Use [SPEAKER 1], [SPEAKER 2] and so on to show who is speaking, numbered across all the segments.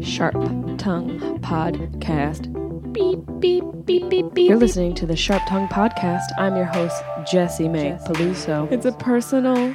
[SPEAKER 1] Sharp Tongue Podcast.
[SPEAKER 2] beep beep beep beep beep.
[SPEAKER 1] You're listening to the Sharp Tongue Podcast. I'm your host, Jessie Mae Peluso. It's a personal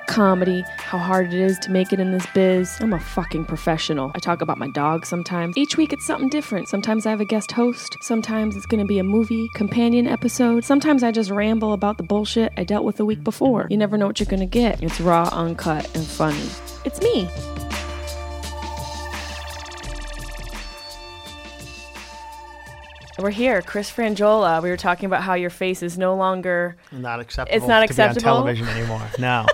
[SPEAKER 1] comedy, how hard it is to make it in this biz. I'm a fucking professional. I talk about my dog sometimes. Each week it's something different. Sometimes I have a guest host, sometimes it's gonna be a movie companion episode, sometimes I just ramble about the bullshit I dealt with the week before. You never know what you're gonna get. It's raw, uncut, and funny. It's me.
[SPEAKER 2] We're here, Chris Frangiola. We were talking about how your face is no longer.
[SPEAKER 3] not acceptable.
[SPEAKER 2] It's not
[SPEAKER 3] to be
[SPEAKER 2] acceptable?
[SPEAKER 3] on television anymore. No.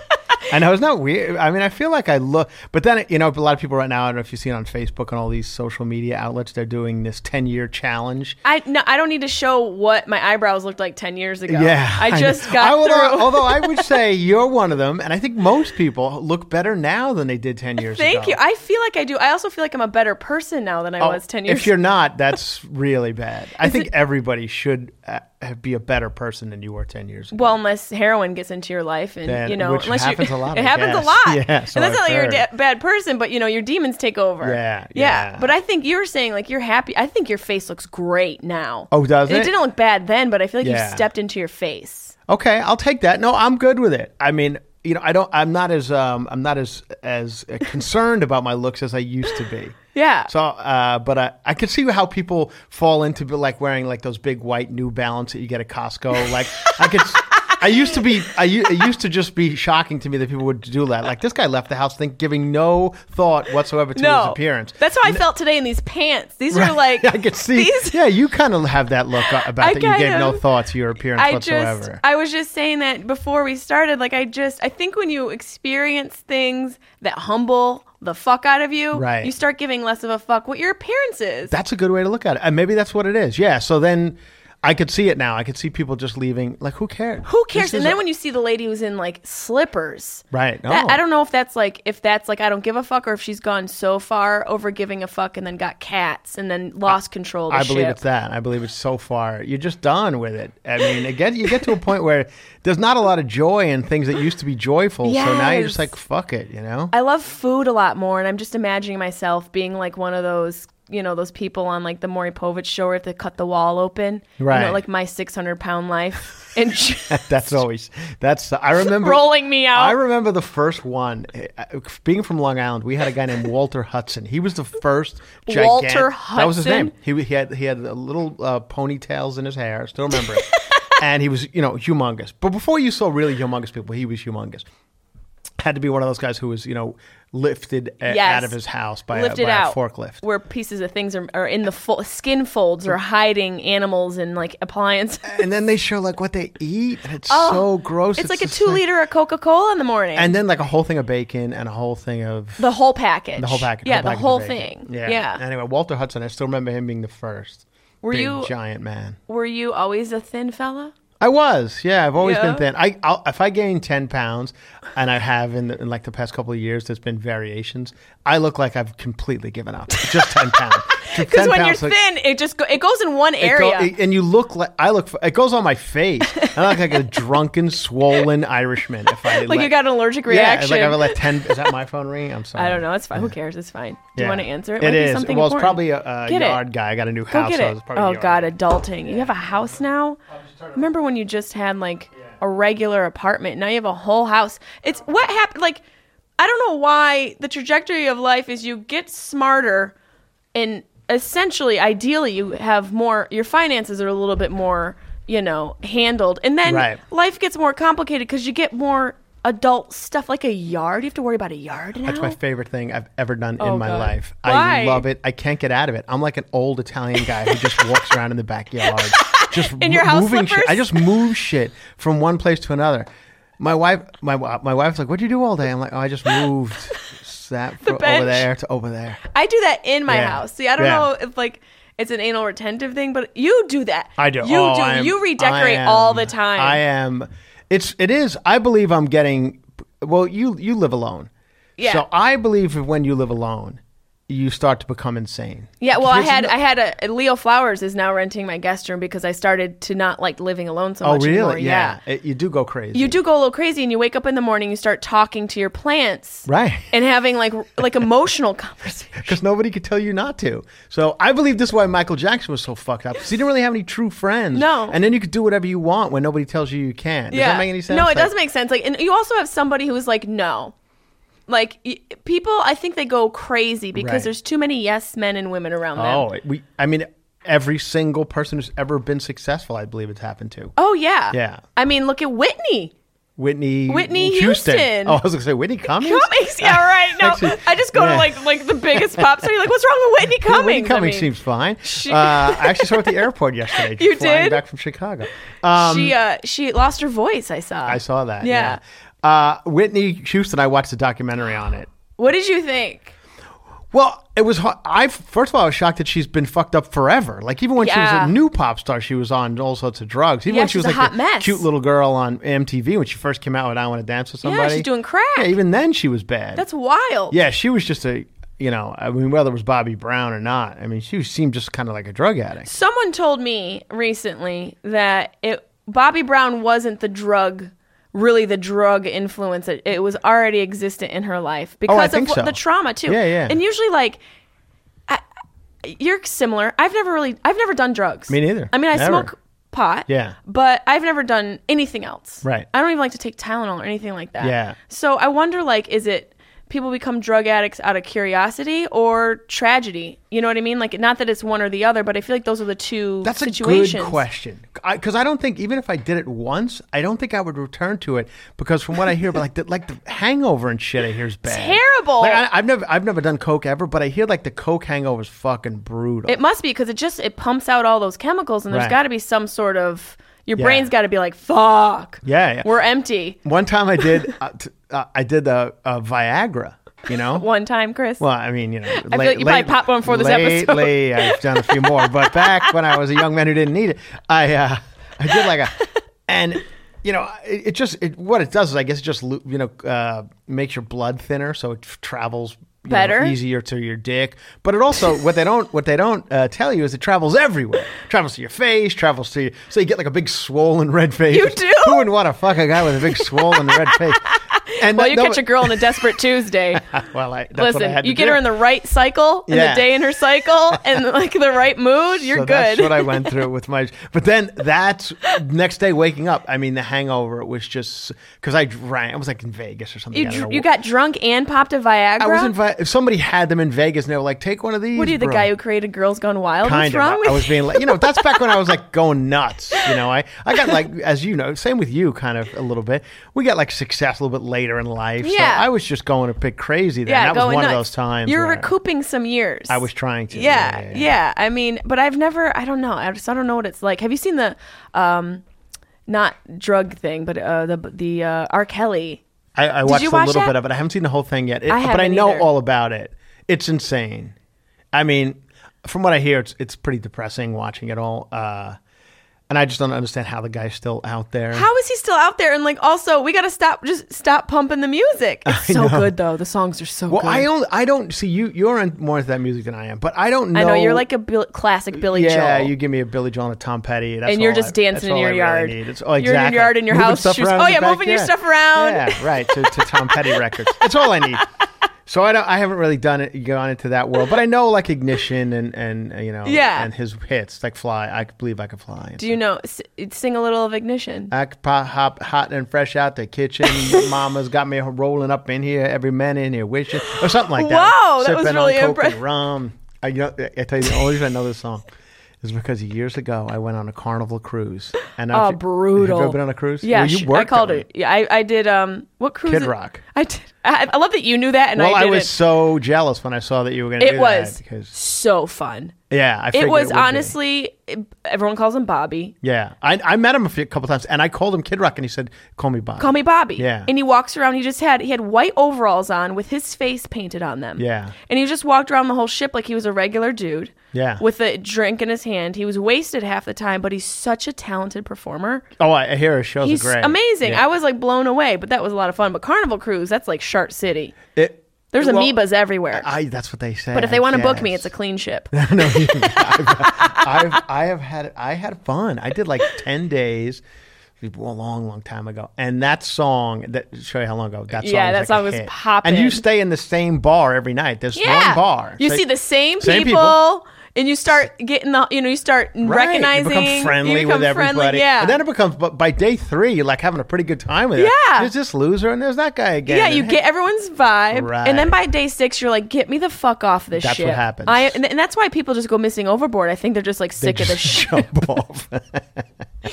[SPEAKER 3] I know it's not weird. I mean, I feel like I look, but then you know, a lot of people right now. I don't know if you see it on Facebook and all these social media outlets. They're doing this ten-year challenge.
[SPEAKER 2] I no, I don't need to show what my eyebrows looked like ten years ago. I just
[SPEAKER 3] know.
[SPEAKER 2] got
[SPEAKER 3] I, will-
[SPEAKER 2] through.
[SPEAKER 3] Although I would say you're one of them, and I think most people look better now than they did ten years ago.
[SPEAKER 2] Thank you. I feel like I do. I also feel like I'm a better person now than I
[SPEAKER 3] Oh,
[SPEAKER 2] was ten years.
[SPEAKER 3] If you're
[SPEAKER 2] ago.
[SPEAKER 3] not, that's really bad. I think everybody should uh, be a better person than you were ten years ago.
[SPEAKER 2] well, unless heroin gets into your life, and
[SPEAKER 3] Then-
[SPEAKER 2] you know,
[SPEAKER 3] which
[SPEAKER 2] unless
[SPEAKER 3] happens
[SPEAKER 2] you,
[SPEAKER 3] a lot,
[SPEAKER 2] it
[SPEAKER 3] I
[SPEAKER 2] happens a
[SPEAKER 3] guess.
[SPEAKER 2] lot.
[SPEAKER 3] Yeah, so
[SPEAKER 2] and that's not
[SPEAKER 3] I've
[SPEAKER 2] like you're a
[SPEAKER 3] heard.
[SPEAKER 2] de- bad person, but you know, your demons take over.
[SPEAKER 3] Yeah,
[SPEAKER 2] yeah,
[SPEAKER 3] yeah.
[SPEAKER 2] But I think you're saying like you're happy. I think your face looks great now.
[SPEAKER 3] Oh, does
[SPEAKER 2] It
[SPEAKER 3] it?
[SPEAKER 2] didn't look bad then, but I feel like
[SPEAKER 3] Yeah.
[SPEAKER 2] you've stepped into your face.
[SPEAKER 3] Okay, I'll take that. No, I'm good with it. I mean, you know, I don't. I'm not as um, I'm not as as uh, concerned about my looks as I used to be.
[SPEAKER 2] Yeah.
[SPEAKER 3] So, uh, but I I can see how people fall into be- like wearing like those big white New Balance that you get at Costco. Like I could. s- I used to be. I u- it used to just be shocking to me that people would do that. Like this guy left the house, think giving no thought whatsoever to his appearance.
[SPEAKER 2] That's how I felt today in these pants. These are like
[SPEAKER 3] I could see.
[SPEAKER 2] These,
[SPEAKER 3] yeah, you kind of have that look uh, about
[SPEAKER 2] I
[SPEAKER 3] that. You
[SPEAKER 2] kind
[SPEAKER 3] gave no
[SPEAKER 2] of-
[SPEAKER 3] thought to your appearance
[SPEAKER 2] I
[SPEAKER 3] whatsoever.
[SPEAKER 2] just I was just saying that before we started. Like I just I think when you experience things that humble the fuck out of you,
[SPEAKER 3] Right.
[SPEAKER 2] you start giving less of a fuck what your appearance is.
[SPEAKER 3] That's a good way to look at it. And maybe that's what it is. Yeah. So then I could see it now. I could see people just leaving. Like, who cares?
[SPEAKER 2] Who cares? And then when you see the lady who's in like slippers,
[SPEAKER 3] Right.
[SPEAKER 2] that-
[SPEAKER 3] Oh.
[SPEAKER 2] I don't know if that's like if that's like I don't give a fuck, or if she's gone so far over giving a fuck and then got cats and then lost control. Of the
[SPEAKER 3] I believe
[SPEAKER 2] ship.
[SPEAKER 3] it's that. I believe it's so far. You're just done with it. I mean, again, you get to a point where there's not a lot of joy in things that used to be joyful. So now you're
[SPEAKER 2] Yes.
[SPEAKER 3] just like, fuck it, you know?
[SPEAKER 2] I love food a lot more, and I'm just imagining myself being like one of those, you know, those people on like the Maury Povich show where they cut the wall open, You know,
[SPEAKER 3] Right.
[SPEAKER 2] like my 600 pound life, and just
[SPEAKER 3] that's always that's i remember
[SPEAKER 2] Rolling me out.
[SPEAKER 3] i remember the first one Uh, being from long island we had a guy named walter hudson he was the first gigantic,
[SPEAKER 2] Walter
[SPEAKER 3] that was his
[SPEAKER 2] Hudson?
[SPEAKER 3] name he, he had he had the little uh, ponytails in his hair I still remember it and he was you know humongous but before you saw really humongous people he was humongous had to be one of those guys who was you know lifted uh,
[SPEAKER 2] Yes.
[SPEAKER 3] out of his house by, a,
[SPEAKER 2] lift it
[SPEAKER 3] by
[SPEAKER 2] out
[SPEAKER 3] a forklift
[SPEAKER 2] where pieces of things are, are in the fo- skin folds or hiding animals and like appliances.
[SPEAKER 3] and then they show like what they eat and it's Oh, so gross
[SPEAKER 2] Oh, It's, like a
[SPEAKER 3] just
[SPEAKER 2] two liter of Coca Cola in the morning,
[SPEAKER 3] and then like a whole thing of bacon and a whole thing of
[SPEAKER 2] the whole package,
[SPEAKER 3] The whole package.
[SPEAKER 2] yeah, the
[SPEAKER 3] package of
[SPEAKER 2] whole
[SPEAKER 3] bacon.
[SPEAKER 2] thing, yeah.
[SPEAKER 3] Anyway, Walter Hudson. I still remember him being the first.
[SPEAKER 2] Were
[SPEAKER 3] big,
[SPEAKER 2] you-
[SPEAKER 3] giant man?
[SPEAKER 2] Were you always a thin fella?
[SPEAKER 3] I was. Yeah, I've always
[SPEAKER 2] Yeah.
[SPEAKER 3] been thin. I I'll, if I gain ten pounds, and I have in, the, in like the past couple of years, there's been variations. I look like I've completely given up. Just ten pounds.
[SPEAKER 2] Because when you're thin, it just go- it goes in one
[SPEAKER 3] It go-
[SPEAKER 2] area.
[SPEAKER 3] it- and you look like I look. It goes on my face. I look like a drunken, swollen Irishman. If I
[SPEAKER 2] like
[SPEAKER 3] let-
[SPEAKER 2] you got an allergic
[SPEAKER 3] yeah,
[SPEAKER 2] reaction.
[SPEAKER 3] like I let ten. Is that my phone ring? I'm sorry.
[SPEAKER 2] I don't know. It's fine. Who cares? It's fine. Do you
[SPEAKER 3] Yeah.
[SPEAKER 2] want to answer it?
[SPEAKER 3] It
[SPEAKER 2] Might be
[SPEAKER 3] is.
[SPEAKER 2] something
[SPEAKER 3] well,
[SPEAKER 2] important.
[SPEAKER 3] it's probably a, a
[SPEAKER 2] Get it.
[SPEAKER 3] yard guy. I got a new
[SPEAKER 2] Go
[SPEAKER 3] house.
[SPEAKER 2] get
[SPEAKER 3] so
[SPEAKER 2] it.
[SPEAKER 3] it's probably
[SPEAKER 2] Oh
[SPEAKER 3] yard.
[SPEAKER 2] God, adulting. You have a house now. Remember when you just had like a regular apartment? Now you have a whole house. It's what happened. Like I don't know why the trajectory of life is you get smarter and essentially, ideally, you have more. Your finances are a little bit more, you know, handled, and then
[SPEAKER 3] Right.
[SPEAKER 2] life gets more complicated because you get more adult stuff like a yard. You have to worry about a yard now.
[SPEAKER 3] That's my favorite thing I've ever done in my
[SPEAKER 2] Oh, God.
[SPEAKER 3] life.
[SPEAKER 2] Why?
[SPEAKER 3] I love it. I can't get out of it. I'm like an old Italian guy who just walks around in the backyard, just
[SPEAKER 2] In your house
[SPEAKER 3] moving shit.
[SPEAKER 2] slippers?
[SPEAKER 3] I just move shit from one place to another. My wife, my wa- my wife's like, "What'd you do all day?" I'm like, "Oh, I just moved that from
[SPEAKER 2] bench.
[SPEAKER 3] over there to over there."
[SPEAKER 2] I do that in my
[SPEAKER 3] Yeah.
[SPEAKER 2] house. See, I don't
[SPEAKER 3] Yeah.
[SPEAKER 2] know if like it's an anal retentive thing, but you do that.
[SPEAKER 3] I do.
[SPEAKER 2] You
[SPEAKER 3] Oh,
[SPEAKER 2] do.
[SPEAKER 3] I am-
[SPEAKER 2] you redecorate
[SPEAKER 3] I am-
[SPEAKER 2] all the time.
[SPEAKER 3] I am. It's. It is. I believe I'm getting. Well, you you live alone.
[SPEAKER 2] Yeah.
[SPEAKER 3] So I believe that when you live alone, you start to become insane.
[SPEAKER 2] Yeah, well, I
[SPEAKER 3] Because
[SPEAKER 2] had
[SPEAKER 3] no-
[SPEAKER 2] I had a Leo Flowers is now renting my guest room because I started to not like living alone so
[SPEAKER 3] Oh,
[SPEAKER 2] much
[SPEAKER 3] really?
[SPEAKER 2] anymore.
[SPEAKER 3] yeah. It- you do go crazy.
[SPEAKER 2] you do go a little crazy, and you wake up in the morning, you start talking to your plants,
[SPEAKER 3] Right.
[SPEAKER 2] and having like r- like emotional conversations.
[SPEAKER 3] Because nobody could tell you not to. So I believe this is why Michael Jackson was so fucked up. Because he didn't really have any true friends.
[SPEAKER 2] No.
[SPEAKER 3] And then you could do whatever you want when nobody tells you you can. Does that make any sense?
[SPEAKER 2] No, it
[SPEAKER 3] Like,
[SPEAKER 2] does make sense. Like, and you also have somebody who's like, no, like y- people. I think they go crazy because
[SPEAKER 3] Right.
[SPEAKER 2] there's too many yes men and women around them.
[SPEAKER 3] Oh, it- we. I mean, every single person who's ever been successful, I believe it's happened to.
[SPEAKER 2] Oh yeah.
[SPEAKER 3] Yeah.
[SPEAKER 2] I mean, look at Whitney.
[SPEAKER 3] Whitney.
[SPEAKER 2] Whitney Houston.
[SPEAKER 3] Oh, I was gonna say Whitney Cummings.
[SPEAKER 2] Cummings. Yeah, right. No,
[SPEAKER 3] Actually,
[SPEAKER 2] I just go to
[SPEAKER 3] yeah.
[SPEAKER 2] like like the biggest pop city. Like, what's wrong with Whitney
[SPEAKER 3] Yeah,
[SPEAKER 2] Cummings?
[SPEAKER 3] Whitney
[SPEAKER 2] I
[SPEAKER 3] Cummings
[SPEAKER 2] mean,
[SPEAKER 3] seems fine. uh, I actually saw her at the airport yesterday.
[SPEAKER 2] You
[SPEAKER 3] flying
[SPEAKER 2] did?
[SPEAKER 3] back from Chicago. Um,
[SPEAKER 2] she uh she lost her voice. I saw.
[SPEAKER 3] I saw that.
[SPEAKER 2] Yeah.
[SPEAKER 3] Yeah. Uh, Whitney Houston. I watched a documentary on it.
[SPEAKER 2] What did you think?
[SPEAKER 3] Well, it was. ho- I first of all, I was shocked that she's been fucked up forever. Like even when she
[SPEAKER 2] Yeah.
[SPEAKER 3] was a new pop star, she was on all sorts of drugs. Even
[SPEAKER 2] Yeah,
[SPEAKER 3] when she
[SPEAKER 2] she's
[SPEAKER 3] was
[SPEAKER 2] a
[SPEAKER 3] like
[SPEAKER 2] hot
[SPEAKER 3] the
[SPEAKER 2] mess.
[SPEAKER 3] cute little girl on MTV when she first came out with "I Want to Dance with Somebody."
[SPEAKER 2] she's doing crack.
[SPEAKER 3] Yeah, even then she was bad.
[SPEAKER 2] That's wild.
[SPEAKER 3] yeah, she was just a. You know, I mean, whether it was Bobby Brown or not, I mean, she seemed just kind of like a drug addict.
[SPEAKER 2] Someone told me recently that it Bobby Brown wasn't the drug really the drug influence it, it was already existent in her life because of
[SPEAKER 3] Oh, think
[SPEAKER 2] what-
[SPEAKER 3] so.
[SPEAKER 2] the trauma too
[SPEAKER 3] Yeah, yeah.
[SPEAKER 2] and usually like I, you're similar i've never really i've never done drugs
[SPEAKER 3] Me neither.
[SPEAKER 2] i mean i
[SPEAKER 3] Never.
[SPEAKER 2] smoke pot
[SPEAKER 3] Yeah.
[SPEAKER 2] but i've never done anything else
[SPEAKER 3] Right.
[SPEAKER 2] i don't even like to take tylenol or anything like that
[SPEAKER 3] Yeah.
[SPEAKER 2] so i wonder like is it people become drug addicts out of curiosity or tragedy you know what i mean like not that it's one or the other but i feel like those are the two
[SPEAKER 3] That's
[SPEAKER 2] situations
[SPEAKER 3] a good question because I, don't think even if I did it once, I don't think I would return to it because from what I hear, but like the, like the hangover and shit, I hear is bad.
[SPEAKER 2] Terrible.
[SPEAKER 3] Like, I, I've never I've never done coke ever, but I hear like the coke hangover is fucking brutal.
[SPEAKER 2] It must be because it just it pumps out all those chemicals, and there's
[SPEAKER 3] Right.
[SPEAKER 2] got to be some sort of your
[SPEAKER 3] Yeah.
[SPEAKER 2] brain's got to be like, "Fuck,
[SPEAKER 3] Yeah, yeah.
[SPEAKER 2] we're empty."
[SPEAKER 3] One time I did uh, t- uh, I did a, a Viagra, you know.
[SPEAKER 2] One time, Chris.
[SPEAKER 3] Well, I mean, you know, I
[SPEAKER 2] feel like you probably popped one before this episode.
[SPEAKER 3] Lately, I've done a few more, but back when I was a young man who didn't need it, I uh, I did like a, and you know, it, it just it, what it does is I guess it just lu- you know uh, makes your blood thinner, so it travels you know,
[SPEAKER 2] Better?
[SPEAKER 3] easier to your dick. But it also what they don't what they don't uh, tell you is it travels everywhere. travels to your face, travels to you, so you get like a big swollen red face.
[SPEAKER 2] You do?
[SPEAKER 3] Who wouldn't want to fuck a guy with a big swollen red face? And
[SPEAKER 2] well,
[SPEAKER 3] that-
[SPEAKER 2] you
[SPEAKER 3] no,
[SPEAKER 2] catch a girl on a desperate Tuesday.
[SPEAKER 3] but- Well, I, that's what I
[SPEAKER 2] Listen,
[SPEAKER 3] had
[SPEAKER 2] you
[SPEAKER 3] to
[SPEAKER 2] get
[SPEAKER 3] do.
[SPEAKER 2] her in the right cycle, and
[SPEAKER 3] Yeah.
[SPEAKER 2] the day in her cycle, and like the right mood, you're
[SPEAKER 3] so
[SPEAKER 2] good.
[SPEAKER 3] That's what I went through with my. But then that's next day waking up. I mean, the hangover was just because I drank. I was like in Vegas or something.
[SPEAKER 2] you
[SPEAKER 3] I don't
[SPEAKER 2] dr-
[SPEAKER 3] know.
[SPEAKER 2] you got drunk and popped a Viagra.
[SPEAKER 3] I was invited. If somebody had them in Vegas, and they were like, "Take one of these."
[SPEAKER 2] What are you, the
[SPEAKER 3] bro."
[SPEAKER 2] guy who created Girls Gone Wild? What's
[SPEAKER 3] Kind of.
[SPEAKER 2] wrong
[SPEAKER 3] I-
[SPEAKER 2] with
[SPEAKER 3] I was
[SPEAKER 2] you?
[SPEAKER 3] being like, you know, that's back when I was like going nuts. You know, I, I got like, as you know, same with you, kind of a little bit. We got like success a little bit later in life.
[SPEAKER 2] Yeah.
[SPEAKER 3] So I was just going a bit crazy then.
[SPEAKER 2] Yeah,
[SPEAKER 3] that was
[SPEAKER 2] going
[SPEAKER 3] one of
[SPEAKER 2] nuts.
[SPEAKER 3] those times.
[SPEAKER 2] You're
[SPEAKER 3] where
[SPEAKER 2] recouping some years.
[SPEAKER 3] I was trying to.
[SPEAKER 2] yeah, yeah, I mean, but I've never. I don't know. I just. I don't know what it's like. Have you seen the, um, not drug thing, but uh, the the uh, R. Kelly?
[SPEAKER 3] I, I watched
[SPEAKER 2] you
[SPEAKER 3] a
[SPEAKER 2] watch
[SPEAKER 3] little
[SPEAKER 2] that?
[SPEAKER 3] bit of it. I haven't seen the whole thing yet, It-
[SPEAKER 2] I
[SPEAKER 3] but I
[SPEAKER 2] haven't
[SPEAKER 3] know
[SPEAKER 2] either.
[SPEAKER 3] all about it. It's insane. I mean, from what I hear, it's it's pretty depressing watching it all. Uh, and I just don't understand how the guy's still out there.
[SPEAKER 2] How is he still out there? And like, also, we gotta stop. Just stop pumping the music. It's so good though. The songs are so
[SPEAKER 3] well,
[SPEAKER 2] good.
[SPEAKER 3] I only I don't see you. You're in more into that music than I am, but I don't know.
[SPEAKER 2] I know you're like a Bill, classic Billy
[SPEAKER 3] yeah.
[SPEAKER 2] Joel.
[SPEAKER 3] You give me a Billy Joel and a Tom Petty, that's
[SPEAKER 2] and you're
[SPEAKER 3] all
[SPEAKER 2] just
[SPEAKER 3] I-
[SPEAKER 2] dancing
[SPEAKER 3] that's
[SPEAKER 2] in
[SPEAKER 3] all
[SPEAKER 2] your
[SPEAKER 3] I really
[SPEAKER 2] yard.
[SPEAKER 3] need. It's- oh,
[SPEAKER 2] You're in your
[SPEAKER 3] exactly.
[SPEAKER 2] yard in your
[SPEAKER 3] Moving
[SPEAKER 2] house.
[SPEAKER 3] stuff
[SPEAKER 2] Shoes-
[SPEAKER 3] around
[SPEAKER 2] oh
[SPEAKER 3] in
[SPEAKER 2] yeah,
[SPEAKER 3] the
[SPEAKER 2] moving your
[SPEAKER 3] backyard.
[SPEAKER 2] stuff around.
[SPEAKER 3] Yeah, right. To, to Tom Petty records. That's all I need. So I don't. I haven't really done it, gone into that world, but I know like ignition and and uh, you know
[SPEAKER 2] Yeah.
[SPEAKER 3] and his hits like fly. I believe I could fly.
[SPEAKER 2] Do you know? S- sing a little of Ignition.
[SPEAKER 3] I could pop, hop hot and fresh out the kitchen. Mama's got me rolling up in here. Every man in here wishing or something like that.
[SPEAKER 2] Wow, that was
[SPEAKER 3] Sipping
[SPEAKER 2] really
[SPEAKER 3] on coke
[SPEAKER 2] impre-
[SPEAKER 3] and rum. I, you know, I tell you the only reason I know this song is because years ago I went on a carnival cruise. And
[SPEAKER 2] Oh,
[SPEAKER 3] I've- Have you
[SPEAKER 2] brutal.
[SPEAKER 3] ever been on a cruise?
[SPEAKER 2] Yeah,
[SPEAKER 3] Well, you
[SPEAKER 2] sh- I
[SPEAKER 3] worked
[SPEAKER 2] called
[SPEAKER 3] on
[SPEAKER 2] it. Yeah, I, I did. Um, What cruise?
[SPEAKER 3] Kid
[SPEAKER 2] it-
[SPEAKER 3] Rock.
[SPEAKER 2] I, did, I, I love that you knew that, and
[SPEAKER 3] Well,
[SPEAKER 2] I
[SPEAKER 3] I,
[SPEAKER 2] did
[SPEAKER 3] was so jealous when I saw that you were going to
[SPEAKER 2] It
[SPEAKER 3] do
[SPEAKER 2] was
[SPEAKER 3] that because
[SPEAKER 2] so fun.
[SPEAKER 3] yeah, I
[SPEAKER 2] It
[SPEAKER 3] figured
[SPEAKER 2] was
[SPEAKER 3] would be.
[SPEAKER 2] honestly, everyone calls him Bobby.
[SPEAKER 3] yeah. I, I met him a few, couple times and I called him Kid Rock and he said, "Call me Bob."
[SPEAKER 2] Call me Bobby.
[SPEAKER 3] Yeah.
[SPEAKER 2] And he walks around. He just had he had white overalls on with his face painted on them.
[SPEAKER 3] Yeah.
[SPEAKER 2] And he just walked around the whole ship like he was a regular dude.
[SPEAKER 3] Yeah.
[SPEAKER 2] With a drink in his hand. He was wasted half the time, but he's such a talented performer.
[SPEAKER 3] Oh, I, I hear his shows
[SPEAKER 2] He's
[SPEAKER 3] are great.
[SPEAKER 2] amazing.
[SPEAKER 3] Yeah.
[SPEAKER 2] I was like blown away, but that was a lot of fun. But Carnival Cruise, that's like Shark City.
[SPEAKER 3] It-
[SPEAKER 2] There's
[SPEAKER 3] well,
[SPEAKER 2] amoebas everywhere.
[SPEAKER 3] I, that's what they say.
[SPEAKER 2] but if they
[SPEAKER 3] I
[SPEAKER 2] want to book me,
[SPEAKER 3] guess.
[SPEAKER 2] it's a clean ship.
[SPEAKER 3] no, you- I've, I've, I have had I had fun. I did like ten days, a long, long time ago. And that song that show you how long ago that song.
[SPEAKER 2] Yeah,
[SPEAKER 3] was
[SPEAKER 2] that
[SPEAKER 3] like
[SPEAKER 2] song
[SPEAKER 3] a
[SPEAKER 2] was
[SPEAKER 3] hit.
[SPEAKER 2] popping.
[SPEAKER 3] And you stay in the same bar every night. There's
[SPEAKER 2] yeah.
[SPEAKER 3] one bar.
[SPEAKER 2] You
[SPEAKER 3] So-
[SPEAKER 2] see the same people.
[SPEAKER 3] same
[SPEAKER 2] And you start getting the, you know, you start
[SPEAKER 3] Right.
[SPEAKER 2] recognizing,
[SPEAKER 3] you become friendly
[SPEAKER 2] you become
[SPEAKER 3] with everybody.
[SPEAKER 2] friendly, yeah.
[SPEAKER 3] and then it becomes. But by day three, you're like having a pretty good time with it.
[SPEAKER 2] Yeah.
[SPEAKER 3] there's this loser and there's that guy again.
[SPEAKER 2] Yeah,
[SPEAKER 3] And
[SPEAKER 2] you
[SPEAKER 3] hey,
[SPEAKER 2] get everyone's vibe,
[SPEAKER 3] Right.
[SPEAKER 2] and then by day six, you're like, "Get me the fuck off this
[SPEAKER 3] That's
[SPEAKER 2] shit."
[SPEAKER 3] what happens.
[SPEAKER 2] I, and, and that's why people just go missing overboard. I think they're just like
[SPEAKER 3] they
[SPEAKER 2] sick of the
[SPEAKER 3] just
[SPEAKER 2] shit.
[SPEAKER 3] jump off.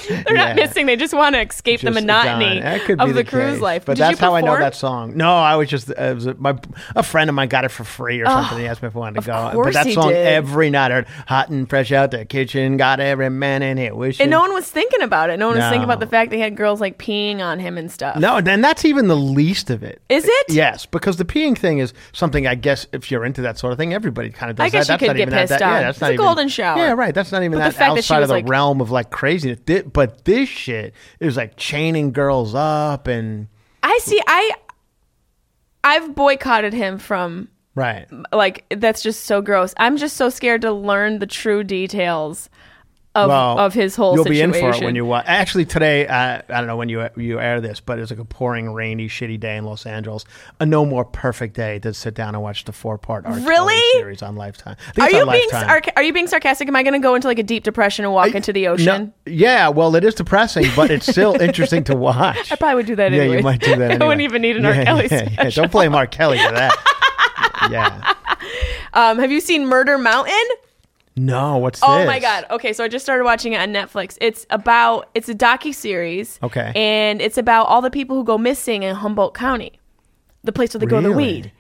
[SPEAKER 2] They're not
[SPEAKER 3] yeah.
[SPEAKER 2] missing. They just want to escape the
[SPEAKER 3] just
[SPEAKER 2] monotony
[SPEAKER 3] done. That could be
[SPEAKER 2] of the, cruise
[SPEAKER 3] case.
[SPEAKER 2] life.
[SPEAKER 3] But
[SPEAKER 2] Did you
[SPEAKER 3] that's how I know
[SPEAKER 2] perform?
[SPEAKER 3] that song. No, I was just uh, it was a, my a friend of mine got it for free or something. he asked me if I wanted to go. But
[SPEAKER 2] course
[SPEAKER 3] that
[SPEAKER 2] he
[SPEAKER 3] song
[SPEAKER 2] did.
[SPEAKER 3] every night, I heard hot and fresh out the kitchen, got every man in it wishing.
[SPEAKER 2] And no one was thinking about it. No one was thinking about
[SPEAKER 3] No.
[SPEAKER 2] the fact they had girls like peeing on him and stuff.
[SPEAKER 3] no, then that's even the least of it.
[SPEAKER 2] Is it?
[SPEAKER 3] Yes, because the peeing thing is something I guess if you're into that sort of thing, everybody kind of does
[SPEAKER 2] I guess
[SPEAKER 3] that.
[SPEAKER 2] you could
[SPEAKER 3] That's not
[SPEAKER 2] get
[SPEAKER 3] even that-
[SPEAKER 2] pissed
[SPEAKER 3] that,
[SPEAKER 2] on.
[SPEAKER 3] Yeah, that's
[SPEAKER 2] It's
[SPEAKER 3] not
[SPEAKER 2] a
[SPEAKER 3] even-
[SPEAKER 2] golden shower.
[SPEAKER 3] Yeah, right. That's not even
[SPEAKER 2] But the
[SPEAKER 3] that
[SPEAKER 2] fact that she
[SPEAKER 3] outside
[SPEAKER 2] was
[SPEAKER 3] of the
[SPEAKER 2] like-
[SPEAKER 3] realm of like craziness. Thi- But this shit is like chaining girls up and
[SPEAKER 2] I see. I I've boycotted him from
[SPEAKER 3] right.
[SPEAKER 2] like that's just so gross. I'm just so scared to learn the true details of of his whole
[SPEAKER 3] You'll
[SPEAKER 2] situation.
[SPEAKER 3] be in for it when you watch. Actually, today uh, I don't know when you you air this, but it was like a pouring, rainy, shitty day in Los Angeles. A no more perfect day to sit down and watch the four part
[SPEAKER 2] Really?
[SPEAKER 3] series on Lifetime. I think
[SPEAKER 2] Are
[SPEAKER 3] it's on
[SPEAKER 2] you being
[SPEAKER 3] Lifetime.
[SPEAKER 2] sarca- are you being sarcastic? Am I going to go into like a deep depression and walk into the ocean?
[SPEAKER 3] No, yeah, well, it is depressing, but it's still interesting to watch. I
[SPEAKER 2] probably would do that
[SPEAKER 3] Yeah,
[SPEAKER 2] anyway.
[SPEAKER 3] you might do that.
[SPEAKER 2] I
[SPEAKER 3] anyway.
[SPEAKER 2] wouldn't even need an
[SPEAKER 3] yeah,
[SPEAKER 2] R. Kelly
[SPEAKER 3] yeah, yeah. Don't blame Mark Kelly for that. yeah.
[SPEAKER 2] Um, have you seen Murder Mountain?
[SPEAKER 3] No, what's
[SPEAKER 2] Oh
[SPEAKER 3] this?
[SPEAKER 2] my god. Okay, so I just started watching it on Netflix. It's about it's a docu series.
[SPEAKER 3] Okay.
[SPEAKER 2] And it's about all the people who go missing in Humboldt County, the place where they go to
[SPEAKER 3] Really?
[SPEAKER 2] weed. They-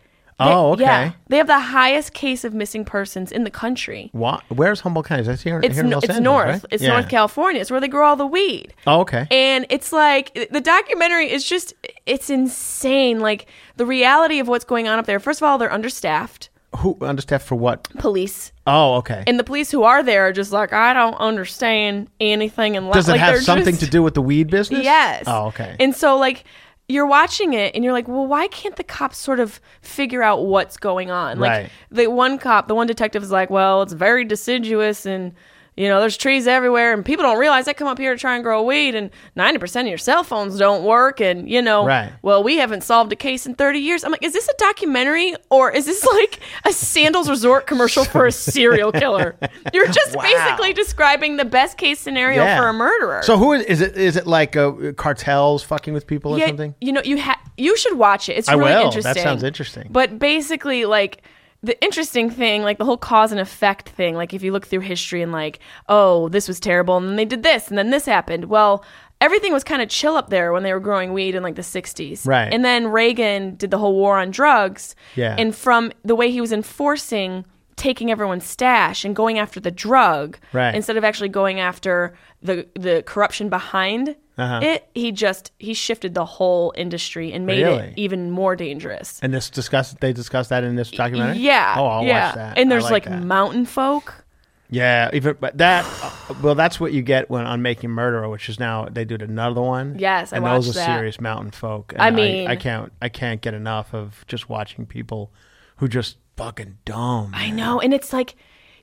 [SPEAKER 3] Oh, okay.
[SPEAKER 2] Yeah, they have the highest case of missing persons in the country.
[SPEAKER 3] Wha- Where's Humboldt County? Is that here,
[SPEAKER 2] It's
[SPEAKER 3] here in
[SPEAKER 2] no-
[SPEAKER 3] Los
[SPEAKER 2] it's
[SPEAKER 3] Angeles,
[SPEAKER 2] north.
[SPEAKER 3] right?
[SPEAKER 2] It's
[SPEAKER 3] Yeah.
[SPEAKER 2] North California. It's where they grow all the weed.
[SPEAKER 3] Oh, okay.
[SPEAKER 2] And it's like the documentary is just it's insane. Like the reality of what's going on up there. First of all, they're understaffed
[SPEAKER 3] Who understaffed for what?
[SPEAKER 2] police.
[SPEAKER 3] Oh, okay.
[SPEAKER 2] And uh, the police who are there are just like, I don't understand anything unless
[SPEAKER 3] Does it
[SPEAKER 2] like,
[SPEAKER 3] have
[SPEAKER 2] they're
[SPEAKER 3] something
[SPEAKER 2] just-
[SPEAKER 3] to do with the weed business?
[SPEAKER 2] Yes.
[SPEAKER 3] Oh, okay.
[SPEAKER 2] And so like you're watching it and you're like, well, why can't the cops sort of figure out what's going on? Like
[SPEAKER 3] Right.
[SPEAKER 2] the one cop, the one detective is like, well, it's very deciduous and you know, there's trees everywhere and people don't realize they come up here to try and grow weed and 90% of your cell phones don't work and you know,
[SPEAKER 3] Right.
[SPEAKER 2] well, we haven't solved a case in 30 years. I'm like, is this a documentary or is this like a Sandals Resort commercial for a serial killer? You're just
[SPEAKER 3] Wow.
[SPEAKER 2] basically describing the best case scenario
[SPEAKER 3] Yeah.
[SPEAKER 2] for a murderer.
[SPEAKER 3] So who is, is it? Is it like uh, cartels fucking with people or
[SPEAKER 2] Yeah,
[SPEAKER 3] something?
[SPEAKER 2] You know, you ha- you should watch it. It's
[SPEAKER 3] I
[SPEAKER 2] really
[SPEAKER 3] will. That
[SPEAKER 2] interesting.
[SPEAKER 3] sounds interesting.
[SPEAKER 2] But basically, like the interesting thing, like the whole cause and effect thing. Like if you look through history and like, oh, this was terrible, and then they did this, and then this happened. Well. Everything was kind of chill up there when they were growing weed in like the 60s.
[SPEAKER 3] Right.
[SPEAKER 2] And then Reagan did the whole war on drugs.
[SPEAKER 3] Yeah.
[SPEAKER 2] And from the way he was enforcing taking everyone's stash and going after the drug
[SPEAKER 3] Right.
[SPEAKER 2] instead of actually going after the the corruption behind
[SPEAKER 3] Uh-huh.
[SPEAKER 2] it he just he shifted the whole industry and made
[SPEAKER 3] Really?
[SPEAKER 2] it even more dangerous
[SPEAKER 3] And this discuss they discuss that in this documentary.
[SPEAKER 2] yeah
[SPEAKER 3] Oh, I'll
[SPEAKER 2] yeah
[SPEAKER 3] watch that.
[SPEAKER 2] and
[SPEAKER 3] I
[SPEAKER 2] there's like,
[SPEAKER 3] that.
[SPEAKER 2] mountain folk
[SPEAKER 3] yeah, even but that. uh, well, that's what you get when on Making Murderer, which is now they did another one.
[SPEAKER 2] Yes, I
[SPEAKER 3] and
[SPEAKER 2] watched
[SPEAKER 3] those are
[SPEAKER 2] that.
[SPEAKER 3] serious mountain folk. And
[SPEAKER 2] I mean-
[SPEAKER 3] I, can't I can't get enough of just watching people who just fucking dumb.
[SPEAKER 2] i know and it's like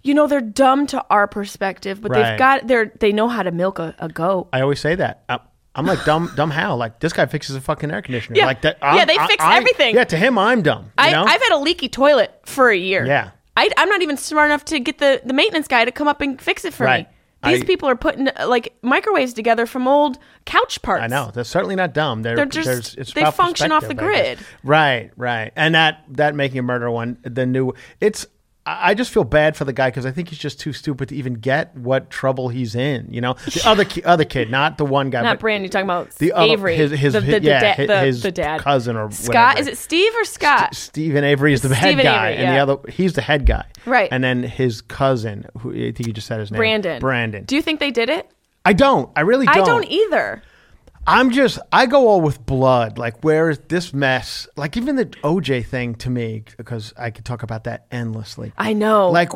[SPEAKER 2] you know they're dumb to our perspective but
[SPEAKER 3] Right.
[SPEAKER 2] they've got they're they know how to milk a, a goat
[SPEAKER 3] I always say that. I'm, I'm like dumb, dumb how? Like this guy fixes a fucking air conditioner.
[SPEAKER 2] Yeah.
[SPEAKER 3] like that.
[SPEAKER 2] Yeah,
[SPEAKER 3] I'm-
[SPEAKER 2] they
[SPEAKER 3] I-
[SPEAKER 2] fix
[SPEAKER 3] I-
[SPEAKER 2] everything.
[SPEAKER 3] Yeah, to him, I'm dumb. You
[SPEAKER 2] I,
[SPEAKER 3] know?
[SPEAKER 2] I've had a leaky toilet for a year.
[SPEAKER 3] Yeah.
[SPEAKER 2] I, I'm not even smart enough to get the, the maintenance guy to come up and fix it for
[SPEAKER 3] Right.
[SPEAKER 2] me. These
[SPEAKER 3] I-
[SPEAKER 2] people are putting uh, like microwaves together from old couch parts.
[SPEAKER 3] I know they're certainly not dumb. They're,
[SPEAKER 2] They're just-
[SPEAKER 3] there's- it's
[SPEAKER 2] they
[SPEAKER 3] about
[SPEAKER 2] function off the
[SPEAKER 3] perspective, I guess.
[SPEAKER 2] grid.
[SPEAKER 3] Right, right, and that that making a murder one, the new it's I I just feel bad for the guy because I think he's just too stupid to even get what trouble he's in. You know, the other ki- other kid, not the one guy,
[SPEAKER 2] Not
[SPEAKER 3] but
[SPEAKER 2] Brandon. You're talking about
[SPEAKER 3] the other
[SPEAKER 2] Avery.
[SPEAKER 3] his his,
[SPEAKER 2] the, the, the,
[SPEAKER 3] yeah,
[SPEAKER 2] da-
[SPEAKER 3] his,
[SPEAKER 2] the,
[SPEAKER 3] his
[SPEAKER 2] the dad.
[SPEAKER 3] cousin or
[SPEAKER 2] Scott.
[SPEAKER 3] whatever.
[SPEAKER 2] Is it Steve or Scott?
[SPEAKER 3] Stephen Avery is the
[SPEAKER 2] Stephen
[SPEAKER 3] head guy,
[SPEAKER 2] Avery,
[SPEAKER 3] and
[SPEAKER 2] yeah.
[SPEAKER 3] the other he's the head guy,
[SPEAKER 2] Right.
[SPEAKER 3] And then his cousin, who I think you just said his name,
[SPEAKER 2] Brandon.
[SPEAKER 3] Brandon.
[SPEAKER 2] Do you think they did it?
[SPEAKER 3] I don't. I really don't.
[SPEAKER 2] I don't e- either.
[SPEAKER 3] I'm just. I go all with blood. Like, where is this mess? Like, even the OJ thing to me, because I could talk about that endlessly.
[SPEAKER 2] I know.
[SPEAKER 3] Like,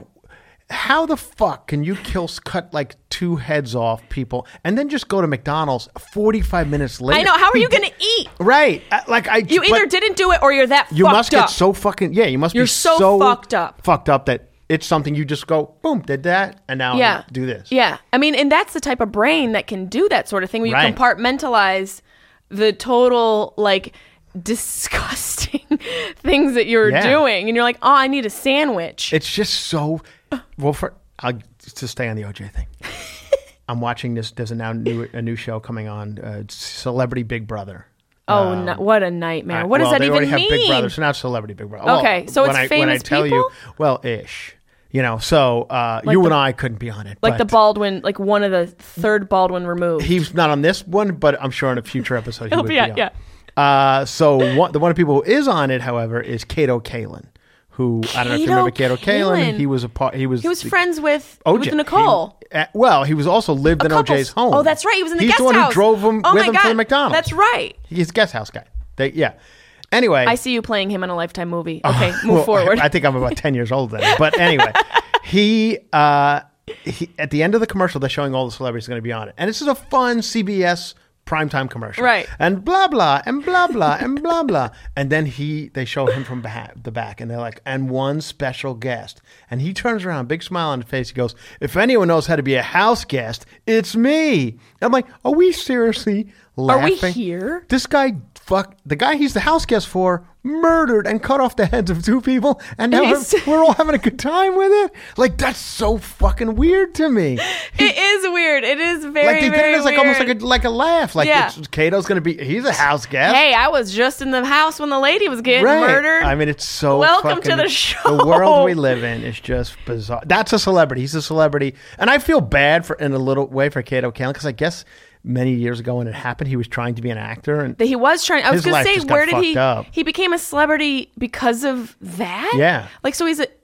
[SPEAKER 3] how the fuck can you kill cut like two heads off people and then just go to McDonald's 45 minutes later?
[SPEAKER 2] I know. How are
[SPEAKER 3] He
[SPEAKER 2] you
[SPEAKER 3] did-
[SPEAKER 2] going to eat?
[SPEAKER 3] Right. I- Like I.
[SPEAKER 2] You either
[SPEAKER 3] but-
[SPEAKER 2] didn't do it or you're that
[SPEAKER 3] you
[SPEAKER 2] fucked
[SPEAKER 3] must
[SPEAKER 2] up.
[SPEAKER 3] get so fucking yeah. You must
[SPEAKER 2] You're
[SPEAKER 3] be
[SPEAKER 2] so
[SPEAKER 3] so,
[SPEAKER 2] fucked up.
[SPEAKER 3] Fucked up that it's something you just go boom did that and now
[SPEAKER 2] yeah.
[SPEAKER 3] do this.
[SPEAKER 2] Yeah. I mean, and that's the type of brain that can do that sort of thing where you
[SPEAKER 3] Right.
[SPEAKER 2] compartmentalize the total, like, disgusting things that you're
[SPEAKER 3] Yeah.
[SPEAKER 2] doing. And you're like, oh, I need a sandwich.
[SPEAKER 3] It's just so. Well, for I'll, to stay on the OJ thing. I'm watching this. There's a now new a new show coming on, uh, Celebrity Big Brother.
[SPEAKER 2] oh, no, what a nightmare. Uh, what does
[SPEAKER 3] well,
[SPEAKER 2] that
[SPEAKER 3] they
[SPEAKER 2] even
[SPEAKER 3] already
[SPEAKER 2] mean?
[SPEAKER 3] Have Big Brother, so not Celebrity Big Brother. Well,
[SPEAKER 2] Okay, so it's
[SPEAKER 3] when I, when I
[SPEAKER 2] famous
[SPEAKER 3] tell
[SPEAKER 2] people?
[SPEAKER 3] You, well, ish. You know, so uh, you and I couldn't be on it.
[SPEAKER 2] like the
[SPEAKER 3] but
[SPEAKER 2] Baldwin, like one of the third Baldwin removed.
[SPEAKER 3] He's not on this one, but I'm sure in a future episode he
[SPEAKER 2] He'll
[SPEAKER 3] would
[SPEAKER 2] be
[SPEAKER 3] be
[SPEAKER 2] on-
[SPEAKER 3] on.
[SPEAKER 2] yeah.
[SPEAKER 3] Uh, so one, the one of people who is on it, however, is Kato Kalin, who I don't know if you
[SPEAKER 2] Kato
[SPEAKER 3] remember Kato Kalin.
[SPEAKER 2] Kaelin.
[SPEAKER 3] He was a part. He was
[SPEAKER 2] he was
[SPEAKER 3] the-
[SPEAKER 2] friends with,
[SPEAKER 3] OJ.
[SPEAKER 2] with Nicole.
[SPEAKER 3] He- uh, well, he was also lived in
[SPEAKER 2] Couples.
[SPEAKER 3] OJ's home.
[SPEAKER 2] Oh, that's right. He was in the
[SPEAKER 3] He's
[SPEAKER 2] guest
[SPEAKER 3] the one
[SPEAKER 2] house.
[SPEAKER 3] who drove him
[SPEAKER 2] oh
[SPEAKER 3] with
[SPEAKER 2] my
[SPEAKER 3] him
[SPEAKER 2] God.
[SPEAKER 3] to the McDonald's.
[SPEAKER 2] That's right.
[SPEAKER 3] He's a guest house guy. They, yeah. Anyway,
[SPEAKER 2] I see you playing him in a Lifetime movie. Okay, move
[SPEAKER 3] well,
[SPEAKER 2] forward.
[SPEAKER 3] I, I think I'm about ten years old then. But anyway, he. Uh, he, at the end of the commercial, they're showing all the celebrities going to be on it, and this is a fun CBS primetime commercial,
[SPEAKER 2] Right.
[SPEAKER 3] And blah blah and blah blah and blah blah, and then he they show him from behind, the back, and they're like, and one special guest, and he turns around, big smile on his face, he goes, if anyone knows how to be a house guest, it's me. I'm like, are we seriously?
[SPEAKER 2] Are we
[SPEAKER 3] Laughing?
[SPEAKER 2] here?
[SPEAKER 3] This guy fuck the guy he's the house guest for murdered and cut off the heads of two people and now
[SPEAKER 2] He's-
[SPEAKER 3] we're all having a good time with it. Like that's so fucking weird to me.
[SPEAKER 2] it is weird. It is very,
[SPEAKER 3] like they
[SPEAKER 2] very
[SPEAKER 3] did it as like
[SPEAKER 2] weird.
[SPEAKER 3] almost like a like a laugh. Like
[SPEAKER 2] Yeah.
[SPEAKER 3] it's, Kato's gonna be he's a house guest.
[SPEAKER 2] Hey, I was just in the house when the lady was getting
[SPEAKER 3] Right.
[SPEAKER 2] murdered.
[SPEAKER 3] I mean, it's so.
[SPEAKER 2] Welcome to
[SPEAKER 3] fucking-
[SPEAKER 2] the show.
[SPEAKER 3] The world we live in is just bizarre. That's a celebrity. He's a celebrity, and I feel bad for in a little way for Kato Kalin because I guess many years ago when it happened, he was trying to be an actor, and
[SPEAKER 2] that he was trying. I was
[SPEAKER 3] His
[SPEAKER 2] going
[SPEAKER 3] life
[SPEAKER 2] to say,
[SPEAKER 3] just got
[SPEAKER 2] where did he?
[SPEAKER 3] fucked up.
[SPEAKER 2] He became a celebrity because of that.
[SPEAKER 3] Yeah.
[SPEAKER 2] Like so, he's a.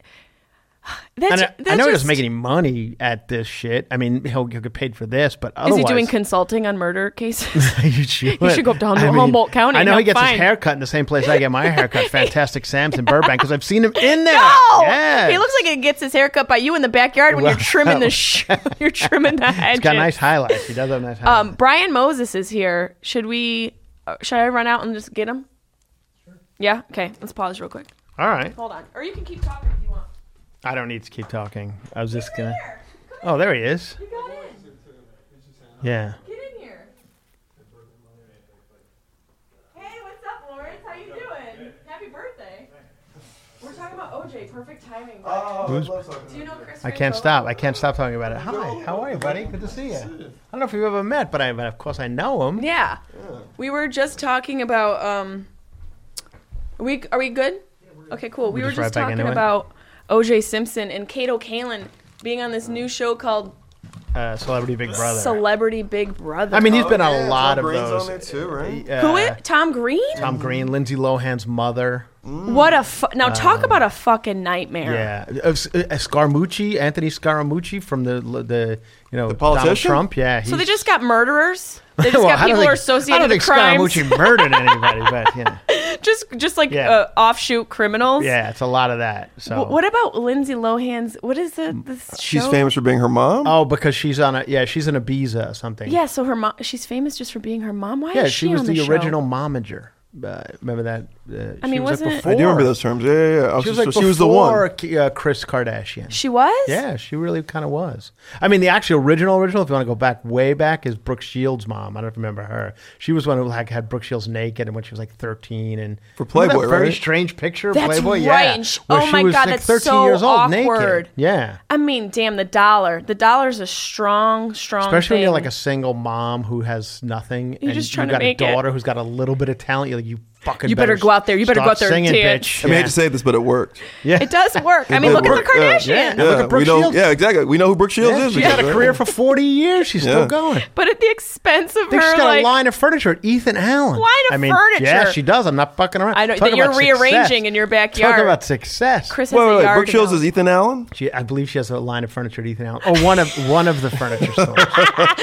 [SPEAKER 2] That's,
[SPEAKER 3] And I,
[SPEAKER 2] that's
[SPEAKER 3] I know he
[SPEAKER 2] just-
[SPEAKER 3] doesn't make any money at this shit. I mean, he'll, he'll get paid for this, but
[SPEAKER 2] Is
[SPEAKER 3] otherwise,
[SPEAKER 2] he doing consulting on murder cases?
[SPEAKER 3] you should.
[SPEAKER 2] he should go down to Humboldt County
[SPEAKER 3] I
[SPEAKER 2] and
[SPEAKER 3] know he
[SPEAKER 2] he'll
[SPEAKER 3] gets
[SPEAKER 2] find-
[SPEAKER 3] his hair cut in the same place I get my hair cut. Fantastic Sam's in Burbank because I've seen him in there.
[SPEAKER 2] No,
[SPEAKER 3] Yes.
[SPEAKER 2] he looks like he gets his haircut by you in the backyard when you're
[SPEAKER 3] Well-
[SPEAKER 2] trimming the sh- you're trimming the hedges.
[SPEAKER 3] He's got nice highlights. He does have nice highlights.
[SPEAKER 2] Um, Brian Moses is here. Should we? uh, Should I run out and just get him? Yeah. Okay. Let's pause real quick.
[SPEAKER 3] All right.
[SPEAKER 2] Hold on. Or you can keep talking if you want.
[SPEAKER 3] I don't need to keep talking. I was just gonna. Oh, there he is.
[SPEAKER 2] You got in.
[SPEAKER 3] Yeah.
[SPEAKER 2] Get in here. Hey, what's up, Lawrence? How you doing? Happy birthday. We're talking about OJ. Perfect timing.
[SPEAKER 3] Who's-
[SPEAKER 2] Do you know Chris?
[SPEAKER 3] I can't stop. I can't stop talking about it. Hi, how are you, buddy? Good to see you. I don't know if you've ever met, but I, but of course I know him.
[SPEAKER 2] Yeah. We were just talking about. Um, are we are we good? Okay, cool. We
[SPEAKER 3] We're
[SPEAKER 2] were
[SPEAKER 3] just
[SPEAKER 2] just
[SPEAKER 3] right back
[SPEAKER 2] talking
[SPEAKER 3] into it.
[SPEAKER 2] about OJ Simpson and Kato Kalin being on this new show called
[SPEAKER 3] Uh, Celebrity Big Brother.
[SPEAKER 2] Celebrity Big Brother.
[SPEAKER 3] I mean, he's been
[SPEAKER 4] Oh,
[SPEAKER 3] on
[SPEAKER 4] yeah,
[SPEAKER 3] a lot
[SPEAKER 4] Tom
[SPEAKER 3] of
[SPEAKER 4] Green's
[SPEAKER 3] those.
[SPEAKER 4] on it too, right?
[SPEAKER 3] Uh,
[SPEAKER 2] who it? Tom Green?
[SPEAKER 4] Um,
[SPEAKER 3] Tom Green, Lindsay Lohan's mother.
[SPEAKER 2] What a fu- now talk about a fucking nightmare.
[SPEAKER 3] Uh, Yeah, Uh, S- uh, Scaramucci, Anthony Scaramucci from the the you know Donald
[SPEAKER 4] politician?
[SPEAKER 3] Trump. Yeah,
[SPEAKER 2] So they
[SPEAKER 3] he's-
[SPEAKER 2] just got murderers. They just
[SPEAKER 3] Well, I
[SPEAKER 2] got
[SPEAKER 3] don't
[SPEAKER 2] people who
[SPEAKER 3] think-
[SPEAKER 2] are associated
[SPEAKER 3] I don't
[SPEAKER 2] with
[SPEAKER 3] think
[SPEAKER 2] crimes.
[SPEAKER 3] Scaramucci murdered anybody, but yeah,
[SPEAKER 2] just just like
[SPEAKER 3] Yeah.
[SPEAKER 2] uh, offshoot criminals.
[SPEAKER 3] yeah, it's a lot of that. So
[SPEAKER 2] W- what about Lindsay Lohan's? What is the this
[SPEAKER 4] She's
[SPEAKER 2] show?
[SPEAKER 4] famous for being her mom.
[SPEAKER 3] Oh, because she's on a yeah, she's in Ibiza or something.
[SPEAKER 2] Yeah, so her mom. She's famous just for being her mom. Why
[SPEAKER 3] yeah,
[SPEAKER 2] is
[SPEAKER 3] she, was
[SPEAKER 2] on
[SPEAKER 3] the,
[SPEAKER 2] the, show?
[SPEAKER 3] original momager. Uh, remember that? Uh,
[SPEAKER 2] I
[SPEAKER 3] she
[SPEAKER 2] mean,
[SPEAKER 3] was
[SPEAKER 2] wasn't it-
[SPEAKER 3] like
[SPEAKER 4] I
[SPEAKER 3] before.
[SPEAKER 4] do remember those terms. Yeah, yeah. yeah. I was
[SPEAKER 3] She was
[SPEAKER 4] just-
[SPEAKER 3] like
[SPEAKER 4] she was the one.
[SPEAKER 3] before, uh, Chris Kardashian.
[SPEAKER 2] She was.
[SPEAKER 3] Yeah, she really kind of was. I mean, the actual original original, if you want to go back way back, is Brooke Shields' mom. I don't know if you remember her. She was one who like had Brooke Shields naked, and when she was like thirteen, and
[SPEAKER 4] For
[SPEAKER 3] Remember that
[SPEAKER 4] Playboy,
[SPEAKER 3] very
[SPEAKER 4] right?
[SPEAKER 3] strange picture.
[SPEAKER 2] That's
[SPEAKER 3] Playboy,
[SPEAKER 2] right,
[SPEAKER 3] yeah.
[SPEAKER 2] and she-
[SPEAKER 3] where
[SPEAKER 2] oh
[SPEAKER 3] she
[SPEAKER 2] my
[SPEAKER 3] was,
[SPEAKER 2] God,
[SPEAKER 3] like,
[SPEAKER 2] that's
[SPEAKER 3] 13
[SPEAKER 2] so
[SPEAKER 3] years old,
[SPEAKER 2] awkward.
[SPEAKER 3] naked. Yeah.
[SPEAKER 2] I mean, damn the dollar. The dollar's a strong, strong.
[SPEAKER 3] Especially when you're
[SPEAKER 2] thing.
[SPEAKER 3] like a single mom who has nothing, and
[SPEAKER 2] just
[SPEAKER 3] you
[SPEAKER 2] trying to
[SPEAKER 3] got
[SPEAKER 2] make it.
[SPEAKER 3] a daughter who's got a little bit of talent. You're like, you fucking.
[SPEAKER 2] You better go out there. You better
[SPEAKER 3] stop
[SPEAKER 2] go out there and
[SPEAKER 3] singing,
[SPEAKER 2] dance.
[SPEAKER 3] bitch.
[SPEAKER 4] I mean, I hate to say this, but it worked.
[SPEAKER 3] yeah.
[SPEAKER 2] It does work. I mean,
[SPEAKER 4] did
[SPEAKER 2] look at
[SPEAKER 4] work,
[SPEAKER 2] the
[SPEAKER 4] yeah.
[SPEAKER 2] Kardashians.
[SPEAKER 3] Yeah. Look at Brooke
[SPEAKER 4] we know,
[SPEAKER 3] Shields.
[SPEAKER 4] Yeah, exactly. We know who Brooke Shields
[SPEAKER 3] Yeah,
[SPEAKER 4] is.
[SPEAKER 3] She's had
[SPEAKER 4] because-
[SPEAKER 3] a career for forty years. She's
[SPEAKER 4] Yeah.
[SPEAKER 3] still going.
[SPEAKER 2] But at the expense of
[SPEAKER 3] I think
[SPEAKER 2] her,
[SPEAKER 3] she's got
[SPEAKER 2] like
[SPEAKER 3] a line of furniture at Ethan Allen.
[SPEAKER 2] Line of
[SPEAKER 3] I mean,
[SPEAKER 2] furniture.
[SPEAKER 3] Yeah, she does. I'm not fucking around.
[SPEAKER 2] I know,
[SPEAKER 3] Talk
[SPEAKER 2] that you're
[SPEAKER 3] about success.
[SPEAKER 2] rearranging in your backyard.
[SPEAKER 3] Talk about success.
[SPEAKER 2] Chris has
[SPEAKER 4] Wait,
[SPEAKER 2] a
[SPEAKER 4] wait, wait.
[SPEAKER 2] yard
[SPEAKER 4] Brooke Shields
[SPEAKER 2] now.
[SPEAKER 4] is Ethan Allen?
[SPEAKER 3] She, I believe she has a line of furniture at Ethan Allen. Oh, one of one of the furniture stores.
[SPEAKER 4] Oh, I,
[SPEAKER 2] Wait
[SPEAKER 4] thought,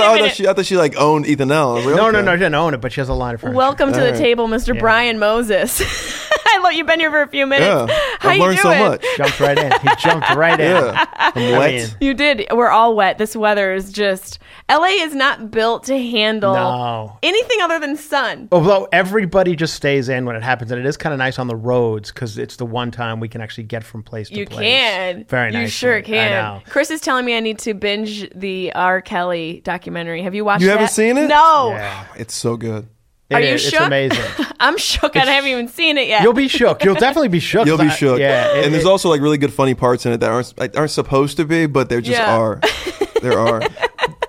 [SPEAKER 2] a
[SPEAKER 4] I, thought
[SPEAKER 2] minute.
[SPEAKER 4] she, I thought she like owned Ethan Allen. I was like,
[SPEAKER 3] No,
[SPEAKER 4] okay.
[SPEAKER 3] no, no. She doesn't own it, but she has a line of furniture.
[SPEAKER 2] Welcome to the table, Mr. Brian Moses. I love you've been here for a few minutes.
[SPEAKER 4] Yeah.
[SPEAKER 2] How
[SPEAKER 4] I've
[SPEAKER 2] you
[SPEAKER 4] learned so
[SPEAKER 2] doing?
[SPEAKER 4] much.
[SPEAKER 3] Jumped right in. He jumped right in.
[SPEAKER 4] Yeah. I'm
[SPEAKER 3] I
[SPEAKER 4] wet.
[SPEAKER 3] mean,
[SPEAKER 2] You did. We're all wet. This weather is just. LA is not built to handle
[SPEAKER 3] No.
[SPEAKER 2] anything other than sun.
[SPEAKER 3] Although everybody just stays in when it happens, and it is kind of nice on the roads because it's the one time we can actually get from place to
[SPEAKER 2] You
[SPEAKER 3] place.
[SPEAKER 2] can.
[SPEAKER 3] Very
[SPEAKER 2] You
[SPEAKER 3] nice.
[SPEAKER 2] sure can.
[SPEAKER 3] I know.
[SPEAKER 2] Chris is telling me I need to binge the R. Kelly documentary. Have you watched
[SPEAKER 4] You
[SPEAKER 2] that?
[SPEAKER 4] haven't seen it?
[SPEAKER 2] No.
[SPEAKER 3] Yeah.
[SPEAKER 4] It's so good.
[SPEAKER 2] Oh, Are
[SPEAKER 3] It
[SPEAKER 2] you
[SPEAKER 3] is-
[SPEAKER 2] shook?
[SPEAKER 3] It's amazing.
[SPEAKER 2] I'm shook and I haven't even seen it yet.
[SPEAKER 3] You'll be shook. You'll definitely be shook.
[SPEAKER 4] You'll be
[SPEAKER 3] I-
[SPEAKER 4] shook.
[SPEAKER 3] Yeah. it-
[SPEAKER 4] and there's
[SPEAKER 3] it-
[SPEAKER 4] also like really good funny parts in it that aren't like, aren't supposed to be, but there just
[SPEAKER 2] Yeah.
[SPEAKER 4] are. there are.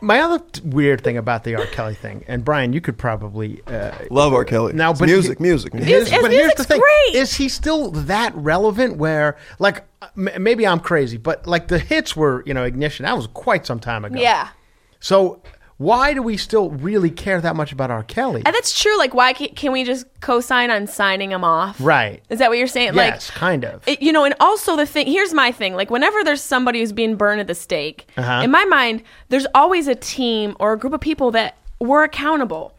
[SPEAKER 3] my other t- weird thing about the R. Kelly thing, and Brian, you could probably uh,
[SPEAKER 4] Love R. Kelly.
[SPEAKER 3] Now,
[SPEAKER 4] It's
[SPEAKER 3] but
[SPEAKER 4] music,
[SPEAKER 3] he-
[SPEAKER 4] music, music.
[SPEAKER 3] Here's-
[SPEAKER 2] his
[SPEAKER 3] but here's the
[SPEAKER 2] music's
[SPEAKER 3] thing:
[SPEAKER 2] great.
[SPEAKER 3] is he still that relevant? Where like m- maybe I'm crazy, but like the hits were you know ignition. That was quite some time ago.
[SPEAKER 2] yeah.
[SPEAKER 3] So why do we still really care that much about R. Kelly?
[SPEAKER 2] And that's true. Like, why can't, can we just co-sign on signing him off?
[SPEAKER 3] Right.
[SPEAKER 2] Is that what you're saying?
[SPEAKER 3] yes,
[SPEAKER 2] like,
[SPEAKER 3] kind of.
[SPEAKER 2] it- you know, and also the thing. Here's my thing. Like, whenever there's somebody who's being burned at the stake,
[SPEAKER 3] Uh-huh.
[SPEAKER 2] in my mind, there's always a team or a group of people that were accountable,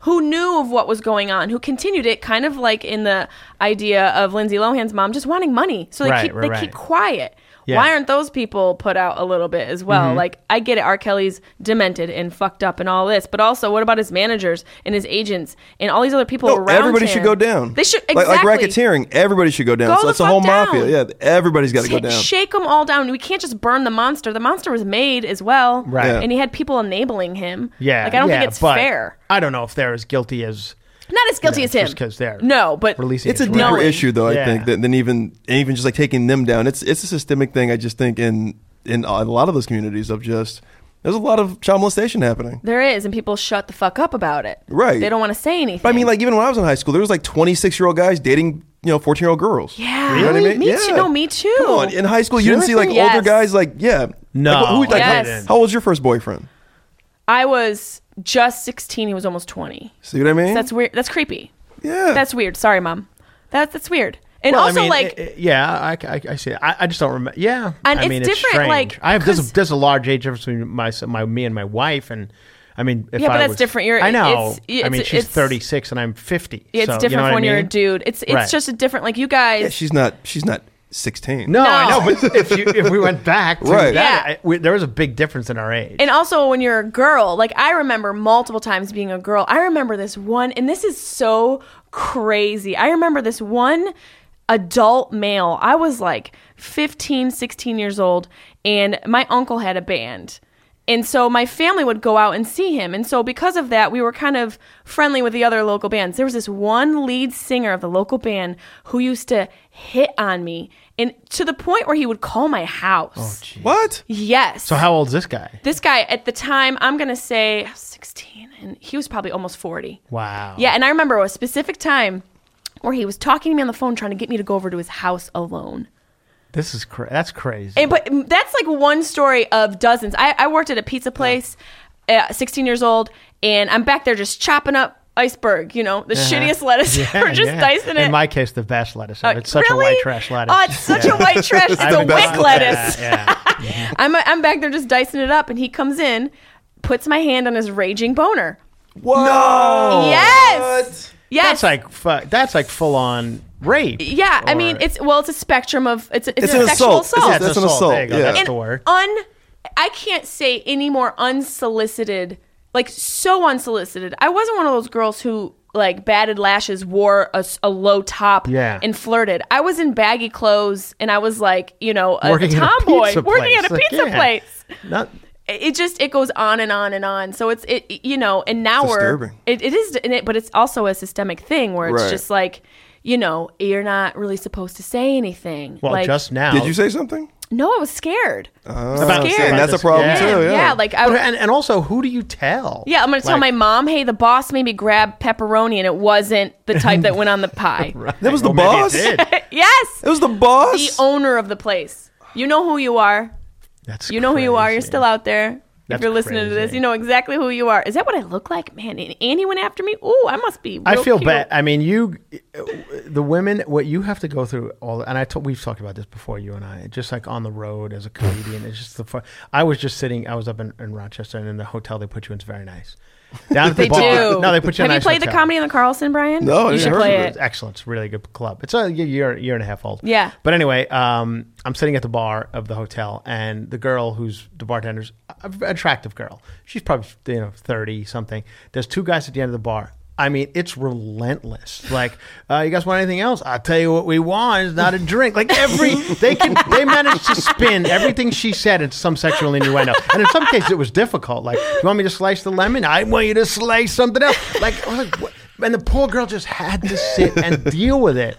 [SPEAKER 2] who knew of what was going on, who continued it. Kind of like in the idea of Lindsay Lohan's mom just wanting money, so they
[SPEAKER 3] Right,
[SPEAKER 2] keep
[SPEAKER 3] right,
[SPEAKER 2] they
[SPEAKER 3] right.
[SPEAKER 2] keep quiet.
[SPEAKER 3] Yeah.
[SPEAKER 2] Why aren't those people put out a little bit as well?
[SPEAKER 4] Mm-hmm.
[SPEAKER 2] Like, I get it. R. Kelly's demented and fucked up and all this, but also, what about his managers and his agents and all these other people
[SPEAKER 4] No,
[SPEAKER 2] around
[SPEAKER 4] everybody
[SPEAKER 2] him?
[SPEAKER 4] should go down.
[SPEAKER 2] They should
[SPEAKER 4] Like-
[SPEAKER 2] exactly
[SPEAKER 4] like, racketeering. Everybody should go down.
[SPEAKER 2] Go
[SPEAKER 4] so
[SPEAKER 2] the
[SPEAKER 4] that's a
[SPEAKER 2] fuck
[SPEAKER 4] whole
[SPEAKER 2] down.
[SPEAKER 4] mafia. Yeah, everybody's got to go
[SPEAKER 2] Ta-
[SPEAKER 4] down.
[SPEAKER 2] Shake them all down. We can't just burn the monster. The monster was made as well,
[SPEAKER 3] Right. Yeah.
[SPEAKER 2] And he had people enabling him.
[SPEAKER 3] yeah.
[SPEAKER 2] like I don't
[SPEAKER 3] yeah,
[SPEAKER 2] think it's
[SPEAKER 3] but
[SPEAKER 2] fair.
[SPEAKER 3] I don't know if they're as guilty as
[SPEAKER 2] Not as guilty
[SPEAKER 3] you know,
[SPEAKER 2] as him.
[SPEAKER 3] just because they're
[SPEAKER 2] no, but
[SPEAKER 3] releasing.
[SPEAKER 4] It's a
[SPEAKER 3] his
[SPEAKER 4] deeper
[SPEAKER 3] record.
[SPEAKER 2] Knowing.
[SPEAKER 4] issue, though. I
[SPEAKER 3] Yeah.
[SPEAKER 4] think than, than even even just like taking them down. It's it's a systemic thing. I just think in in a lot of those communities of just there's a lot of child molestation happening.
[SPEAKER 2] there is, and people shut the fuck up about it.
[SPEAKER 4] Right.
[SPEAKER 2] They don't want to say anything.
[SPEAKER 4] But I mean, like even when I was in high school, there was like 26 year old guys dating you know 14 year old girls.
[SPEAKER 2] yeah,
[SPEAKER 4] You know what I mean?
[SPEAKER 2] me
[SPEAKER 4] Yeah.
[SPEAKER 2] too. No, me too.
[SPEAKER 4] Come on, in high school you didn't see like
[SPEAKER 2] Seriously? Yes.
[SPEAKER 4] older guys like yeah.
[SPEAKER 3] No,
[SPEAKER 4] Like, who- like,
[SPEAKER 2] I
[SPEAKER 4] how-
[SPEAKER 2] didn't.
[SPEAKER 4] How old was your first boyfriend?
[SPEAKER 2] I was just sixteen. He was almost twenty.
[SPEAKER 4] See what I mean?
[SPEAKER 2] That's weird. That's creepy.
[SPEAKER 4] yeah.
[SPEAKER 2] That's weird. Sorry, mom. That's that's weird. And
[SPEAKER 3] Well,
[SPEAKER 2] also,
[SPEAKER 3] I mean,
[SPEAKER 2] like,
[SPEAKER 3] i- i- yeah, I, I, I see. it. I, I just don't remember. Yeah,
[SPEAKER 2] And
[SPEAKER 3] I
[SPEAKER 2] it's
[SPEAKER 3] mean,
[SPEAKER 2] different,
[SPEAKER 3] strange.
[SPEAKER 2] like,
[SPEAKER 3] I have there's a,
[SPEAKER 2] 'cause-
[SPEAKER 3] there's a large age difference between my, my me and my wife, and I mean, if
[SPEAKER 2] Yeah, but
[SPEAKER 3] I
[SPEAKER 2] that's
[SPEAKER 3] was-
[SPEAKER 2] different. You're-
[SPEAKER 3] I know.
[SPEAKER 2] it's-
[SPEAKER 3] I mean,
[SPEAKER 2] it's-
[SPEAKER 3] she's
[SPEAKER 2] it's-
[SPEAKER 3] 36 and I'm 50.
[SPEAKER 2] it's
[SPEAKER 3] so, you
[SPEAKER 2] different
[SPEAKER 3] know what I
[SPEAKER 2] when you're a
[SPEAKER 3] mean?
[SPEAKER 2] dude. It's it's
[SPEAKER 3] Right.
[SPEAKER 2] just a different. Like you guys.
[SPEAKER 4] yeah, she's not. She's not 16.
[SPEAKER 3] No,
[SPEAKER 2] No.
[SPEAKER 3] I know. But if you if we went back, to
[SPEAKER 4] Right.
[SPEAKER 3] that,
[SPEAKER 2] Yeah.
[SPEAKER 3] I- we, there was a big difference in our age.
[SPEAKER 2] And also, when you're a girl, like I remember multiple times being a girl. I remember this one, and this is so crazy. I remember this one adult male. I was like 15, 16 years old, and my uncle had a band. And so my family would go out and see him. And so because of that, we were kind of friendly with the other local bands. There was this one lead singer of the local band who used to hit on me and to the point where he would call my house.
[SPEAKER 4] What?
[SPEAKER 2] yes.
[SPEAKER 3] Oh, so how old's this guy?
[SPEAKER 2] This guy at the time, I'm gonna say 16, and he was probably almost 40.
[SPEAKER 3] Wow.
[SPEAKER 2] Yeah, and I remember a specific time where he was talking to me on the phone, trying to get me to go over to his house alone.
[SPEAKER 3] This is cra- that's crazy.
[SPEAKER 2] And but mm, that's like one story of dozens. I, I worked at a pizza place, uh, 16 years old, and I'm back there just chopping up iceberg. You know, the shittiest lettuce
[SPEAKER 3] Uh-huh. Yeah,
[SPEAKER 2] ever, just
[SPEAKER 3] yeah.
[SPEAKER 2] dicing it.
[SPEAKER 3] In my case, the best lettuce.
[SPEAKER 2] Uh,
[SPEAKER 3] ever. it's such
[SPEAKER 2] really?
[SPEAKER 3] a white trash lettuce.
[SPEAKER 2] Oh, it's such a white trash. It's a
[SPEAKER 3] I'm
[SPEAKER 2] wick
[SPEAKER 3] done.
[SPEAKER 2] lettuce.
[SPEAKER 3] Yeah, yeah.
[SPEAKER 2] I'm, I'm back there just dicing it up, and he comes in, puts my hand on his raging boner.
[SPEAKER 4] What? No.
[SPEAKER 2] Yes. Yes.
[SPEAKER 3] That's like fu- that's like full on rape.
[SPEAKER 2] yeah. I mean,
[SPEAKER 3] or-
[SPEAKER 2] it's well, it's a spectrum of it's a, it's,
[SPEAKER 4] It's
[SPEAKER 2] a
[SPEAKER 4] an
[SPEAKER 2] sexual assault.
[SPEAKER 4] assault. It's
[SPEAKER 3] Yeah,
[SPEAKER 4] That's
[SPEAKER 3] that's
[SPEAKER 4] an
[SPEAKER 3] an
[SPEAKER 4] assault,
[SPEAKER 3] assault. There you go.
[SPEAKER 4] yeah.
[SPEAKER 3] That's
[SPEAKER 2] And
[SPEAKER 3] the word.
[SPEAKER 2] Un, I can't say any more unsolicited, like so unsolicited. I wasn't one of those girls who like batted lashes, wore a, s- a low top,
[SPEAKER 3] Yeah.
[SPEAKER 2] and flirted. I was in baggy clothes, and I was like, you know, a
[SPEAKER 3] Working at a
[SPEAKER 2] tomboy
[SPEAKER 3] pizza
[SPEAKER 2] working at a
[SPEAKER 3] place.
[SPEAKER 2] pizza
[SPEAKER 3] Yeah.
[SPEAKER 2] place.
[SPEAKER 3] Not
[SPEAKER 2] it it just it goes on and on and on. So it's it you know, and now
[SPEAKER 4] It's
[SPEAKER 2] we're
[SPEAKER 4] disturbing.
[SPEAKER 2] it, it is, and it, but it's also a systemic thing where it's
[SPEAKER 4] Right.
[SPEAKER 2] just like you know you're not really supposed to say anything.
[SPEAKER 3] well,
[SPEAKER 2] like,
[SPEAKER 3] just now.
[SPEAKER 4] Did you say something?
[SPEAKER 2] No, I was scared.
[SPEAKER 3] About
[SPEAKER 2] Scared.
[SPEAKER 3] about
[SPEAKER 4] Oh, And that's a
[SPEAKER 3] this.
[SPEAKER 4] problem
[SPEAKER 3] Yeah.
[SPEAKER 4] too.
[SPEAKER 2] yeah.
[SPEAKER 4] Yeah.
[SPEAKER 2] like I.
[SPEAKER 3] But- and, and also, who do you tell?
[SPEAKER 2] yeah, I'm gonna tell
[SPEAKER 3] Like,
[SPEAKER 2] my mom, hey, the boss made me grab pepperoni, and it wasn't the type that went on the pie.
[SPEAKER 4] that was the
[SPEAKER 3] well, maybe it
[SPEAKER 4] boss.
[SPEAKER 3] did.
[SPEAKER 4] It
[SPEAKER 2] Yes,
[SPEAKER 4] was the boss.
[SPEAKER 2] the owner of the place. You know who you are.
[SPEAKER 3] That's
[SPEAKER 2] You know who you are. You're
[SPEAKER 3] crazy.
[SPEAKER 2] still out there. if
[SPEAKER 3] That's
[SPEAKER 2] you're listening to this,
[SPEAKER 3] crazy.
[SPEAKER 2] you know exactly who you are. Is that what I look like, man? And Andy went after me. Ooh, I must be.
[SPEAKER 3] I
[SPEAKER 2] real
[SPEAKER 3] feel
[SPEAKER 2] cute.
[SPEAKER 3] bad. I mean, you, the women, what you have to go through all, and I t- we've talked about this before, you and I, just like on the road as a comedian. It's just the fun. I was just sitting, I was up in, in Rochester, and in the hotel they put you in is very nice. Down at the
[SPEAKER 2] They
[SPEAKER 3] bar.
[SPEAKER 2] do.
[SPEAKER 3] No, they put you in
[SPEAKER 2] Have
[SPEAKER 3] a
[SPEAKER 2] you
[SPEAKER 3] nice
[SPEAKER 2] played the
[SPEAKER 3] hotel.
[SPEAKER 2] comedy in the Carlson, Brian?
[SPEAKER 4] No,
[SPEAKER 2] you
[SPEAKER 4] I didn't
[SPEAKER 2] should
[SPEAKER 4] heard
[SPEAKER 2] play
[SPEAKER 4] of
[SPEAKER 2] it.
[SPEAKER 3] It's excellent. It's a really good club. It's a year year and a half old.
[SPEAKER 2] Yeah.
[SPEAKER 3] But anyway, um, I'm sitting at the bar of the hotel, and the girl who's the bartender's a- a- attractive girl. She's probably you know thirty something. There's two guys at the end of the bar. I mean, it's relentless. Like, uh, you guys want anything else? I'll tell you what we want. It's not a drink. Like every they can they managed to spin everything she said into some sexual innuendo, and in some cases it was difficult. Like, you want me to slice the lemon? I want you to slice something else. Like, I was like, what? and the poor girl just had to sit and deal with it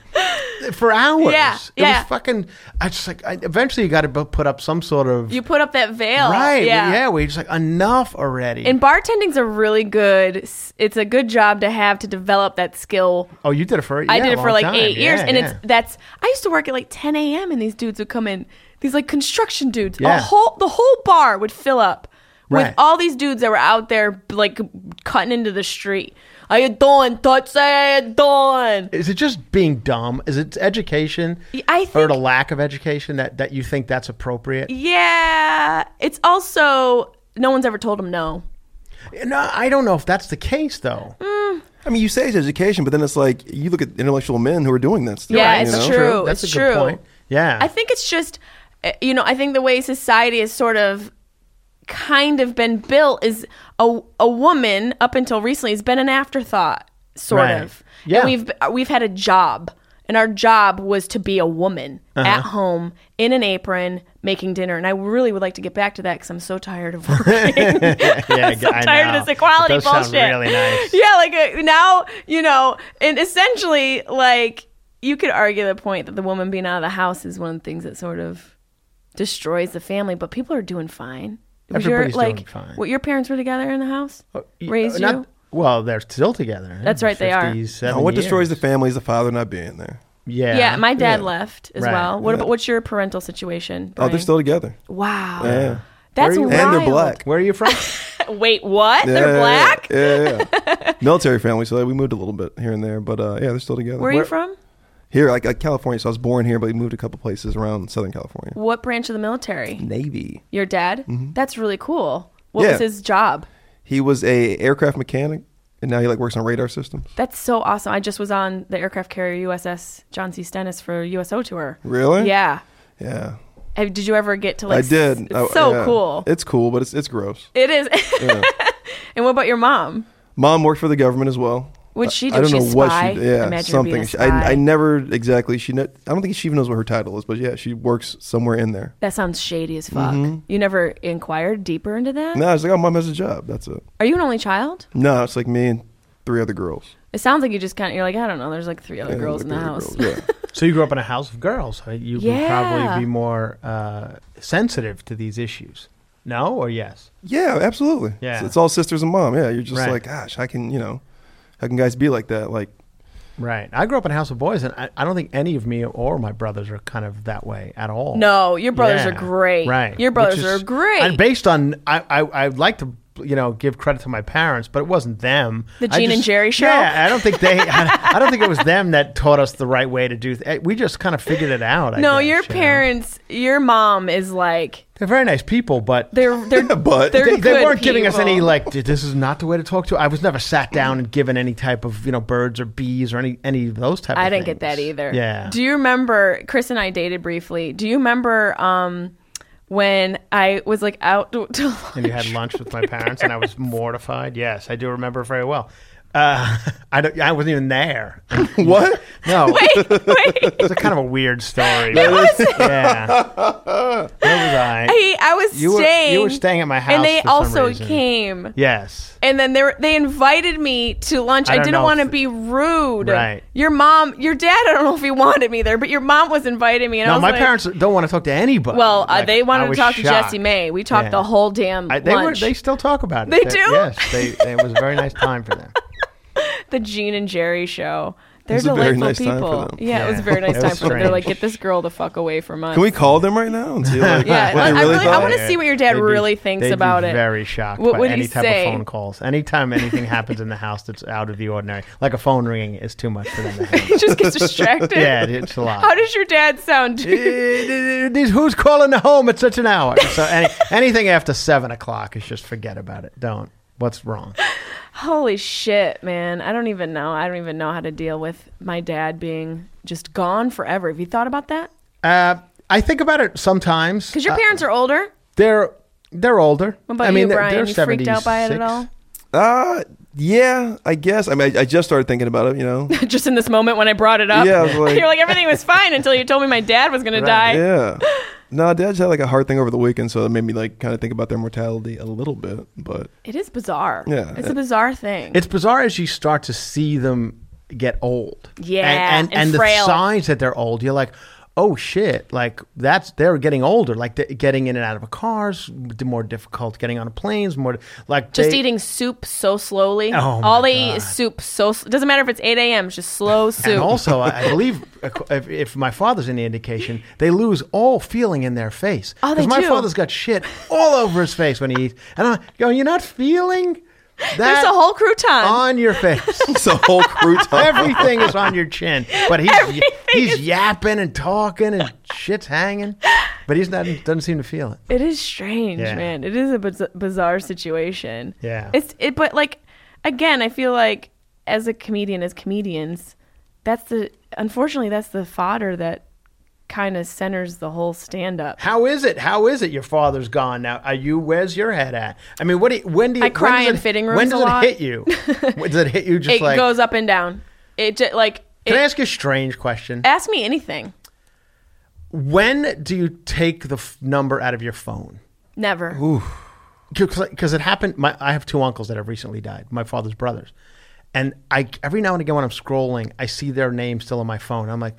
[SPEAKER 3] for hours.
[SPEAKER 2] Yeah,
[SPEAKER 3] it
[SPEAKER 2] yeah.
[SPEAKER 3] was fucking. I just like. I, eventually, you got to put up some sort of
[SPEAKER 2] You put up that veil,
[SPEAKER 3] right.
[SPEAKER 2] Yeah,
[SPEAKER 3] yeah. We're just like enough already.
[SPEAKER 2] And bartending's a really good. s- It's a good job to have to develop that skill.
[SPEAKER 3] oh, you did it for.
[SPEAKER 2] I
[SPEAKER 3] yeah,
[SPEAKER 2] did
[SPEAKER 3] a
[SPEAKER 2] it for
[SPEAKER 3] long
[SPEAKER 2] like
[SPEAKER 3] time.
[SPEAKER 2] eight years,
[SPEAKER 3] Yeah,
[SPEAKER 2] and
[SPEAKER 3] yeah.
[SPEAKER 2] it's that's. I used to work at like 10 a.m. and these dudes would come in. These like construction dudes. A
[SPEAKER 3] Yeah.
[SPEAKER 2] whole the whole bar would fill up with
[SPEAKER 3] Right.
[SPEAKER 2] all these dudes that were out there like cutting into the street. How you doing? Touch how you doing?
[SPEAKER 3] Is it just being dumb? Is it education?
[SPEAKER 2] I
[SPEAKER 3] or
[SPEAKER 2] think-
[SPEAKER 3] the lack of education that that you think that's appropriate?
[SPEAKER 2] Yeah. It's also no one's ever told him no.
[SPEAKER 3] No, I don't know if that's the case though.
[SPEAKER 2] Mm,
[SPEAKER 4] I mean, you say it's education, but then it's like you look at intellectual men who are doing that stuff.
[SPEAKER 2] Yeah,
[SPEAKER 4] you
[SPEAKER 2] it's
[SPEAKER 4] know?
[SPEAKER 2] true.
[SPEAKER 3] That's
[SPEAKER 2] it's
[SPEAKER 3] a good
[SPEAKER 2] true.
[SPEAKER 3] point. Yeah.
[SPEAKER 2] I think it's just, uh, you know, I think the way society has sort of kind of been built is a, a woman up until recently has been an afterthought, sort
[SPEAKER 3] Right.
[SPEAKER 2] of.
[SPEAKER 3] Yeah.
[SPEAKER 2] And we've, uh, we've had a job, and our job was to be a woman
[SPEAKER 3] Uh-huh.
[SPEAKER 2] at home in an apron making dinner. And I really would like to get back to that because I'm so tired of working.
[SPEAKER 3] yeah,
[SPEAKER 2] I'm so tired of this equality
[SPEAKER 3] it does
[SPEAKER 2] bullshit.
[SPEAKER 3] Sound really nice.
[SPEAKER 2] Yeah, like uh, now you know, and essentially, like you could argue the point that the woman being out of the house is one of the things that sort of destroys the family. But people are doing fine. Was your,
[SPEAKER 3] Everybody's doing
[SPEAKER 2] like,
[SPEAKER 3] fine.
[SPEAKER 2] What your parents were together in the house,
[SPEAKER 3] Y- uh,
[SPEAKER 2] raised
[SPEAKER 3] not-
[SPEAKER 2] you.
[SPEAKER 3] Well, they're still together.
[SPEAKER 2] That's right, they are.
[SPEAKER 3] 57
[SPEAKER 4] Now, what
[SPEAKER 3] years.
[SPEAKER 4] destroys the family is the father not being there.
[SPEAKER 3] Yeah.
[SPEAKER 2] Yeah, my dad
[SPEAKER 4] Yeah.
[SPEAKER 2] left as
[SPEAKER 3] Right.
[SPEAKER 2] well. What about what's your parental situation?
[SPEAKER 4] Oh, they're
[SPEAKER 2] Brian?
[SPEAKER 4] still together.
[SPEAKER 2] wow.
[SPEAKER 4] Yeah.
[SPEAKER 2] That's
[SPEAKER 3] Where
[SPEAKER 2] wild.
[SPEAKER 3] are you-
[SPEAKER 4] And they're black.
[SPEAKER 3] Where are you from?
[SPEAKER 2] Wait, what?
[SPEAKER 4] Yeah,
[SPEAKER 2] They're black.
[SPEAKER 4] Yeah, yeah, yeah. Military family, so we moved a little bit here and there, but uh, yeah, they're still together.
[SPEAKER 2] Where are you from?
[SPEAKER 4] Here, like, like California. So I was born here, but we moved a couple places around Southern California.
[SPEAKER 2] What branch of the military?
[SPEAKER 4] Navy.
[SPEAKER 2] Your dad? That's really cool. What
[SPEAKER 4] Yeah.
[SPEAKER 2] was his job?
[SPEAKER 4] He was a aircraft mechanic, and now he like works on radar systems.
[SPEAKER 2] That's so awesome. I just was on the aircraft carrier USS John C. Stennis for USO tour.
[SPEAKER 4] Really?
[SPEAKER 2] Yeah.
[SPEAKER 4] Yeah.
[SPEAKER 2] Uh, Did you ever get to like?
[SPEAKER 4] I did.
[SPEAKER 2] s- It's
[SPEAKER 4] I-
[SPEAKER 2] so
[SPEAKER 4] yeah.
[SPEAKER 2] cool.
[SPEAKER 4] It's cool, but it's it's gross.
[SPEAKER 2] it is. and what about your mom?
[SPEAKER 4] Mom worked for the government as well.
[SPEAKER 2] What'd she do?
[SPEAKER 4] I don't know
[SPEAKER 2] She a
[SPEAKER 4] what
[SPEAKER 2] spy?
[SPEAKER 4] she. Yeah,
[SPEAKER 2] Imagine her
[SPEAKER 4] something.
[SPEAKER 2] being a
[SPEAKER 4] She-
[SPEAKER 2] spy.
[SPEAKER 4] I, I never exactly. She. Kn- I don't think she even knows what her title is, but yeah, she works somewhere in there.
[SPEAKER 2] That sounds shady as fuck. You never inquired deeper into that?
[SPEAKER 4] Mm-hmm. No, it's like, oh, mom has a job. That's it.
[SPEAKER 2] Are you an only child?
[SPEAKER 4] No, it's like me and three other girls.
[SPEAKER 2] It sounds like you just kind of you're like I don't know. There's like three other
[SPEAKER 4] Yeah,
[SPEAKER 2] girls
[SPEAKER 4] like
[SPEAKER 2] in the
[SPEAKER 4] three other
[SPEAKER 2] house.
[SPEAKER 4] girls, yeah.
[SPEAKER 3] so you grew up in a house of girls. So you would
[SPEAKER 2] Yeah.
[SPEAKER 3] probably be more uh, sensitive to these issues. No or yes?
[SPEAKER 4] Yeah, absolutely.
[SPEAKER 3] Yeah.
[SPEAKER 4] It's, it's all sisters and mom. Yeah, you're just
[SPEAKER 3] Right.
[SPEAKER 4] like, gosh, I can, you know, how can guys be like that? Like,
[SPEAKER 3] Right. I grew up in a house of boys, and I, I don't think any of me or my brothers are kind of that way at all.
[SPEAKER 2] No, your brothers are
[SPEAKER 3] Yeah.
[SPEAKER 2] great.
[SPEAKER 3] Right.
[SPEAKER 2] Your brothers
[SPEAKER 3] Which is-
[SPEAKER 2] are great.
[SPEAKER 3] And based on, I, I, I'd like to, you know, give credit to my parents, but it wasn't them.
[SPEAKER 2] The
[SPEAKER 3] I
[SPEAKER 2] Gene and Jerry show?
[SPEAKER 3] Yeah, I don't think they, I, I don't think it was them that taught us the right way to do. Th- eh, we just kind of figured it out. I
[SPEAKER 2] no,
[SPEAKER 3] guess,
[SPEAKER 2] your
[SPEAKER 3] you know.
[SPEAKER 2] parents, your mom is like
[SPEAKER 3] They're very nice people, but
[SPEAKER 2] they're they're
[SPEAKER 4] but
[SPEAKER 2] they're
[SPEAKER 3] they, they
[SPEAKER 2] good
[SPEAKER 3] weren't giving us any
[SPEAKER 2] people.
[SPEAKER 3] like "D- this is not the way to talk to. I was never sat down and given any type of you know birds or bees or any any of those type.
[SPEAKER 2] I
[SPEAKER 3] of
[SPEAKER 2] didn't get
[SPEAKER 3] things.
[SPEAKER 2] that either.
[SPEAKER 3] Yeah.
[SPEAKER 2] Do you remember Chris and I dated briefly? Do you remember um when I was like out to, to
[SPEAKER 3] and you had lunch with my parents, and I was mortified. Yes, I do remember very well. Uh, I don't. I wasn't even there.
[SPEAKER 4] what?
[SPEAKER 3] No,
[SPEAKER 2] Wait, wait.
[SPEAKER 3] it's a kind of a weird story. It was. Yeah. Where was I?
[SPEAKER 2] I, I was
[SPEAKER 3] You were- you
[SPEAKER 2] staying.
[SPEAKER 3] were staying at my house
[SPEAKER 2] and they
[SPEAKER 3] for some
[SPEAKER 2] also
[SPEAKER 3] reason.
[SPEAKER 2] came.
[SPEAKER 3] Yes.
[SPEAKER 2] And then they were, they invited me to lunch.
[SPEAKER 3] I
[SPEAKER 2] I,
[SPEAKER 3] don't know
[SPEAKER 2] didn't want to
[SPEAKER 3] if-
[SPEAKER 2] be rude.
[SPEAKER 3] Right.
[SPEAKER 2] Your mom, your dad. I don't know if he wanted me there, but your mom was inviting me. And I
[SPEAKER 3] No,
[SPEAKER 2] was
[SPEAKER 3] my
[SPEAKER 2] like,
[SPEAKER 3] parents don't want to talk to anybody.
[SPEAKER 2] Well, uh,
[SPEAKER 3] Like,
[SPEAKER 2] they
[SPEAKER 3] I
[SPEAKER 2] wanted to
[SPEAKER 3] was
[SPEAKER 2] talk to
[SPEAKER 3] shocked.
[SPEAKER 2] Jesse May. We talked
[SPEAKER 3] Yeah.
[SPEAKER 2] the whole damn
[SPEAKER 3] I, they were.
[SPEAKER 2] lunch.
[SPEAKER 3] They still talk about it.
[SPEAKER 2] They do?
[SPEAKER 3] Yes. They, they- it was a very nice time for them.
[SPEAKER 2] the Gene and Jerry show. They're
[SPEAKER 4] was a
[SPEAKER 2] delightful
[SPEAKER 4] very nice time
[SPEAKER 2] people.
[SPEAKER 4] for them.
[SPEAKER 2] Yeah, it was
[SPEAKER 3] Yeah.
[SPEAKER 2] a very nice
[SPEAKER 3] It
[SPEAKER 2] time
[SPEAKER 3] was
[SPEAKER 2] for them. They're like,
[SPEAKER 3] strange.
[SPEAKER 2] get this girl the fuck away from us.
[SPEAKER 4] Can we call them right now and see like,
[SPEAKER 2] Yeah,
[SPEAKER 4] what
[SPEAKER 2] I-
[SPEAKER 4] they
[SPEAKER 2] I
[SPEAKER 4] really
[SPEAKER 2] really- I
[SPEAKER 4] thought?
[SPEAKER 2] wanna see what your dad
[SPEAKER 3] They'd be-
[SPEAKER 2] really thinks
[SPEAKER 3] they'd be
[SPEAKER 2] about it.
[SPEAKER 3] Very shocked
[SPEAKER 2] What
[SPEAKER 3] by
[SPEAKER 2] would
[SPEAKER 3] any
[SPEAKER 2] he
[SPEAKER 3] type
[SPEAKER 2] say?
[SPEAKER 3] of phone calls. Anytime anything happens in the house that's out of the ordinary, like a phone ringing, is too much for them. To handle.
[SPEAKER 2] He just gets distracted.
[SPEAKER 3] yeah, it- it's a lot.
[SPEAKER 2] How does your dad sound?
[SPEAKER 3] Eh, eh, eh, who's calling the home at such an hour? So any, anything after seven o'clock is just forget about it. Don't. What's wrong?
[SPEAKER 2] Holy shit, man. I don't even know. I don't even know how to deal with my dad being just gone forever. Have you thought about that?
[SPEAKER 3] Uh, I think about it sometimes.
[SPEAKER 2] Because your
[SPEAKER 3] Uh,
[SPEAKER 2] parents are older.
[SPEAKER 3] they're they're older.
[SPEAKER 2] What about
[SPEAKER 3] I mean,
[SPEAKER 2] you,
[SPEAKER 3] they're-
[SPEAKER 2] Brian?
[SPEAKER 3] they're
[SPEAKER 2] you freaked out by it at
[SPEAKER 3] 76.
[SPEAKER 2] all?
[SPEAKER 4] Uh, yeah, I guess. I mean, I, I just started thinking about it, you know?
[SPEAKER 2] just in this moment when I brought it up.
[SPEAKER 4] Yeah, I was like-
[SPEAKER 2] You're like, everything was fine until you told me my dad was going to die.
[SPEAKER 4] yeah. No, dad just had like a hard thing over the weekend, so it made me like kind of think about their mortality a little bit. But
[SPEAKER 2] It is bizarre.
[SPEAKER 4] Yeah.
[SPEAKER 2] It's a bizarre thing.
[SPEAKER 3] It's bizarre as you start to see them get old.
[SPEAKER 2] Yeah,
[SPEAKER 3] and and,
[SPEAKER 2] and
[SPEAKER 3] the
[SPEAKER 2] frail.
[SPEAKER 3] signs that they're old. You're like, oh shit! Like that's they're getting older. Like they getting in and out of cars, d- more difficult. Getting on planes, more like
[SPEAKER 2] just
[SPEAKER 3] they-
[SPEAKER 2] eating soup so slowly.
[SPEAKER 3] Oh, my
[SPEAKER 2] All they eat is
[SPEAKER 3] God.
[SPEAKER 2] soup so sl- doesn't matter if it's 8 a.m. It's just slow soup.
[SPEAKER 3] And also, I I believe if, if my father's any indication, they lose all feeling in their face.
[SPEAKER 2] Oh, they
[SPEAKER 3] my
[SPEAKER 2] do.
[SPEAKER 3] father's got shit all over his face when he eats. And I'm going, you're not feeling that
[SPEAKER 2] There's a whole crouton.
[SPEAKER 3] on your face.
[SPEAKER 4] it's a whole crouton.
[SPEAKER 3] Everything is on your chin, but he's he's yapping and talking and shit's hanging, but he's not doesn't seem to feel it.
[SPEAKER 2] It is strange,
[SPEAKER 3] Yeah.
[SPEAKER 2] man. It is a biz- bizarre situation.
[SPEAKER 3] Yeah.
[SPEAKER 2] It's it, but like again, I feel like as a comedian, as comedians, that's the unfortunately that's the fodder that kind of centers the whole stand up.
[SPEAKER 3] How is it? How is it? Your father's gone now. Are you? Where's your head at? I mean, what? Do you, when do you?
[SPEAKER 2] I cry
[SPEAKER 3] when does
[SPEAKER 2] in
[SPEAKER 3] it-
[SPEAKER 2] fitting
[SPEAKER 3] When
[SPEAKER 2] rooms
[SPEAKER 3] does
[SPEAKER 2] a
[SPEAKER 3] it
[SPEAKER 2] lot.
[SPEAKER 3] hit you? When does it hit you? Just
[SPEAKER 2] It
[SPEAKER 3] like
[SPEAKER 2] goes up and down. It just, like
[SPEAKER 3] Can
[SPEAKER 2] it-
[SPEAKER 3] I ask you a strange question?
[SPEAKER 2] ask me anything.
[SPEAKER 3] When do you take the f- number out of your phone?
[SPEAKER 2] Never.
[SPEAKER 3] because it happened. My, I have two uncles that have recently died. My father's brothers, and I every now and again when I'm scrolling, I see their name still on my phone. I'm like,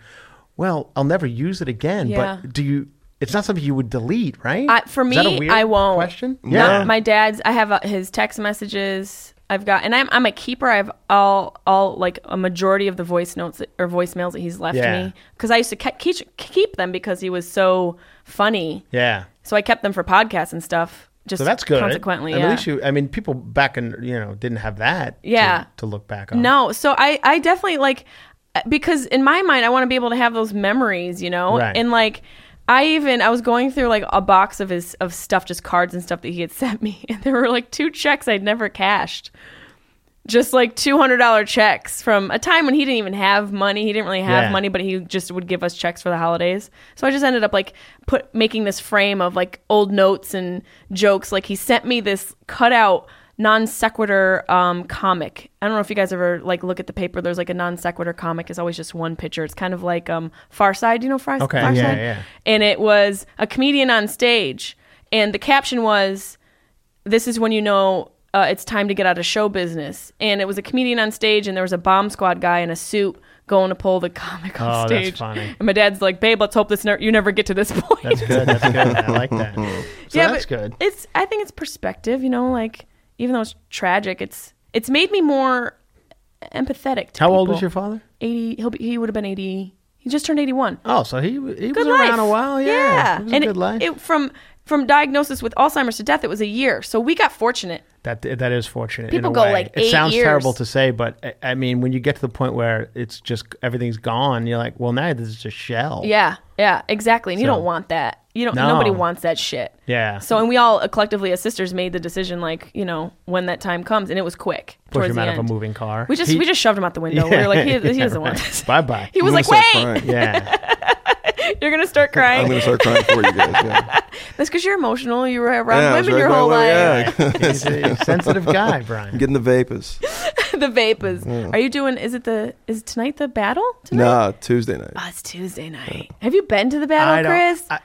[SPEAKER 3] well, I'll never use it again.
[SPEAKER 2] Yeah.
[SPEAKER 3] But do you? It's not something you would delete, right?
[SPEAKER 2] I, for
[SPEAKER 3] Is
[SPEAKER 2] me,
[SPEAKER 3] that a weird
[SPEAKER 2] I won't.
[SPEAKER 3] Question?
[SPEAKER 2] Yeah. My dad's. I have uh, his text messages. I've got, and I'm I'm a keeper. I have all all like a majority of the voice notes that, or voicemails that he's left
[SPEAKER 3] Yeah.
[SPEAKER 2] me because I used to ke- keep keep them because he was so funny.
[SPEAKER 3] yeah.
[SPEAKER 2] So I kept them for podcasts and stuff. Just
[SPEAKER 3] So that's good.
[SPEAKER 2] Consequently,
[SPEAKER 3] And
[SPEAKER 2] yeah.
[SPEAKER 3] at least you. I mean, people back in you know didn't have that. to-
[SPEAKER 2] Yeah.
[SPEAKER 3] To, look back on.
[SPEAKER 2] No, so I I definitely like because in my mind I want to be able to have those memories, you know,
[SPEAKER 3] Right.
[SPEAKER 2] and like. I even I was going through like a box of his of stuff, just cards and stuff that he had sent me, and there were like two checks I'd never cashed, just like two hundred dollar checks from a time when he didn't even have money. He didn't really have
[SPEAKER 3] Yeah.
[SPEAKER 2] money, but he just would give us checks for the holidays. So I just ended up like put making this frame of like old notes and jokes. Like he sent me this cutout non sequitur um, comic. I don't know if you guys ever like look at the paper. There's like a non sequitur comic. It's always just one picture. It's kind of like um, Far Side. Do you know Far,
[SPEAKER 3] Okay,
[SPEAKER 2] Far
[SPEAKER 3] yeah,
[SPEAKER 2] Side?
[SPEAKER 3] yeah.
[SPEAKER 2] And it was a comedian on stage, and the caption was this is when you know uh, it's time to get out of show business. And it was a comedian on stage, and there was a bomb squad guy in a suit going to pull the comic
[SPEAKER 3] Oh,
[SPEAKER 2] on
[SPEAKER 3] that's
[SPEAKER 2] stage.
[SPEAKER 3] funny.
[SPEAKER 2] And my dad's like, "Babe, let's hope this ne- you never get to this point."
[SPEAKER 3] That's good. That's good. I like that. So that's
[SPEAKER 2] but
[SPEAKER 3] good.
[SPEAKER 2] It's I think it's perspective. You know, like even though it's tragic, it's it's made me more empathetic. To
[SPEAKER 3] How old
[SPEAKER 2] people.
[SPEAKER 3] was your father?
[SPEAKER 2] Eighty. He'll be, he would have been eighty. He just turned eighty-one.
[SPEAKER 3] Oh, so he he was
[SPEAKER 2] good life.
[SPEAKER 3] around a while. Yeah, It was a
[SPEAKER 2] and
[SPEAKER 3] good
[SPEAKER 2] it,
[SPEAKER 3] life.
[SPEAKER 2] it- from from diagnosis with Alzheimer's to death, it was a year. So we got fortunate.
[SPEAKER 3] That that is fortunate.
[SPEAKER 2] People
[SPEAKER 3] in a
[SPEAKER 2] go,
[SPEAKER 3] way.
[SPEAKER 2] like,
[SPEAKER 3] it
[SPEAKER 2] eight
[SPEAKER 3] sounds
[SPEAKER 2] years.
[SPEAKER 3] terrible to say, but I- I mean, when you get to the point where it's just everything's gone, you're like, well, now this is just shell.
[SPEAKER 2] Yeah, yeah, exactly. And you
[SPEAKER 3] So-
[SPEAKER 2] don't want that. You don't.
[SPEAKER 3] No.
[SPEAKER 2] Nobody wants that shit.
[SPEAKER 3] Yeah.
[SPEAKER 2] So, and we all uh, collectively as sisters made the decision, like you know, when that time comes, and it was quick.
[SPEAKER 3] push
[SPEAKER 2] towards
[SPEAKER 3] him
[SPEAKER 2] the
[SPEAKER 3] out
[SPEAKER 2] end.
[SPEAKER 3] of a moving car.
[SPEAKER 2] We just
[SPEAKER 3] He-
[SPEAKER 2] we just shoved him out the window. we were like, he, he
[SPEAKER 3] Yeah,
[SPEAKER 2] doesn't want
[SPEAKER 3] right.
[SPEAKER 2] this.
[SPEAKER 3] Bye-bye.
[SPEAKER 2] He was
[SPEAKER 4] I'm
[SPEAKER 2] like,
[SPEAKER 4] gonna
[SPEAKER 2] wait,
[SPEAKER 4] start crying.
[SPEAKER 3] yeah,
[SPEAKER 2] you're gonna start
[SPEAKER 4] I'm
[SPEAKER 2] crying.
[SPEAKER 4] going to start crying for you guys. Yeah.
[SPEAKER 2] That's because you're emotional. You were around
[SPEAKER 4] Yeah, I was
[SPEAKER 2] women
[SPEAKER 4] right
[SPEAKER 2] your
[SPEAKER 4] going,
[SPEAKER 2] whole life.
[SPEAKER 4] well, yeah.
[SPEAKER 3] he's a sensitive guy, Brian.
[SPEAKER 4] Getting the vapors.
[SPEAKER 2] the vapors. Are you doing? Is it the? Is tonight the battle? Tonight?
[SPEAKER 4] Nah, Tuesday night.
[SPEAKER 2] Oh, it's Tuesday night. Have you been to the battle,
[SPEAKER 3] I don't-
[SPEAKER 2] Chris?
[SPEAKER 3] I, I-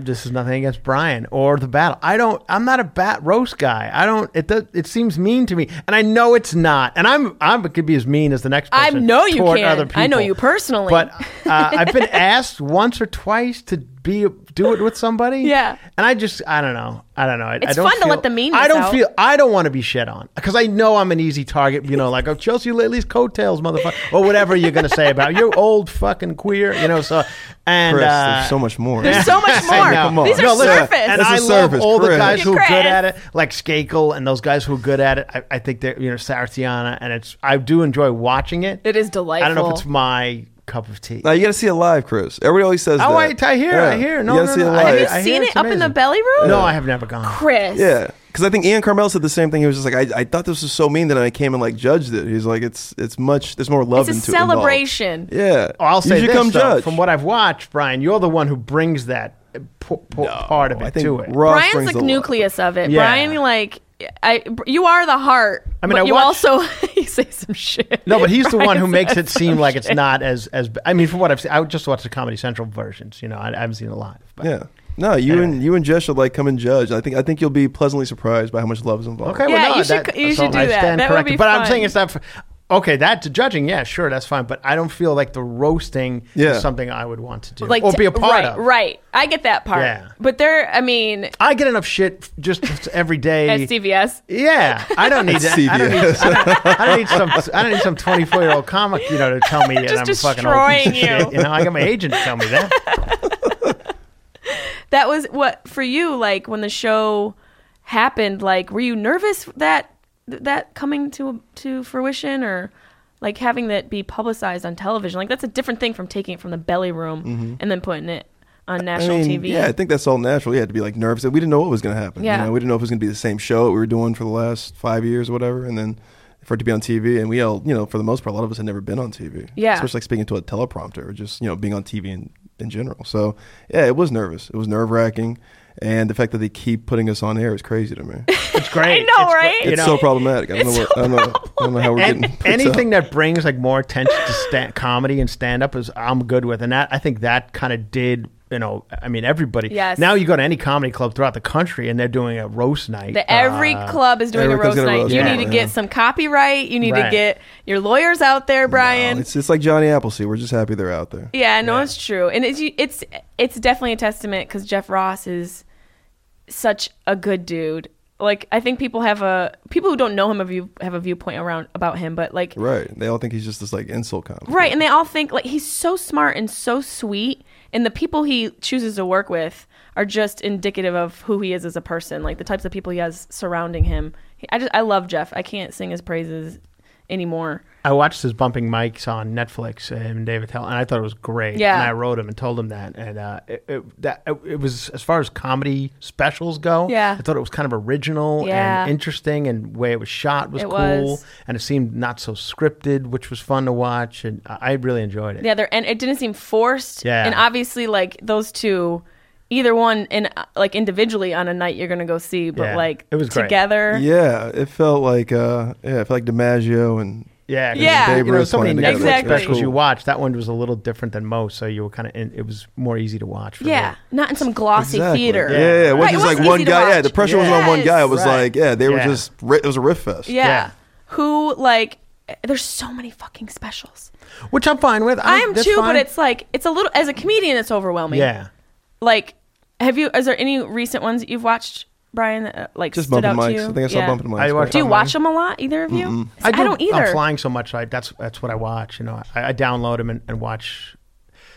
[SPEAKER 3] this is nothing against Brian or the battle. I don't. I'm not a bat roast guy. I don't. It does. It seems mean to me, and I know it's not. And I'm. I'm could be as mean as the next
[SPEAKER 2] I
[SPEAKER 3] person.
[SPEAKER 2] know you
[SPEAKER 3] toward
[SPEAKER 2] can.
[SPEAKER 3] Other people.
[SPEAKER 2] I know you personally.
[SPEAKER 3] But uh, I've been asked once or twice to be do it with somebody.
[SPEAKER 2] Yeah.
[SPEAKER 3] And I just. I don't know. I don't know. I, I
[SPEAKER 2] It's
[SPEAKER 3] don't
[SPEAKER 2] fun to
[SPEAKER 3] feel-
[SPEAKER 2] let the meanness
[SPEAKER 3] I don't
[SPEAKER 2] out.
[SPEAKER 3] feel. I don't want to be shit on because I know I'm an easy target. You know, like oh Chelsea Lately's coattails, motherfucker, or whatever you're gonna say about you old fucking queer. You know. So and
[SPEAKER 4] Chris,
[SPEAKER 3] uh,
[SPEAKER 4] there's so much more.
[SPEAKER 2] There's so much
[SPEAKER 3] I
[SPEAKER 2] more.
[SPEAKER 3] know.
[SPEAKER 4] Come on.
[SPEAKER 2] These are
[SPEAKER 4] No, listen,
[SPEAKER 2] surface.
[SPEAKER 3] And
[SPEAKER 4] This
[SPEAKER 3] I
[SPEAKER 4] is
[SPEAKER 3] love
[SPEAKER 4] service,
[SPEAKER 3] all the
[SPEAKER 4] Chris.
[SPEAKER 3] guys who are
[SPEAKER 2] Chris.
[SPEAKER 3] good at it, like Skakel and those guys who are good at it. I, I think they're you know Saratiana, and it's I do enjoy watching it.
[SPEAKER 2] it is
[SPEAKER 3] I
[SPEAKER 2] delightful.
[SPEAKER 3] don't know if it's my cup of tea.
[SPEAKER 4] now you got to see it live, Chris. Everybody always says
[SPEAKER 3] oh,
[SPEAKER 4] that.
[SPEAKER 3] I, I hear, I
[SPEAKER 4] Yeah.
[SPEAKER 3] hear. No,
[SPEAKER 4] you
[SPEAKER 3] no,
[SPEAKER 4] gotta see
[SPEAKER 3] no. I
[SPEAKER 4] it live.
[SPEAKER 2] Have you
[SPEAKER 3] I hear
[SPEAKER 2] seen
[SPEAKER 3] it's
[SPEAKER 2] it up in the
[SPEAKER 3] amazing.
[SPEAKER 2] belly room?
[SPEAKER 4] uh,
[SPEAKER 3] No, I have never gone.
[SPEAKER 2] Chris.
[SPEAKER 4] Yeah, because I think Ian Carmel said the same thing. He was just like, I, I thought this was so mean that I came and like judged it. He's like, it's it's much. There's more love
[SPEAKER 2] It's a
[SPEAKER 4] into it involved.
[SPEAKER 2] celebration.
[SPEAKER 4] Yeah,
[SPEAKER 3] Oh, I'll say
[SPEAKER 4] you should
[SPEAKER 3] this
[SPEAKER 4] come
[SPEAKER 3] though,
[SPEAKER 4] judge.
[SPEAKER 3] from what I've watched, Brian, you're the one who brings that uh, p- p- part of it
[SPEAKER 4] I think
[SPEAKER 3] to it.
[SPEAKER 4] Ross brings
[SPEAKER 2] Brian's like
[SPEAKER 4] a lot.
[SPEAKER 2] nucleus of it.
[SPEAKER 3] Yeah.
[SPEAKER 2] Brian, like, I, you are the heart.
[SPEAKER 3] I mean,
[SPEAKER 2] but
[SPEAKER 3] I
[SPEAKER 2] you
[SPEAKER 3] watch-
[SPEAKER 2] also you say some shit.
[SPEAKER 3] No, but he's the one who
[SPEAKER 2] Brian
[SPEAKER 3] makes it
[SPEAKER 2] says
[SPEAKER 3] seem
[SPEAKER 2] some
[SPEAKER 3] like it's
[SPEAKER 2] shit.
[SPEAKER 3] not as as. I mean, from what I've seen, I just watched the Comedy Central versions. You know, I, I haven't seen it live. But.
[SPEAKER 4] Yeah. No, you and you and Jess should like come and judge. I think I think you'll be pleasantly surprised by how much love is involved.
[SPEAKER 3] Okay,
[SPEAKER 2] Yeah,
[SPEAKER 3] well, no,
[SPEAKER 2] you should-
[SPEAKER 3] that-
[SPEAKER 2] you
[SPEAKER 3] so
[SPEAKER 2] should do
[SPEAKER 3] I
[SPEAKER 2] that.
[SPEAKER 3] Stand
[SPEAKER 2] That would
[SPEAKER 3] corrected.
[SPEAKER 2] be
[SPEAKER 3] but I'm
[SPEAKER 2] fun.
[SPEAKER 3] saying it's not. For, okay, that to judging, yeah, sure, that's fine. But I don't feel like the roasting
[SPEAKER 4] Yeah.
[SPEAKER 3] is something I would want to do
[SPEAKER 2] Like,
[SPEAKER 3] or be a
[SPEAKER 2] t-
[SPEAKER 3] part
[SPEAKER 2] right,
[SPEAKER 3] of.
[SPEAKER 2] Right. I get that part.
[SPEAKER 3] Yeah.
[SPEAKER 2] But there, I mean,
[SPEAKER 3] I get enough shit just every day.
[SPEAKER 2] at CVS.
[SPEAKER 3] Yeah, I don't need that. I don't need,
[SPEAKER 4] CVS.
[SPEAKER 3] I don't, I don't need some. I don't need some twenty-four-year-old comic, you know, to tell me that
[SPEAKER 2] Just
[SPEAKER 3] I'm a fucking old piece of
[SPEAKER 2] destroying you.
[SPEAKER 3] shit. You know, I got my agent to tell me that.
[SPEAKER 2] that was what for you like when the show happened like were you nervous that that coming to to fruition or like having that be publicized on television like that's a different thing from taking it from the belly room and then putting it on
[SPEAKER 4] Mm-hmm. I
[SPEAKER 2] national
[SPEAKER 4] mean,
[SPEAKER 2] tv
[SPEAKER 4] Yeah, I think that's all natural. You had to be like nervous. We didn't know what was going to happen. you
[SPEAKER 2] Yeah.
[SPEAKER 4] know? we didn't know if it was going to be the same show that we were doing for the last five years or whatever, and then for it to be on TV. And we all, you know, for the most part, a lot of us had never been on TV.
[SPEAKER 2] Yeah.
[SPEAKER 4] especially like speaking to a teleprompter or just you know being on TV in in general. So yeah, it was nervous. It was nerve wracking, and the fact that they keep putting us on air is crazy to me.
[SPEAKER 3] It's great.
[SPEAKER 2] know,
[SPEAKER 3] It's gr-
[SPEAKER 2] right?
[SPEAKER 3] you
[SPEAKER 4] It's
[SPEAKER 3] know,
[SPEAKER 4] so problematic. I don't know. What, I, don't know I don't know how we're
[SPEAKER 3] And
[SPEAKER 4] getting picked
[SPEAKER 3] anything
[SPEAKER 4] up.
[SPEAKER 3] that brings like more attention to sta comedy and stand up is I'm good with, and that I think that kind of did. You know, I mean, everybody.
[SPEAKER 2] Yes.
[SPEAKER 3] Now you go to any comedy club throughout the country, and they're doing a roast night.
[SPEAKER 2] the, every
[SPEAKER 3] Uh,
[SPEAKER 2] club is doing a
[SPEAKER 4] every club's
[SPEAKER 2] roast
[SPEAKER 4] got a
[SPEAKER 2] night.
[SPEAKER 4] roast
[SPEAKER 2] you
[SPEAKER 3] night,
[SPEAKER 2] need to
[SPEAKER 4] yeah.
[SPEAKER 2] get some copyright. You need to
[SPEAKER 3] Right.
[SPEAKER 2] get your lawyers out there, Brian.
[SPEAKER 4] It's, it's like Johnny Appleseed. We're just happy they're out there.
[SPEAKER 2] Yeah, no, it's true, and it's it's it's definitely a testament because Jeff Ross is such a good dude. Like I think people have a people who don't know him have you have a viewpoint around about him, but like
[SPEAKER 4] Right. They all think he's just this like insult comic.
[SPEAKER 2] right, and they all think like he's so smart and so sweet, and the people he chooses to work with are just indicative of who he is as a person, like the types of people he has surrounding him. I just I love Jeff. I can't sing his praises anymore.
[SPEAKER 3] I watched his bumping mics on Netflix, him and David Tell, and I thought it was great.
[SPEAKER 2] Yeah.
[SPEAKER 3] and I wrote him and told him that, and uh, it, it, that it, it was as far as comedy specials go.
[SPEAKER 2] Yeah.
[SPEAKER 3] I thought it was kind of original
[SPEAKER 2] Yeah.
[SPEAKER 3] and interesting, and the way it was shot was
[SPEAKER 2] It
[SPEAKER 3] cool,
[SPEAKER 2] was.
[SPEAKER 3] and it seemed not so scripted, which was fun to watch, and I I really enjoyed it.
[SPEAKER 2] Yeah, they're and it didn't seem forced.
[SPEAKER 3] Yeah.
[SPEAKER 2] And obviously, like those two, either one, and uh, like individually on a night you're gonna go see, but
[SPEAKER 3] Yeah.
[SPEAKER 2] like
[SPEAKER 3] It was great.
[SPEAKER 2] together.
[SPEAKER 4] Yeah. It felt like uh yeah, it felt like DiMaggio and
[SPEAKER 3] Yeah, 'cause
[SPEAKER 2] Yeah.
[SPEAKER 3] You
[SPEAKER 4] Babe
[SPEAKER 3] know,
[SPEAKER 4] Ruth
[SPEAKER 3] so many
[SPEAKER 4] playing
[SPEAKER 3] Netflix
[SPEAKER 4] together.
[SPEAKER 2] Exactly.
[SPEAKER 3] specials you
[SPEAKER 4] Cool.
[SPEAKER 3] watch. That one was a little different than most, so you were kind of. It was more easy to watch. For
[SPEAKER 2] Yeah,
[SPEAKER 3] me.
[SPEAKER 2] not in some glossy
[SPEAKER 4] Exactly.
[SPEAKER 2] theater.
[SPEAKER 4] Yeah, yeah. It
[SPEAKER 2] Right,
[SPEAKER 4] wasn't just like
[SPEAKER 2] wasn't
[SPEAKER 4] one
[SPEAKER 2] easy to
[SPEAKER 4] guy. Yeah,
[SPEAKER 2] watch.
[SPEAKER 4] the pressure wasn't on one
[SPEAKER 2] Yes.
[SPEAKER 4] guy. It was
[SPEAKER 3] Right.
[SPEAKER 4] like, yeah, they were
[SPEAKER 3] Yeah.
[SPEAKER 4] just ri- it was a riff fest.
[SPEAKER 2] Yeah.
[SPEAKER 3] Yeah.
[SPEAKER 2] Who like? There's so many fucking specials.
[SPEAKER 3] which I'm fine with.
[SPEAKER 2] I am
[SPEAKER 3] that's
[SPEAKER 2] too, but
[SPEAKER 3] fine.
[SPEAKER 2] it's like it's a little as a comedian, it's overwhelming.
[SPEAKER 3] yeah.
[SPEAKER 2] Like, have you? Is there any recent ones that you've watched, Brian? That, uh, like
[SPEAKER 4] Just
[SPEAKER 2] stood
[SPEAKER 4] bumping
[SPEAKER 2] out to
[SPEAKER 4] mics.
[SPEAKER 2] you?
[SPEAKER 4] I think I saw
[SPEAKER 2] Yeah.
[SPEAKER 4] bumping mics.
[SPEAKER 3] I
[SPEAKER 4] but-
[SPEAKER 3] watched
[SPEAKER 2] Do you
[SPEAKER 3] on
[SPEAKER 2] watch them a lot? Either of you? See, I, do, not either.
[SPEAKER 3] I'm flying so much. Like that's that's what I watch. You know, I, I download them and, and watch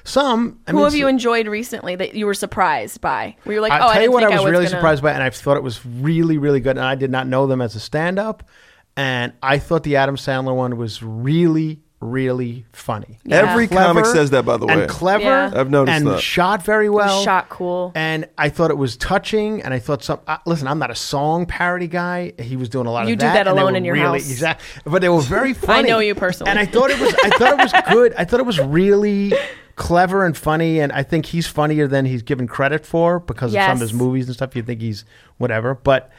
[SPEAKER 3] some. I
[SPEAKER 2] Who
[SPEAKER 3] mean,
[SPEAKER 2] have you
[SPEAKER 3] s-
[SPEAKER 2] enjoyed recently that you were surprised by? Where you're like,
[SPEAKER 3] I'll
[SPEAKER 2] oh, I
[SPEAKER 3] tell you
[SPEAKER 2] didn't
[SPEAKER 3] what,
[SPEAKER 2] think
[SPEAKER 3] I was, really
[SPEAKER 2] gonna-
[SPEAKER 3] surprised by, and I thought it was really really good. And I did not know them as a stand up, and I thought the Adam Sandler one was really really funny.
[SPEAKER 4] Every
[SPEAKER 3] Clever
[SPEAKER 4] comic says that, by the way.
[SPEAKER 3] And clever.
[SPEAKER 2] Yeah.
[SPEAKER 4] I've noticed
[SPEAKER 3] and
[SPEAKER 4] that.
[SPEAKER 3] shot very
[SPEAKER 2] It was
[SPEAKER 3] well.
[SPEAKER 2] shot cool.
[SPEAKER 3] And I thought it was touching, and I thought some. Uh, listen, I'm not a song parody guy. He was doing a lot
[SPEAKER 2] You
[SPEAKER 3] of
[SPEAKER 2] do
[SPEAKER 3] that.
[SPEAKER 2] that
[SPEAKER 3] and they
[SPEAKER 2] alone
[SPEAKER 3] were
[SPEAKER 2] in your
[SPEAKER 3] really,
[SPEAKER 2] house.
[SPEAKER 3] Exactly, but they were very funny.
[SPEAKER 2] know you personally.
[SPEAKER 3] and I thought it was. I thought it was good. I thought it was really clever and funny, and I think he's funnier than he's given credit for because of some of
[SPEAKER 2] Yes.
[SPEAKER 3] his movies and stuff. You think he's whatever, but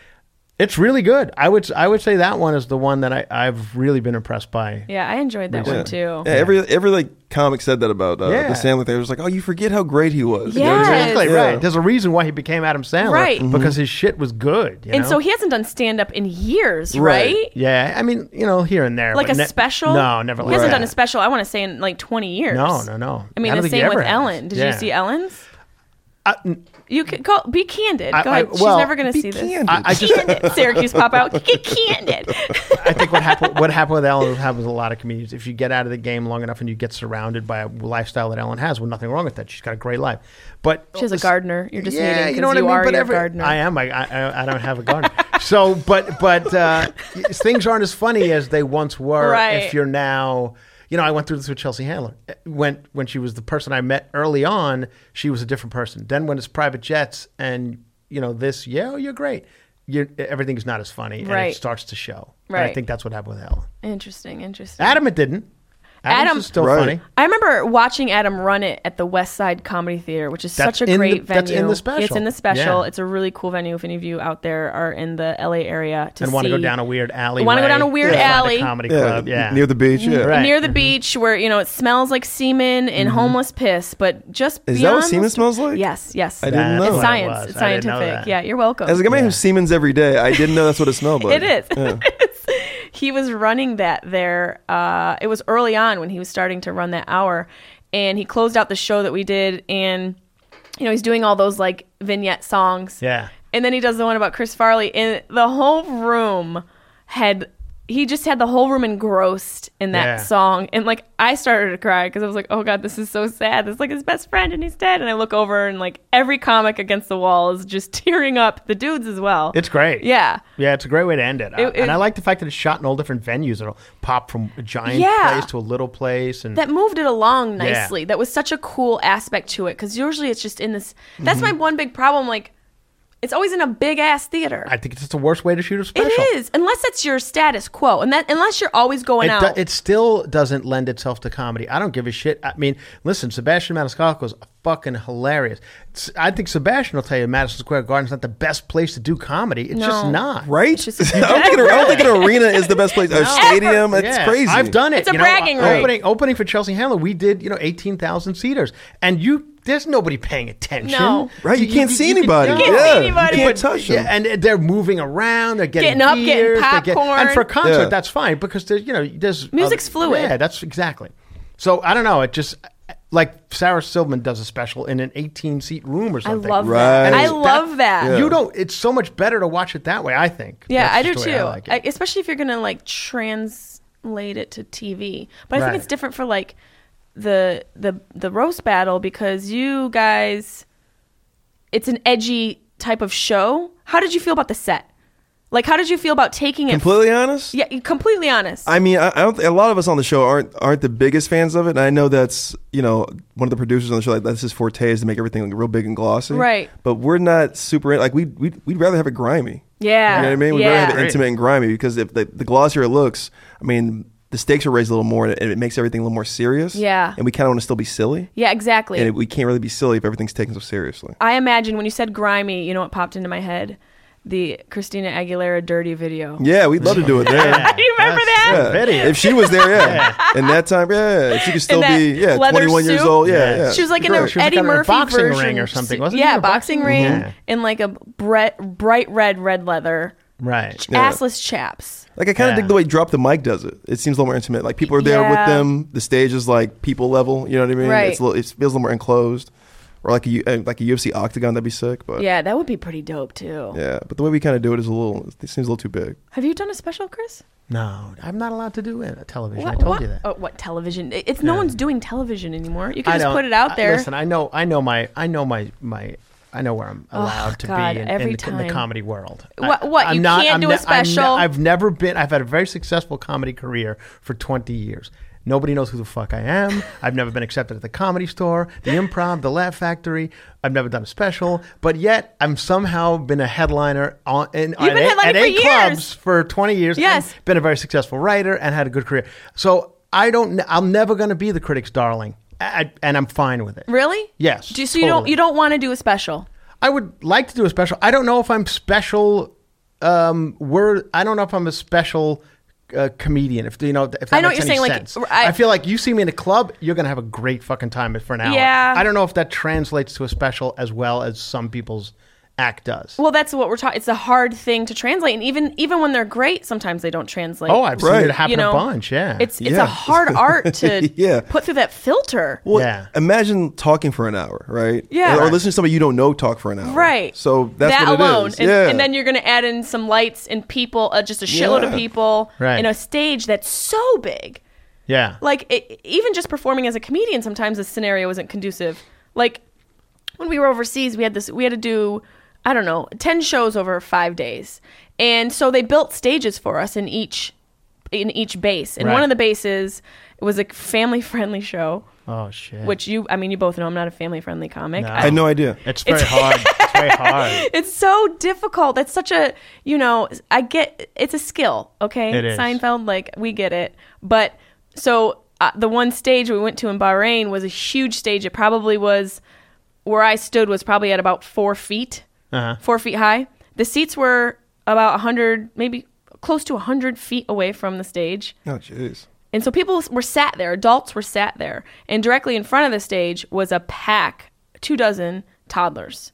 [SPEAKER 3] It's really good. I would I would say that one is the one that I, I've really been impressed by.
[SPEAKER 2] Yeah, I enjoyed that one too.
[SPEAKER 4] Yeah, every every like comic said that about uh,
[SPEAKER 3] Yeah.
[SPEAKER 4] the Sandler thing. It was like, oh, you forget how great he was. You know what I mean?
[SPEAKER 2] Yes.
[SPEAKER 3] Exactly
[SPEAKER 4] Yeah.
[SPEAKER 3] right. There's a reason why he became Adam Sandler,
[SPEAKER 2] Right. Mhm.
[SPEAKER 3] Because his shit was good. you
[SPEAKER 2] And
[SPEAKER 3] know?
[SPEAKER 2] so he hasn't done stand up in years,
[SPEAKER 4] Right.
[SPEAKER 2] right?
[SPEAKER 3] yeah, I mean, you know, here and there,
[SPEAKER 2] Like
[SPEAKER 3] but
[SPEAKER 2] a
[SPEAKER 3] ne-
[SPEAKER 2] special?
[SPEAKER 3] No, never.
[SPEAKER 2] He
[SPEAKER 3] like
[SPEAKER 2] hasn't
[SPEAKER 3] that.
[SPEAKER 2] done a special, I want to say, in like 20 years.
[SPEAKER 3] No, no, no.
[SPEAKER 2] I mean,
[SPEAKER 3] I don't
[SPEAKER 2] the
[SPEAKER 3] think he
[SPEAKER 2] same
[SPEAKER 3] ever
[SPEAKER 2] with
[SPEAKER 3] has.
[SPEAKER 2] Ellen. Did
[SPEAKER 3] Yeah.
[SPEAKER 2] you see Ellen's?
[SPEAKER 3] I- n-
[SPEAKER 2] You could go be candid.
[SPEAKER 3] I-
[SPEAKER 2] Go
[SPEAKER 3] I-
[SPEAKER 2] ahead. She's
[SPEAKER 3] well,
[SPEAKER 2] never going to
[SPEAKER 4] be
[SPEAKER 2] see this.
[SPEAKER 4] candid.
[SPEAKER 3] I, I just
[SPEAKER 2] Candid. Syracuse pop out. Get candid.
[SPEAKER 3] I think what happened what happened with Ellen what happens with a lot of comedians. If you get out of the game long enough and you get surrounded by a lifestyle that Ellen has, well, nothing wrong with that. She's got a great life, but
[SPEAKER 2] She has a gardener. You're just hating 'cause
[SPEAKER 3] I
[SPEAKER 2] you are your
[SPEAKER 3] every-
[SPEAKER 2] gardener.
[SPEAKER 3] I am. I, I I don't have a garden. so, but but uh, things aren't as funny as they once were.
[SPEAKER 2] Right.
[SPEAKER 3] If you're now, you know, I went through this with Chelsea Handler. Uh, When when she was the person I met early on, she was a different person. Then when it's private jets and you know this, yeah, oh, you're great. You're, everything's not as funny, and it
[SPEAKER 2] Right.
[SPEAKER 3] starts to show. And I
[SPEAKER 2] Right.
[SPEAKER 3] think that's what happened with Ellen.
[SPEAKER 2] interesting. Interesting.
[SPEAKER 3] Adam, it didn't. Adam's
[SPEAKER 2] Adam-
[SPEAKER 3] is still
[SPEAKER 4] Right.
[SPEAKER 3] funny.
[SPEAKER 2] I remember watching Adam run it at the West Side Comedy Theater, which is
[SPEAKER 3] That's
[SPEAKER 2] such
[SPEAKER 3] in
[SPEAKER 2] a
[SPEAKER 3] the-
[SPEAKER 2] great venue.
[SPEAKER 3] that's in the special.
[SPEAKER 2] It's in the special.
[SPEAKER 3] Yeah.
[SPEAKER 2] It's a really cool venue. If any of you out there are in the LA area to
[SPEAKER 3] And want to go
[SPEAKER 2] see.
[SPEAKER 3] down a weird alley.
[SPEAKER 2] wanna go down a weird alley.
[SPEAKER 3] Comedy
[SPEAKER 4] Yeah,
[SPEAKER 3] club. Yeah.
[SPEAKER 4] near the beach. Yeah.
[SPEAKER 3] Right.
[SPEAKER 2] near the beach where you know it smells like semen and homeless piss, but just
[SPEAKER 4] Mm-hmm. Is that
[SPEAKER 2] beyond
[SPEAKER 4] what semen
[SPEAKER 2] the-
[SPEAKER 4] smells like?
[SPEAKER 2] Yes, yes.
[SPEAKER 4] I
[SPEAKER 3] That's
[SPEAKER 4] didn't know.
[SPEAKER 3] what
[SPEAKER 2] It's
[SPEAKER 3] it
[SPEAKER 2] science.
[SPEAKER 3] was.
[SPEAKER 2] It's
[SPEAKER 3] I didn't know
[SPEAKER 2] scientific.
[SPEAKER 3] that.
[SPEAKER 2] Yeah, you're welcome.
[SPEAKER 4] As a man who Siemens every day, I didn't know that's what it smelled like.
[SPEAKER 2] it is. he was running that there. Uh, it was early on when he was starting to run that hour, and he closed out the show that we did, and you know he's doing all those like vignette songs.
[SPEAKER 3] Yeah.
[SPEAKER 2] And then he does the one about Chris Farley, and the whole room had he just had the whole room engrossed in that
[SPEAKER 3] Yeah.
[SPEAKER 2] song, and like I started to cry because I was like, oh god, this is so sad. This is like his best friend, and he's dead. And I look over, and like every comic against the wall is just tearing up. The dudes as well.
[SPEAKER 3] It's great.
[SPEAKER 2] yeah.
[SPEAKER 3] Yeah, it's a great way to end it. I-
[SPEAKER 2] It- it-
[SPEAKER 3] and I like the fact that it's shot in all different venues. It'll pop from a giant
[SPEAKER 2] Yeah.
[SPEAKER 3] place to a little place. And
[SPEAKER 2] that moved it along
[SPEAKER 3] Yeah.
[SPEAKER 2] nicely. That was such a cool aspect to it because usually it's just in this. That's
[SPEAKER 3] Mm-hmm.
[SPEAKER 2] my one big problem. Like, it's always in a big ass theater.
[SPEAKER 3] I think it's just the worst way to shoot a special.
[SPEAKER 2] it is, unless that's your status quo, and that unless you're always
[SPEAKER 3] It,
[SPEAKER 2] going
[SPEAKER 3] do-
[SPEAKER 2] out.
[SPEAKER 3] it still doesn't lend itself to comedy. I don't give a shit. I mean, listen, Sebastian Maniscalco is fucking hilarious. It's- I think Sebastian will tell you Madison Square Garden's not the best place to do comedy. It's just
[SPEAKER 2] No.
[SPEAKER 3] not.
[SPEAKER 4] Right? I, don't think an, I don't think an arena is the best place. A stadium, it's
[SPEAKER 3] Yeah,
[SPEAKER 4] crazy.
[SPEAKER 3] I've done it.
[SPEAKER 2] It's a
[SPEAKER 3] you know,
[SPEAKER 2] bragging
[SPEAKER 3] uh,
[SPEAKER 2] right.
[SPEAKER 3] Opening, opening for Chelsea Handler, we did you know eighteen thousand seaters, and you there's nobody paying attention.
[SPEAKER 2] No.
[SPEAKER 4] Right, you can't see anybody.
[SPEAKER 3] no.
[SPEAKER 2] You can't see
[SPEAKER 4] yeah.
[SPEAKER 2] anybody.
[SPEAKER 4] You
[SPEAKER 2] But-
[SPEAKER 4] can't touch 'em.
[SPEAKER 3] Yeah, and uh, they're moving around. They're getting,
[SPEAKER 2] Getting up, getting
[SPEAKER 3] beers, they're get- and
[SPEAKER 2] popcorn.
[SPEAKER 3] for a concert,
[SPEAKER 4] Yeah.
[SPEAKER 3] that's fine because there's you know there's
[SPEAKER 2] Music's fluid.
[SPEAKER 3] Yeah, that's exactly. So I don't know. It just like Sarah Silverman does a special in an 18 seat room or
[SPEAKER 2] I
[SPEAKER 3] something.
[SPEAKER 2] love
[SPEAKER 4] Right.
[SPEAKER 2] that. I
[SPEAKER 4] That-
[SPEAKER 2] love that. Yeah,
[SPEAKER 3] You don't. It's so much better to watch it that way. I think. That's
[SPEAKER 2] I do
[SPEAKER 3] just
[SPEAKER 2] too.
[SPEAKER 3] the way I like it.
[SPEAKER 2] I- especially if you're gonna like translate it to TV. But I
[SPEAKER 3] Right.
[SPEAKER 2] think it's different for like the the the roast battle because you guys, it's an edgy type of show. How did you feel about the set? Like, how did you feel about taking it?
[SPEAKER 4] Completely honest?
[SPEAKER 2] yeah, you're completely honest.
[SPEAKER 4] I mean, I, I don't. Th- a lot of us on the show aren't aren't the biggest fans of it. And I know that's you know one of the producers on the show like that's his forte is to make everything like, real big and glossy.
[SPEAKER 2] Right.
[SPEAKER 4] But we're not super in, like we we'd, we'd rather have it grimy.
[SPEAKER 2] Yeah.
[SPEAKER 4] You know what I mean? We'd rather
[SPEAKER 2] Yeah.
[SPEAKER 4] have it intimate and grimy because if the, the glossier it looks, I mean, the stakes are raised a little more and it, and it makes everything a little more serious.
[SPEAKER 2] Yeah.
[SPEAKER 4] And we kind of want to still be silly.
[SPEAKER 2] yeah, exactly.
[SPEAKER 4] And it, we can't really be silly if everything's taken so seriously.
[SPEAKER 2] I imagine when you said grimy, you know what popped into my head? The Christina Aguilera dirty video.
[SPEAKER 4] Yeah, we'd love to do it there.
[SPEAKER 3] Yeah.
[SPEAKER 2] Do you remember
[SPEAKER 3] That's-
[SPEAKER 2] that?
[SPEAKER 4] Yeah.
[SPEAKER 3] Video.
[SPEAKER 4] If she was there, yeah. In that time, yeah. If she could still
[SPEAKER 2] In that
[SPEAKER 4] be, yeah,
[SPEAKER 2] leather
[SPEAKER 4] 21 years
[SPEAKER 2] suit?
[SPEAKER 4] old, yeah.
[SPEAKER 3] Yeah.
[SPEAKER 4] yeah.
[SPEAKER 2] She was like in
[SPEAKER 3] Sure,
[SPEAKER 2] a
[SPEAKER 3] she was like
[SPEAKER 2] Eddie
[SPEAKER 3] in a
[SPEAKER 2] Murphy
[SPEAKER 3] boxing ring
[SPEAKER 2] version.
[SPEAKER 3] or something, wasn't she
[SPEAKER 2] yeah,
[SPEAKER 3] in a
[SPEAKER 2] boxing,
[SPEAKER 3] boxing
[SPEAKER 2] ring
[SPEAKER 3] ring?
[SPEAKER 4] Mm-hmm.
[SPEAKER 3] Yeah.
[SPEAKER 2] in like a bre- bright red red leather,
[SPEAKER 3] right.
[SPEAKER 2] assless chaps.
[SPEAKER 4] Like I kind of
[SPEAKER 3] Yeah.
[SPEAKER 4] dig the way drop the mic does it. It seems a little more intimate. Like people are there
[SPEAKER 2] Yeah.
[SPEAKER 4] with them. The stage is like people level. You know what I mean?
[SPEAKER 2] Right.
[SPEAKER 4] It's a little, it feels a little more enclosed, or like a U- uh, like a UFC octagon. That'd be sick. But
[SPEAKER 2] Yeah, that would be pretty dope too.
[SPEAKER 4] yeah. But the way we kind of do it is a little. It seems a little too big.
[SPEAKER 2] Have you done a special, Chris?
[SPEAKER 3] No, I'm not allowed to do it. Television. I told
[SPEAKER 2] what,
[SPEAKER 3] you that.
[SPEAKER 2] Oh, what television? It- It's no one's doing television anymore. You
[SPEAKER 3] I
[SPEAKER 2] can just
[SPEAKER 3] don't-
[SPEAKER 2] put it out
[SPEAKER 3] I-
[SPEAKER 2] there.
[SPEAKER 3] listen, I know, I know my, I know my, my, I know where I'm allowed to
[SPEAKER 2] God,
[SPEAKER 3] be in,
[SPEAKER 2] every
[SPEAKER 3] in, the, in the
[SPEAKER 2] time.
[SPEAKER 3] comedy world.
[SPEAKER 2] What-
[SPEAKER 3] I-
[SPEAKER 2] what,
[SPEAKER 3] I'm
[SPEAKER 2] you
[SPEAKER 3] not-
[SPEAKER 2] can't
[SPEAKER 3] I'm
[SPEAKER 2] do a
[SPEAKER 3] ne- I'm ne-
[SPEAKER 2] special?
[SPEAKER 3] I've never been. I've had a very successful comedy career for 20 years. Nobody knows who the fuck I am. I've never been accepted at the comedy store, the improv, the Laugh Factory. I've never done a special, but yet I'm somehow been a headliner on in, at,
[SPEAKER 2] been
[SPEAKER 3] eight, at
[SPEAKER 2] headlining for
[SPEAKER 3] eight
[SPEAKER 2] years.
[SPEAKER 3] clubs for 20 years. and
[SPEAKER 2] Yes.
[SPEAKER 3] been a very successful writer and had a good career. So I don't. kn- I'm never going to be the critic's darling, I, and I'm fine with it.
[SPEAKER 2] really?
[SPEAKER 3] Yes,
[SPEAKER 2] Do you, so you don't
[SPEAKER 3] totally.
[SPEAKER 2] you don't want to do a special?
[SPEAKER 3] I would like to do a special. I don't know if I'm special um, word. I don't know if I'm a special uh, comedian. If you know, if that
[SPEAKER 2] I know
[SPEAKER 3] makes
[SPEAKER 2] what you're
[SPEAKER 3] any
[SPEAKER 2] saying, like,
[SPEAKER 3] sense.
[SPEAKER 2] I-
[SPEAKER 3] I, feel like you see me in a club, you're gonna have a great fucking time for an hour.
[SPEAKER 2] Yeah.
[SPEAKER 3] I don't know if that translates to a special as well as some people's act does.
[SPEAKER 2] Well, that's what we're talking. It's a hard thing to translate, and even even when they're great, sometimes they don't translate.
[SPEAKER 3] oh, I've
[SPEAKER 4] Right.
[SPEAKER 3] seen it happen
[SPEAKER 2] You know,
[SPEAKER 3] a bunch. Yeah.
[SPEAKER 2] It's it's
[SPEAKER 4] Yeah.
[SPEAKER 2] a hard art to
[SPEAKER 4] Yeah.
[SPEAKER 2] put through that filter.
[SPEAKER 4] Well,
[SPEAKER 3] Yeah.
[SPEAKER 4] imagine talking for an hour, right?
[SPEAKER 2] Yeah.
[SPEAKER 4] Or, listening to somebody you don't know talk for an hour.
[SPEAKER 2] Right.
[SPEAKER 4] So that's
[SPEAKER 2] that
[SPEAKER 4] what it
[SPEAKER 2] alone,
[SPEAKER 4] is.
[SPEAKER 2] And,
[SPEAKER 4] yeah.
[SPEAKER 2] and then you're going to add in some lights and people, uh, just a shitload of
[SPEAKER 4] Yeah.
[SPEAKER 2] people,
[SPEAKER 3] Right.
[SPEAKER 2] in a stage that's so big.
[SPEAKER 3] yeah.
[SPEAKER 2] Like it, even just performing as a comedian, sometimes the scenario isn't conducive. Like when we were overseas, we had this, we had to do, I don't know, ten shows over five days, and so they built stages for us in each in each base, and one
[SPEAKER 3] Right.
[SPEAKER 2] of the bases was a family friendly show.
[SPEAKER 3] oh shit.
[SPEAKER 2] Which you, I mean, you both know I'm not a family friendly comic.
[SPEAKER 3] No.
[SPEAKER 4] I had no idea.
[SPEAKER 3] it's very hard. It's very hard.
[SPEAKER 2] It's so difficult. That's such a you know. I get it's a skill. Okay,
[SPEAKER 3] It is.
[SPEAKER 2] Seinfeld. Like we get it. But so uh, the one stage we went to in Bahrain was a huge stage. It probably was where I stood was probably at about four feet,
[SPEAKER 3] Uh-huh.
[SPEAKER 2] four feet high. The seats were about a hundred, maybe close to a hundred feet away from the stage.
[SPEAKER 4] Oh, jeez.
[SPEAKER 2] And so people were sat there, adults were sat there, and directly in front of the stage was a pack, two dozen toddlers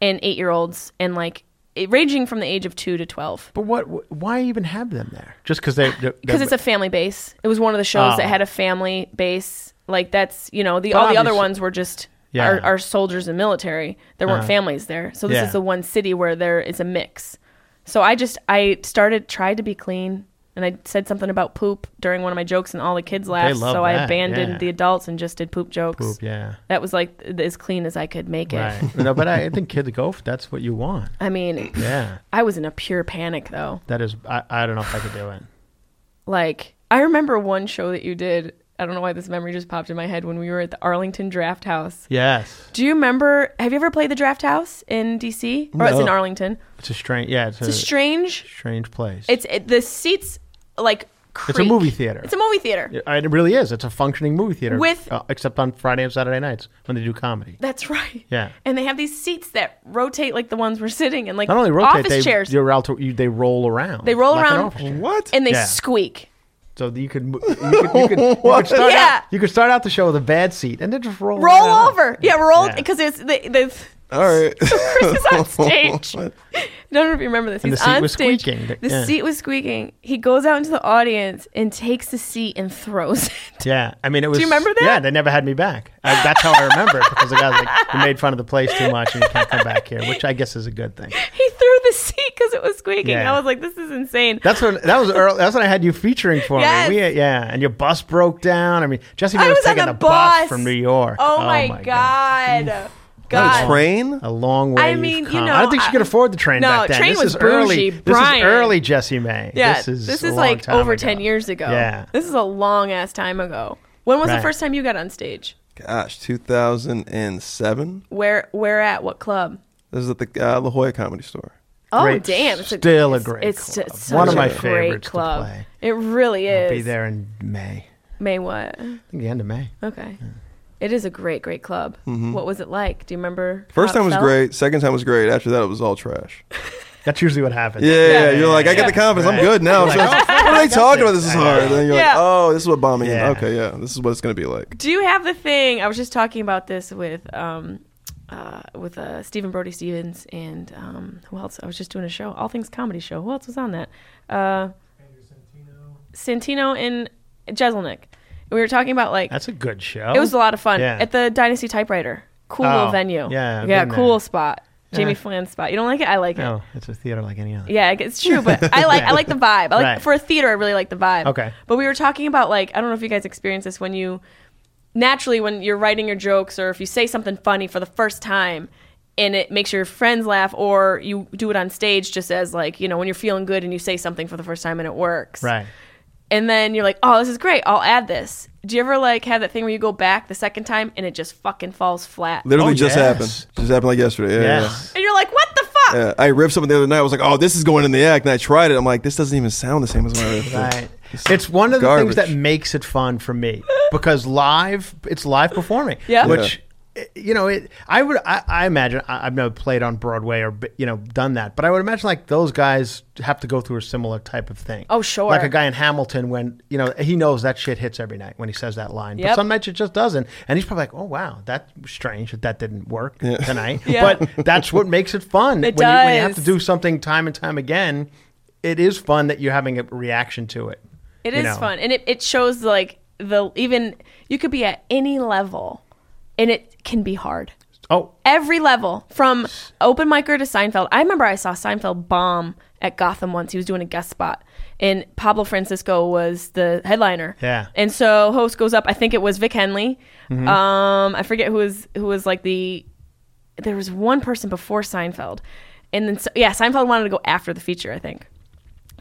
[SPEAKER 2] and eight year olds, and like it, ranging from the age of two to 12.
[SPEAKER 3] But what? Why even have them there? Just because they?
[SPEAKER 2] Because it's a family base. It was one of the shows
[SPEAKER 3] Oh.
[SPEAKER 2] that had a family base. Like that's, you know, the
[SPEAKER 3] But
[SPEAKER 2] all the other
[SPEAKER 3] obviously-
[SPEAKER 2] ones were just
[SPEAKER 3] Yeah. Uh-huh.
[SPEAKER 2] our, our soldiers and military. There weren't families there. So this
[SPEAKER 3] Yeah.
[SPEAKER 2] is the one city where there is a mix. So I just, I started, tried to be clean. And I said something about poop during one of my jokes, and all the kids laughed.
[SPEAKER 3] love
[SPEAKER 2] So I
[SPEAKER 3] that,
[SPEAKER 2] abandoned
[SPEAKER 3] yeah.
[SPEAKER 2] the adults and just did poop jokes.
[SPEAKER 3] Poop, yeah.
[SPEAKER 2] That was like th- as clean as I could make it.
[SPEAKER 3] Right. no, but I, I think kids go. If that's what you want.
[SPEAKER 2] I mean,
[SPEAKER 3] Yeah.
[SPEAKER 2] I was in a pure panic though.
[SPEAKER 3] That is. I, I don't know if I could do it.
[SPEAKER 2] like I remember one show that you did. I don't know why this memory just popped in my head when we were at the Arlington Draft House.
[SPEAKER 3] Yes.
[SPEAKER 2] Do you remember? Have you ever played the Draft House in DC? Or it's in
[SPEAKER 4] No.
[SPEAKER 2] Arlington.
[SPEAKER 3] It's a strange. Yeah. It's,
[SPEAKER 2] It's a strange.
[SPEAKER 3] strange place.
[SPEAKER 2] It's it, the seats like.
[SPEAKER 3] It's a
[SPEAKER 2] creak.
[SPEAKER 3] movie theater.
[SPEAKER 2] It's a movie theater.
[SPEAKER 3] It- It really is. It's a functioning movie theater.
[SPEAKER 2] With-
[SPEAKER 3] uh, except on Friday and Saturday nights when they do comedy.
[SPEAKER 2] That's right.
[SPEAKER 3] Yeah.
[SPEAKER 2] And they have these seats that rotate like the ones we're sitting in, like
[SPEAKER 3] Not only rotate,
[SPEAKER 2] office
[SPEAKER 3] they
[SPEAKER 2] chairs.
[SPEAKER 3] You're out to, you, they roll around.
[SPEAKER 2] They roll
[SPEAKER 3] like an
[SPEAKER 2] around.
[SPEAKER 3] office chair.
[SPEAKER 4] What?
[SPEAKER 2] And they
[SPEAKER 3] Yeah.
[SPEAKER 2] squeak.
[SPEAKER 3] So you could mo- you could, you could, you could start
[SPEAKER 2] Yeah.
[SPEAKER 3] out you could start out the show with a bad seat and then just roll
[SPEAKER 2] Roll
[SPEAKER 3] around.
[SPEAKER 2] over. Yeah, roll
[SPEAKER 3] Yeah.
[SPEAKER 2] because it's the, the
[SPEAKER 4] All right.
[SPEAKER 2] Chris is on stage. I don't know if you remember this.
[SPEAKER 3] And
[SPEAKER 2] He's
[SPEAKER 3] the seat
[SPEAKER 2] on
[SPEAKER 3] was
[SPEAKER 2] stage.
[SPEAKER 3] squeaking.
[SPEAKER 2] The
[SPEAKER 3] Yeah.
[SPEAKER 2] seat was squeaking. He goes out into the audience and takes the seat and throws it.
[SPEAKER 3] Yeah, I mean it was.
[SPEAKER 2] you remember that?
[SPEAKER 3] Yeah, they never had me back. I, that's how I remember it because the guys like you made fun of the place too much and you can't come back here, which I guess is a good thing.
[SPEAKER 2] He threw the seat because it was squeaking.
[SPEAKER 3] Yeah.
[SPEAKER 2] I was like, this is insane.
[SPEAKER 3] That's when that was early, that's when I had you featuring for
[SPEAKER 2] Yes.
[SPEAKER 3] me. We, yeah, and your bus broke down. I mean, Jesse
[SPEAKER 2] I
[SPEAKER 3] was,
[SPEAKER 2] was on
[SPEAKER 3] taking
[SPEAKER 2] the
[SPEAKER 3] the, bus.
[SPEAKER 2] bus.
[SPEAKER 3] from New York.
[SPEAKER 2] oh, my, god. God.
[SPEAKER 4] A train?
[SPEAKER 3] A long way.
[SPEAKER 2] I
[SPEAKER 3] you've
[SPEAKER 2] mean, you
[SPEAKER 3] come.
[SPEAKER 2] know,
[SPEAKER 3] I don't think she could
[SPEAKER 2] I-
[SPEAKER 3] afford the train
[SPEAKER 2] No,
[SPEAKER 3] back then.
[SPEAKER 2] train
[SPEAKER 3] this
[SPEAKER 2] was
[SPEAKER 3] is early.
[SPEAKER 2] bougie,
[SPEAKER 3] This is
[SPEAKER 2] Brian.
[SPEAKER 3] early Jesse May.
[SPEAKER 2] Yeah,
[SPEAKER 3] this is a long
[SPEAKER 2] like
[SPEAKER 3] time
[SPEAKER 2] over
[SPEAKER 3] ago.
[SPEAKER 2] 10 years ago.
[SPEAKER 3] Yeah,
[SPEAKER 2] This is a long ass time ago. When was the
[SPEAKER 3] Right.
[SPEAKER 2] first time you got on stage?
[SPEAKER 4] Gosh, 2007?
[SPEAKER 2] Where where at? What club?
[SPEAKER 4] This is at the uh, La Jolla Comedy Store.
[SPEAKER 2] Oh
[SPEAKER 3] Great-
[SPEAKER 2] damn! It's
[SPEAKER 3] still a
[SPEAKER 2] it's-
[SPEAKER 3] great
[SPEAKER 2] It's,
[SPEAKER 3] club.
[SPEAKER 2] it's
[SPEAKER 3] One
[SPEAKER 2] such
[SPEAKER 3] of my
[SPEAKER 2] a great
[SPEAKER 3] favorites to
[SPEAKER 2] club.
[SPEAKER 3] play.
[SPEAKER 2] It really is.
[SPEAKER 3] I'll be there in May.
[SPEAKER 2] May what?
[SPEAKER 3] I think the end of May.
[SPEAKER 2] Okay. It is a great, great club. What was it like? Do you remember?
[SPEAKER 4] Mm-hmm. First
[SPEAKER 2] how it
[SPEAKER 4] time was
[SPEAKER 2] felt?
[SPEAKER 4] great. Second time was great. After that, it was all trash.
[SPEAKER 3] That's usually what happens.
[SPEAKER 4] Yeah, you're like, I got the confidence. I'm good now.
[SPEAKER 3] "Oh,
[SPEAKER 4] So, what are they talking about? This is hard. And then you're
[SPEAKER 2] Yeah.
[SPEAKER 4] like, oh, this is what bombing
[SPEAKER 3] Yeah.
[SPEAKER 4] is. Okay, yeah, this is what it's going to be like.
[SPEAKER 2] Do you have the thing? I was just talking about this with um, uh, with uh, Stephen Brody Stevens and um, who else? I was just doing a show, All Things Comedy Show. Who else was on that? Uh, Santino and Jezelnik. And we were talking about like
[SPEAKER 3] That's a good show.
[SPEAKER 2] it was a lot of fun
[SPEAKER 3] Yeah.
[SPEAKER 2] at the Dynasty Typewriter. Cool
[SPEAKER 3] Oh,
[SPEAKER 2] little venue.
[SPEAKER 3] yeah, I've
[SPEAKER 2] yeah,
[SPEAKER 3] been
[SPEAKER 2] cool
[SPEAKER 3] there.
[SPEAKER 2] spot. Jamie Flynn's spot. You don't like it? I like it.
[SPEAKER 3] No, it's a theater like any other.
[SPEAKER 2] Yeah, I guess- it's true, but I like I like the vibe. I like
[SPEAKER 3] Right.
[SPEAKER 2] for a theater, I really like the vibe.
[SPEAKER 3] Okay.
[SPEAKER 2] But we were talking about like I don't know if you guys experience this when you naturally when you're writing your jokes or if you say something funny for the first time and it makes your friends laugh or you do it on stage just as like you know when you're feeling good and you say something for the first time and it works
[SPEAKER 3] Right.
[SPEAKER 2] and then you're like oh this is great i'll add this do you ever like have that thing where you go back the second time and it just fucking falls flat and
[SPEAKER 4] Literally
[SPEAKER 3] Oh,
[SPEAKER 4] just
[SPEAKER 3] yes.
[SPEAKER 4] happened. Just happened like yesterday. Yeah, yeah.
[SPEAKER 3] Yes.
[SPEAKER 2] you're like what the fuck
[SPEAKER 4] Yeah, I ripped something the other night. I was like, "Oh, this is going in the act," and I tried it. I'm like, "This doesn't even sound the same as when I ripped it."
[SPEAKER 3] Right. It's one of the things
[SPEAKER 4] garbage.
[SPEAKER 3] that makes it fun for me because live, it's live performing,
[SPEAKER 2] Yeah.
[SPEAKER 3] which you know, it. I would. I, I imagine. I, I've never played on Broadway or you know done that, but I would imagine like those guys have to go through a similar type of thing.
[SPEAKER 2] Oh, sure.
[SPEAKER 3] Like a guy in Hamilton when you know he knows that shit hits every night when he says that line, but
[SPEAKER 2] Yep.
[SPEAKER 3] some nights it just doesn't, and he's probably like, oh wow, that's strange that that didn't work tonight.
[SPEAKER 2] Yeah.
[SPEAKER 3] But that's what makes it fun.
[SPEAKER 2] It
[SPEAKER 3] when, You, when you have to
[SPEAKER 2] does.
[SPEAKER 3] do something time and time again, it is fun that you're having a reaction to it.
[SPEAKER 2] It
[SPEAKER 3] you
[SPEAKER 2] is
[SPEAKER 3] know?
[SPEAKER 2] fun, and it, it shows like the even you could be at any level, and it can be hard.
[SPEAKER 3] Oh,
[SPEAKER 2] Every level, from open micer to Seinfeld. I remember I saw Seinfeld bomb at Gotham once. He was doing a guest spot, and Pablo Francisco was the headliner.
[SPEAKER 3] Yeah. Mm-hmm.
[SPEAKER 2] And so host goes up. I think it was Vic Henley. Um, I forget who was who was like the there was one person before Seinfeld, and then so, yeah, Seinfeld wanted to go after the feature. I think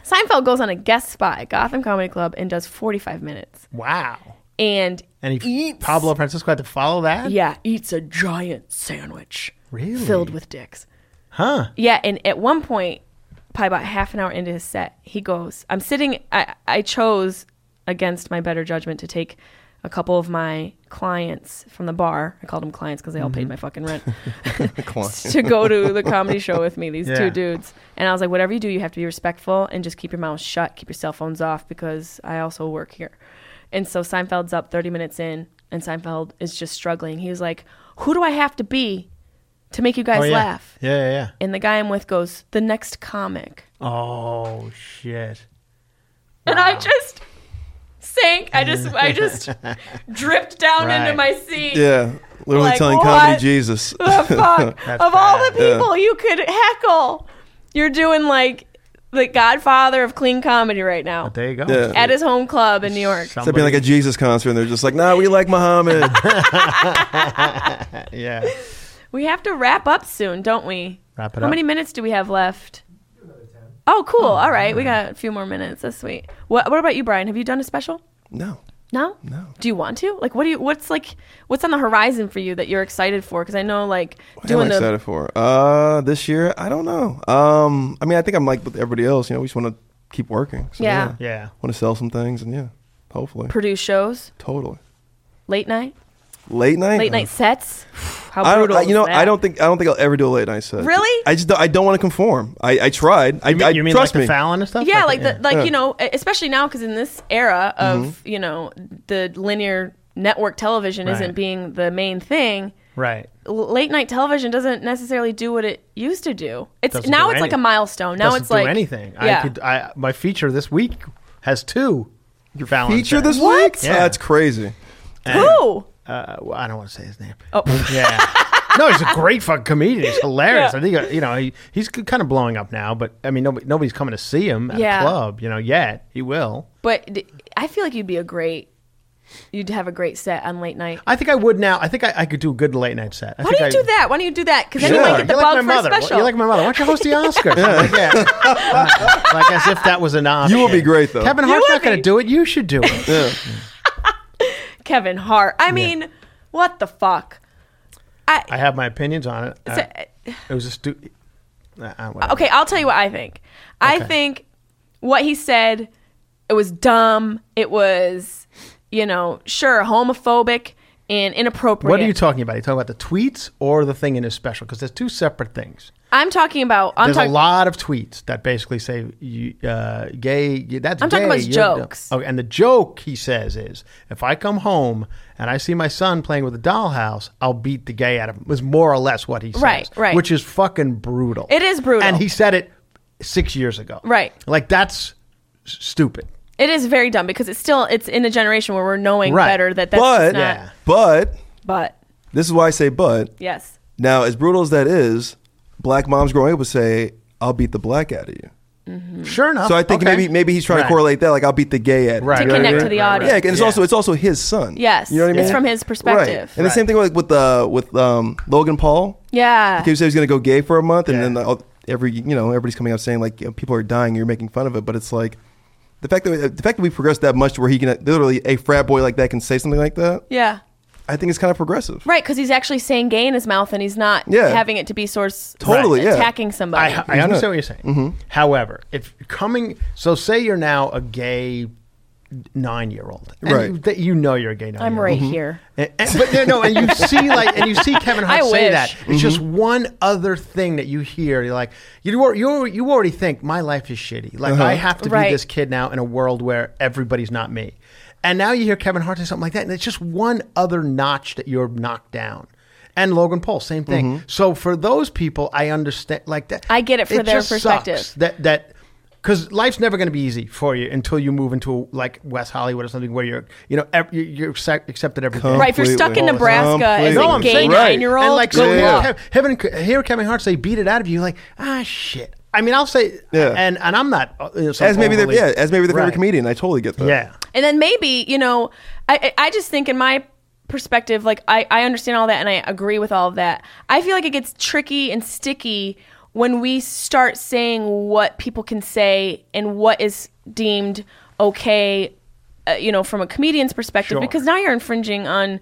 [SPEAKER 2] Seinfeld goes on a guest spot at Gotham Comedy Club and does 45 minutes,
[SPEAKER 3] wow.
[SPEAKER 2] and
[SPEAKER 3] And he,
[SPEAKER 2] eats
[SPEAKER 3] Pablo Francisco had to follow that?
[SPEAKER 2] yeah, eats a giant sandwich
[SPEAKER 3] Really?
[SPEAKER 2] filled with dicks.
[SPEAKER 3] Huh.
[SPEAKER 2] Yeah, and at one point, probably about half an hour into his set, he goes, "I'm sitting. I I chose against my better judgment to take." A couple of my clients from the bar, I called them clients because they all
[SPEAKER 3] Mm-hmm.
[SPEAKER 2] paid my fucking rent, to go to the comedy show with me, these
[SPEAKER 3] Yeah.
[SPEAKER 2] two dudes. And I was like, whatever you do, you have to be respectful and just keep your mouth shut, keep your cell phones off because I also work here. And so Seinfeld's up 30 minutes in, and Seinfeld is just struggling. He was like, who do I have to be to make you guys
[SPEAKER 3] Oh, yeah.
[SPEAKER 2] laugh?
[SPEAKER 3] Yeah, yeah, yeah.
[SPEAKER 2] And the guy I'm with goes, the next comic.
[SPEAKER 3] Oh, shit.
[SPEAKER 2] And I just sank. I just, I just dripped down
[SPEAKER 3] Right.
[SPEAKER 2] into my seat.
[SPEAKER 4] Yeah, literally
[SPEAKER 2] Like,
[SPEAKER 4] telling
[SPEAKER 2] what?
[SPEAKER 4] comedy Jesus.
[SPEAKER 2] the fuck
[SPEAKER 3] That's
[SPEAKER 2] of all the
[SPEAKER 3] bad.
[SPEAKER 2] people you could heckle you're doing like the godfather of clean comedy right now
[SPEAKER 3] There you go.
[SPEAKER 4] Yeah.
[SPEAKER 2] at his home club in new york
[SPEAKER 4] It's like being like a Jesus concert, and they're just like, "Nah, we like Muhammad."
[SPEAKER 3] yeah.
[SPEAKER 2] we have to wrap up soon don't we
[SPEAKER 3] Wrap it
[SPEAKER 2] how
[SPEAKER 3] up.
[SPEAKER 2] many minutes do we have left oh cool all right we got a few more minutes that's sweet what, what about you brian have you done a special
[SPEAKER 4] no,
[SPEAKER 2] no
[SPEAKER 4] No.
[SPEAKER 2] do you want to like what do you what's like what's on the horizon for you that you're excited for because i know like
[SPEAKER 4] what am I
[SPEAKER 2] doing the
[SPEAKER 4] excited for? Uh, this year, I don't know. Um, I mean, I think I'm like with everybody else. You know, we just want to keep working. So,
[SPEAKER 2] Yeah.
[SPEAKER 3] Yeah.
[SPEAKER 4] Want to sell some things, and yeah, hopefully,
[SPEAKER 2] produce shows
[SPEAKER 4] totally.
[SPEAKER 2] late night
[SPEAKER 4] Late night.
[SPEAKER 2] late night sets how
[SPEAKER 4] I don't.
[SPEAKER 2] brutal
[SPEAKER 4] I, you
[SPEAKER 2] is
[SPEAKER 4] know,
[SPEAKER 2] that?
[SPEAKER 4] I don't think. I don't think I'll ever do a late night set.
[SPEAKER 2] Really?
[SPEAKER 4] I just. Don't, I don't want to conform. I, I tried. I,
[SPEAKER 3] You mean,
[SPEAKER 4] I
[SPEAKER 3] you mean
[SPEAKER 4] trust
[SPEAKER 3] like
[SPEAKER 4] me.
[SPEAKER 3] the Fallon and stuff?
[SPEAKER 2] yeah like the, like
[SPEAKER 4] Yeah. Mm-hmm.
[SPEAKER 2] you know e, especially now because in this era of you know the linear network television
[SPEAKER 3] Right.
[SPEAKER 2] isn't being the main thing
[SPEAKER 3] Right.
[SPEAKER 2] l- late night television doesn't necessarily do what it used to do it's
[SPEAKER 3] Doesn't
[SPEAKER 2] now
[SPEAKER 3] do
[SPEAKER 2] it's like a
[SPEAKER 3] any-
[SPEAKER 2] milestone now
[SPEAKER 3] Doesn't
[SPEAKER 2] it's like
[SPEAKER 3] do anything.
[SPEAKER 2] yeah.
[SPEAKER 3] I could. I my feature this week has two. Your Fallon
[SPEAKER 4] Feature
[SPEAKER 3] sets.
[SPEAKER 4] this
[SPEAKER 2] What?
[SPEAKER 4] week?
[SPEAKER 3] Yeah.
[SPEAKER 4] That's crazy.
[SPEAKER 2] who
[SPEAKER 3] Uh, well, I don't want to say his name. Oh. Yeah. No, he's a great fucking comedian. He's hilarious. I think uh, you know he, he's kind of blowing up now, but I mean nobody, nobody's coming to see him at
[SPEAKER 2] Yeah.
[SPEAKER 3] a club, you know. Yet he will.
[SPEAKER 2] but d- i feel like you'd be a great you'd have a great set on late night
[SPEAKER 3] I think I would now. I think I, I could do a good late night set. I
[SPEAKER 2] why
[SPEAKER 3] think
[SPEAKER 2] do you
[SPEAKER 3] I,
[SPEAKER 2] do that? Why don't you do that? Because then
[SPEAKER 4] Sure.
[SPEAKER 2] you might get the
[SPEAKER 3] You're
[SPEAKER 2] bug
[SPEAKER 3] like my
[SPEAKER 2] for a
[SPEAKER 3] mother.
[SPEAKER 2] special.
[SPEAKER 3] You're like my mother. Why don't you host the Oscars? Like, yeah. like as if that was an option.
[SPEAKER 4] You will be great, though.
[SPEAKER 3] Kevin Hart's
[SPEAKER 2] would
[SPEAKER 3] not going
[SPEAKER 2] be.
[SPEAKER 3] to do it. You should do it.
[SPEAKER 4] Yeah.
[SPEAKER 2] Kevin Hart. I mean, what the fuck?
[SPEAKER 3] I have my opinions on it.
[SPEAKER 2] So-
[SPEAKER 3] I- it was a stu- uh, uh, whatever.
[SPEAKER 2] okay, I'll tell you what I think. I
[SPEAKER 3] Okay.
[SPEAKER 2] think what he said it was dumb. It was, you know, sure homophobic and inappropriate.
[SPEAKER 3] What are you talking about? Are you talking about the tweets or the thing in his special? Because there's two separate things.
[SPEAKER 2] I'm talking about. I'm
[SPEAKER 3] there's
[SPEAKER 2] talking.
[SPEAKER 3] a lot of tweets that basically say you uh, gay. you- That's
[SPEAKER 2] I'm talking
[SPEAKER 3] gay,
[SPEAKER 2] about his
[SPEAKER 3] you're-
[SPEAKER 2] jokes.
[SPEAKER 3] Okay, and the joke he says is, if I come home and I see my son playing with a dollhouse, I'll beat the gay out of him. Was more or less what he says,
[SPEAKER 2] Right, right.
[SPEAKER 3] Which is fucking brutal.
[SPEAKER 2] It is brutal.
[SPEAKER 3] and he said it six years ago,
[SPEAKER 2] Right.
[SPEAKER 3] Like that's s- stupid.
[SPEAKER 2] It is very dumb because it's still it's in a generation where we're knowing
[SPEAKER 3] Right.
[SPEAKER 2] better that that's just
[SPEAKER 4] but
[SPEAKER 2] not.
[SPEAKER 3] Yeah.
[SPEAKER 4] but
[SPEAKER 2] But
[SPEAKER 4] this is why I say but.
[SPEAKER 2] yes,
[SPEAKER 4] Now, as brutal as that is, black moms growing up would say, "I'll beat the black out of you."
[SPEAKER 2] Mm.
[SPEAKER 3] Sure
[SPEAKER 2] Oh,
[SPEAKER 3] enough.
[SPEAKER 4] So I think
[SPEAKER 3] okay.
[SPEAKER 4] maybe maybe he's trying
[SPEAKER 3] Right.
[SPEAKER 4] to correlate that, like I'll beat the gay at
[SPEAKER 3] Right,
[SPEAKER 2] To
[SPEAKER 4] you know what I
[SPEAKER 2] connect
[SPEAKER 4] mean?
[SPEAKER 2] to the audience.
[SPEAKER 4] Yeah, and it's
[SPEAKER 3] Yeah.
[SPEAKER 4] also it's also his son.
[SPEAKER 2] Yes.
[SPEAKER 4] you know what I mean.
[SPEAKER 2] It's from his perspective.
[SPEAKER 4] Right. And the same thing with with uh, with um, Logan Paul.
[SPEAKER 2] yeah.
[SPEAKER 4] He said he's going to go gay for a month, and
[SPEAKER 3] Yeah.
[SPEAKER 4] then all, every you know everybody's coming out saying like you know, people are dying, you're making fun of it, but it's like the fact that the fact that we progressed that much to where he can literally a frat boy like that can say something like that.
[SPEAKER 2] yeah.
[SPEAKER 4] I think it's kind of progressive.
[SPEAKER 2] Right, because he's actually saying gay in his mouth, and he's not
[SPEAKER 4] Yeah.
[SPEAKER 2] having it to be source
[SPEAKER 4] Totally, yeah.
[SPEAKER 2] attacking somebody.
[SPEAKER 3] I, I understand what you're saying. However, if coming, so say you're now a gay nine year old.
[SPEAKER 4] Right.
[SPEAKER 3] That you know you're a gay nine.
[SPEAKER 2] I'm right
[SPEAKER 4] Mm-hmm.
[SPEAKER 2] here.
[SPEAKER 3] And, and- but no, no, and you see like, and you see Kevin Hart
[SPEAKER 2] I
[SPEAKER 3] say
[SPEAKER 2] wish.
[SPEAKER 3] that. It's just one other thing that you hear. You're like, you al- you al- you already think my life is shitty. Like I have to
[SPEAKER 2] Right.
[SPEAKER 3] be this kid now in a world where everybody's not me. And now you hear Kevin Hart say something like that, and it's just one other notch that you're knocked down. And Logan Paul, same thing. So for those people, I understand like that.
[SPEAKER 2] I get it for their
[SPEAKER 3] just
[SPEAKER 2] perspective.
[SPEAKER 3] sucks that that because life's never going to be easy for you until you move into like West Hollywood or something where you're you know ev- you- you're accept- accepted everything.
[SPEAKER 4] Right,
[SPEAKER 2] Right, if you're stuck in
[SPEAKER 4] Completely.
[SPEAKER 2] Nebraska as
[SPEAKER 4] Completely.
[SPEAKER 2] a
[SPEAKER 4] No, I'm
[SPEAKER 2] gay
[SPEAKER 4] saying- Right.
[SPEAKER 2] nine year old,
[SPEAKER 3] And like,
[SPEAKER 2] good
[SPEAKER 3] so
[SPEAKER 4] Yeah.
[SPEAKER 2] luck.
[SPEAKER 3] Kev- Heaven, hear Kevin Hart say, "Beat it out of you." Like, ah, shit. I mean, I'll say,
[SPEAKER 4] Yeah.
[SPEAKER 3] and and I'm not uh, you know, some
[SPEAKER 4] as maybe they're
[SPEAKER 3] overly-
[SPEAKER 4] yeah, as maybe their favorite
[SPEAKER 3] Right.
[SPEAKER 4] comedian. I totally get that.
[SPEAKER 3] Yeah,
[SPEAKER 2] And then maybe, you know, I, I I just think in my perspective, like I, I understand all that and I agree with all of that. I feel like it gets tricky and sticky when we start saying what people can say and what is deemed okay, uh, you know, from a comedian's perspective,
[SPEAKER 3] Sure.
[SPEAKER 2] because now you're infringing on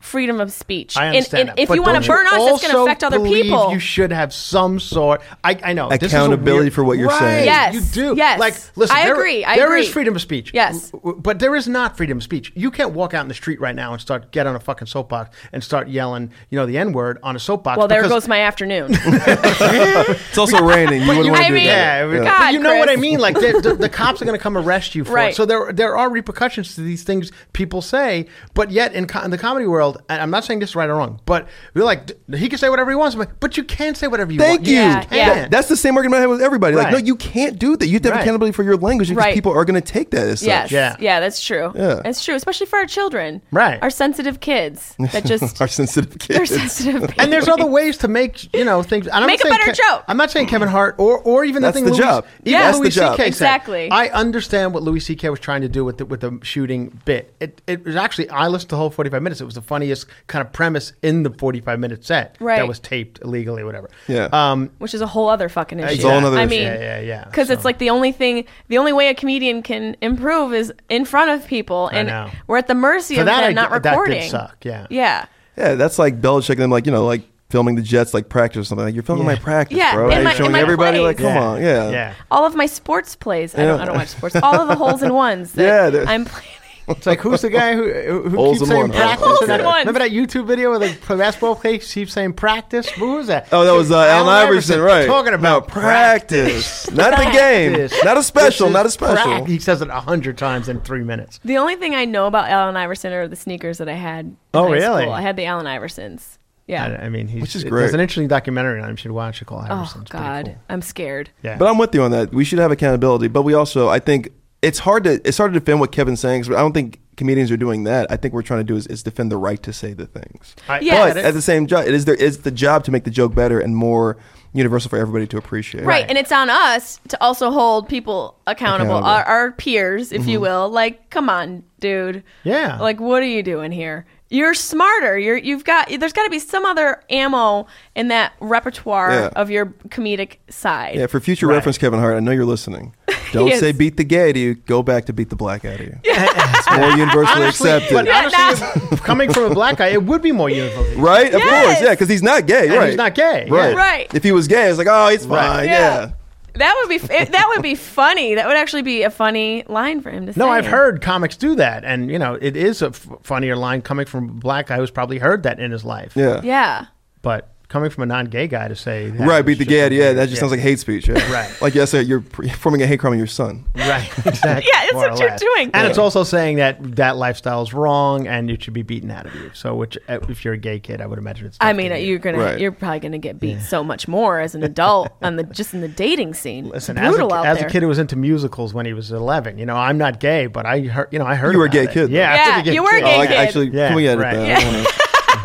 [SPEAKER 2] freedom of speech.
[SPEAKER 3] I
[SPEAKER 2] and,
[SPEAKER 3] understand.
[SPEAKER 2] and
[SPEAKER 3] that.
[SPEAKER 2] if
[SPEAKER 3] But
[SPEAKER 2] you want
[SPEAKER 3] don't
[SPEAKER 2] to burn us, it's going to
[SPEAKER 3] also
[SPEAKER 2] affect other
[SPEAKER 3] believe
[SPEAKER 2] people.
[SPEAKER 3] You should have some sort. I, I know this is a
[SPEAKER 4] Accountability
[SPEAKER 3] weird-
[SPEAKER 4] for what you're
[SPEAKER 3] Right,
[SPEAKER 4] saying.
[SPEAKER 2] Yes,
[SPEAKER 3] you do.
[SPEAKER 2] yes.
[SPEAKER 3] like listen.
[SPEAKER 2] I
[SPEAKER 3] there-
[SPEAKER 2] agree, I
[SPEAKER 3] there
[SPEAKER 2] agree.
[SPEAKER 3] is freedom of speech.
[SPEAKER 2] Yes.
[SPEAKER 3] w- w- but there is not freedom of speech. You can't walk out in the street right now and start get on a fucking soapbox and start yelling, you know, the n word on a soapbox.
[SPEAKER 2] well, there
[SPEAKER 3] because-
[SPEAKER 2] goes my afternoon.
[SPEAKER 4] It's also raining. You wouldn't
[SPEAKER 2] you-
[SPEAKER 4] want
[SPEAKER 2] I
[SPEAKER 4] to do
[SPEAKER 2] mean-
[SPEAKER 4] that.
[SPEAKER 3] Yeah,
[SPEAKER 2] Yeah.
[SPEAKER 3] but
[SPEAKER 2] God,
[SPEAKER 3] you know what I
[SPEAKER 2] Chris.
[SPEAKER 3] mean. Like the, the, the cops are going to come arrest you for
[SPEAKER 2] Right.
[SPEAKER 3] it. So there there are repercussions to these things people say. But yet in, co- in the comedy world, and I'm not saying this is right or wrong, but we're like d- he can say whatever he wants. I'm like, but you can say whatever you
[SPEAKER 4] Thank
[SPEAKER 3] want.
[SPEAKER 4] you.
[SPEAKER 2] Yeah,
[SPEAKER 3] can.
[SPEAKER 2] yeah.
[SPEAKER 4] That's the same argument I had with everybody. Like,
[SPEAKER 3] Right.
[SPEAKER 4] no, you can't do that. You have to have
[SPEAKER 3] Right.
[SPEAKER 4] accountability for your language because
[SPEAKER 2] Right.
[SPEAKER 4] people are going to take that as such.
[SPEAKER 2] Yes. Yeah.
[SPEAKER 3] Yeah.
[SPEAKER 2] that's true.
[SPEAKER 4] Yeah.
[SPEAKER 2] That's true, espespely for our children.
[SPEAKER 3] Right.
[SPEAKER 2] Our sensitive kids that just
[SPEAKER 4] Our sensitive
[SPEAKER 2] they're
[SPEAKER 4] kids.
[SPEAKER 2] sensitive.
[SPEAKER 3] And there's
[SPEAKER 2] people.
[SPEAKER 3] other ways to make you know things. And I'm
[SPEAKER 2] Make a
[SPEAKER 3] saying
[SPEAKER 2] better joke.
[SPEAKER 3] I'm not saying Kevin Hart or or even
[SPEAKER 4] That's
[SPEAKER 3] the thing
[SPEAKER 4] the
[SPEAKER 3] Louis,
[SPEAKER 4] job.
[SPEAKER 3] Even
[SPEAKER 4] Yeah. That's the
[SPEAKER 3] Louis
[SPEAKER 4] job.
[SPEAKER 3] C.K. said.
[SPEAKER 2] Exactly.
[SPEAKER 3] I understand what Louis C.K. was trying to do with the, with the shooting bit. It it was actually I listened to the whole 45 minutes. It was the funniest kind of premise in the 45 minute set
[SPEAKER 2] Right.
[SPEAKER 3] that was taped illegally, whatever.
[SPEAKER 4] Yeah.
[SPEAKER 3] Um,
[SPEAKER 2] which is a whole other fucking issue.
[SPEAKER 3] It's all another
[SPEAKER 2] I
[SPEAKER 4] issue.
[SPEAKER 2] mean,
[SPEAKER 3] Yeah, yeah, yeah.
[SPEAKER 2] Because it's
[SPEAKER 3] So-
[SPEAKER 2] like the only thing, the only way a comedian can improve is in front of people, and
[SPEAKER 3] know.
[SPEAKER 2] we're at the mercy
[SPEAKER 3] For
[SPEAKER 2] of
[SPEAKER 3] that,
[SPEAKER 2] them
[SPEAKER 3] I-
[SPEAKER 2] not
[SPEAKER 3] that did
[SPEAKER 2] recording.
[SPEAKER 3] suck, yeah.
[SPEAKER 2] Yeah.
[SPEAKER 4] yeah, that's like Belichick and them, like, you know, like filming the Jets, like practice or something. Like, you're filming
[SPEAKER 3] Yeah.
[SPEAKER 4] my practice,
[SPEAKER 2] Yeah,
[SPEAKER 4] bro.
[SPEAKER 2] in
[SPEAKER 4] Like,
[SPEAKER 2] my- in
[SPEAKER 4] showing
[SPEAKER 2] my
[SPEAKER 4] everybody,
[SPEAKER 2] plays.
[SPEAKER 4] like, come
[SPEAKER 3] yeah.
[SPEAKER 4] on. Yeah.
[SPEAKER 3] Yeah.
[SPEAKER 2] All of my sports plays. I don't. I don't watch sports. All of the holes in ones.
[SPEAKER 4] Yeah,
[SPEAKER 2] That
[SPEAKER 4] they're-
[SPEAKER 2] I'm playing.
[SPEAKER 3] It's like who's the guy who who
[SPEAKER 4] Holes
[SPEAKER 3] keeps
[SPEAKER 4] in
[SPEAKER 3] saying
[SPEAKER 4] one.
[SPEAKER 3] practice?
[SPEAKER 2] Holes
[SPEAKER 3] And
[SPEAKER 2] in
[SPEAKER 3] that-
[SPEAKER 2] one.
[SPEAKER 3] Remember that YouTube video where the basketball player keeps saying practice? Who was that?
[SPEAKER 4] Oh, that was uh, Allen Iverson, right?
[SPEAKER 3] Talking about
[SPEAKER 4] No, practice, not the game,
[SPEAKER 3] Practice.
[SPEAKER 4] not a special,
[SPEAKER 3] This is
[SPEAKER 4] not a special.
[SPEAKER 3] prac- He says it a hundred times in three minutes.
[SPEAKER 2] The only thing I know about Allen Iverson are the sneakers that I had. in
[SPEAKER 3] Oh,
[SPEAKER 2] high
[SPEAKER 3] really?
[SPEAKER 2] school. I had the Allen Iversons. Yeah.
[SPEAKER 3] I, I mean, he's,
[SPEAKER 4] Which is
[SPEAKER 3] it-
[SPEAKER 4] great.
[SPEAKER 3] There's an interesting documentary on him. You should watch it called
[SPEAKER 2] Oh
[SPEAKER 3] Iverson. It's pretty
[SPEAKER 2] God,
[SPEAKER 3] cool.
[SPEAKER 2] I'm scared.
[SPEAKER 3] Yeah.
[SPEAKER 4] But I'm with you on that. We should have accountability, but we also, I think, it's hard to it's hard to defend what Kevin's saying. 'cause I don't think comedians are doing that. I think we're trying to do is, is defend the right to say the things.
[SPEAKER 3] I-
[SPEAKER 2] Yes.
[SPEAKER 4] But at the same job, it is there is the job to make the joke better and more universal for everybody to appreciate.
[SPEAKER 2] Right. and it's on us to also hold people accountable,
[SPEAKER 4] Accountable.
[SPEAKER 2] Our, our peers, if you will. Like, come on, dude.
[SPEAKER 3] Mm-hmm. Yeah.
[SPEAKER 2] Like, what are you doing here? You're smarter. You're you've got there's got to be some other ammo in that repertoire
[SPEAKER 4] Yeah.
[SPEAKER 2] of your comedic side.
[SPEAKER 4] Yeah, for future reference, Kevin Hart, I know you're listening. Don't
[SPEAKER 2] Yes.
[SPEAKER 4] say beat the gay to you. Go back to beat the black out of you. it's more universally
[SPEAKER 3] honestly,
[SPEAKER 4] accepted.
[SPEAKER 3] but
[SPEAKER 2] Yeah,
[SPEAKER 3] honestly, if- coming from a black guy, it would be more universal.
[SPEAKER 4] Right? Of
[SPEAKER 2] Yes.
[SPEAKER 4] course. Yeah, because he's not gay.
[SPEAKER 3] he's
[SPEAKER 4] right.
[SPEAKER 3] not gay, yeah.
[SPEAKER 4] Right.
[SPEAKER 2] Right.
[SPEAKER 4] If he was gay, it's like, oh, he's fine.
[SPEAKER 3] Right.
[SPEAKER 4] Yeah.
[SPEAKER 2] That would be f- that would be funny. That would actually be a funny line for him to say.
[SPEAKER 3] No, I've heard comics do that, and you know, it is a f- funnier line coming from a black guy who's probably heard that in his life.
[SPEAKER 4] Yeah.
[SPEAKER 2] Yeah.
[SPEAKER 3] But coming from a non-gay guy to say that
[SPEAKER 4] Right,
[SPEAKER 3] is
[SPEAKER 4] beat the
[SPEAKER 3] just
[SPEAKER 4] gay. out of you, Yeah,
[SPEAKER 3] weird.
[SPEAKER 4] that just sounds like hate speech. Yeah.
[SPEAKER 3] Right.
[SPEAKER 4] Like, yes, sir, you're pre- forming a hate crime on your son.
[SPEAKER 3] Right, exactly.
[SPEAKER 2] Yeah, it's
[SPEAKER 3] more
[SPEAKER 2] what
[SPEAKER 3] or
[SPEAKER 2] you're
[SPEAKER 3] less.
[SPEAKER 2] doing.
[SPEAKER 3] And it's also saying that that lifestyle is wrong and it should be beaten out of you. So, which, uh, if you're a gay kid, I would imagine it's.
[SPEAKER 2] I
[SPEAKER 3] tough to
[SPEAKER 2] mean,
[SPEAKER 3] do.
[SPEAKER 2] you're gonna,
[SPEAKER 4] Right.
[SPEAKER 2] you're probably gonna get beat so much more as an adult on the just in the dating scene.
[SPEAKER 3] Listen,
[SPEAKER 2] it's
[SPEAKER 3] as a,
[SPEAKER 2] brutal out
[SPEAKER 3] as a
[SPEAKER 2] there.
[SPEAKER 3] kid who was into musicals when he was 11, you know, I'm not gay, but I heard, you know, I heard
[SPEAKER 4] You were a
[SPEAKER 3] about
[SPEAKER 4] gay
[SPEAKER 3] it.
[SPEAKER 4] kid, though.
[SPEAKER 3] Yeah, I
[SPEAKER 2] Yeah,
[SPEAKER 3] was a gay
[SPEAKER 2] you were
[SPEAKER 3] kid.
[SPEAKER 2] a gay
[SPEAKER 4] oh, I-
[SPEAKER 2] kid.
[SPEAKER 4] actually,
[SPEAKER 3] Yeah,
[SPEAKER 4] can we edit
[SPEAKER 3] right.
[SPEAKER 4] that? I don't wanna-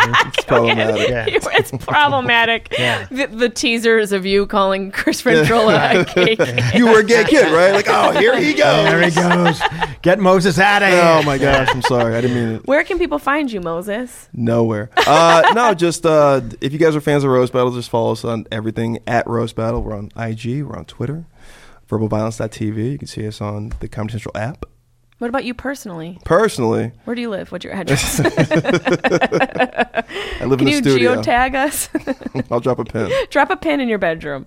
[SPEAKER 4] it's problematic.
[SPEAKER 3] Yeah.
[SPEAKER 2] it's problematic.
[SPEAKER 3] Yeah.
[SPEAKER 2] The, the teasers of you calling Chris Ventrola a gay kid.
[SPEAKER 4] You were a gay kid, right? Like, oh, here he
[SPEAKER 3] There
[SPEAKER 4] goes.
[SPEAKER 3] he goes. Get Moses out of here.
[SPEAKER 4] Oh my gosh, I'm sorry. I didn't mean it.
[SPEAKER 2] Where can people find you, Moses?
[SPEAKER 4] Nowhere. Uh, no, just uh, if you guys are fans of Roast Battle, just follow us on everything at Roast Battle. We're on IG, we're on Twitter, verbalviolence.tv. You can see us on the Comedy Central app.
[SPEAKER 2] What about you personally?
[SPEAKER 4] Personally,
[SPEAKER 2] Where do you live? What's your address?
[SPEAKER 4] I live
[SPEAKER 2] can
[SPEAKER 4] in
[SPEAKER 2] you
[SPEAKER 4] the studio.
[SPEAKER 2] geotag us?
[SPEAKER 4] I'll drop a pin.
[SPEAKER 2] Drop a pin in your bedroom.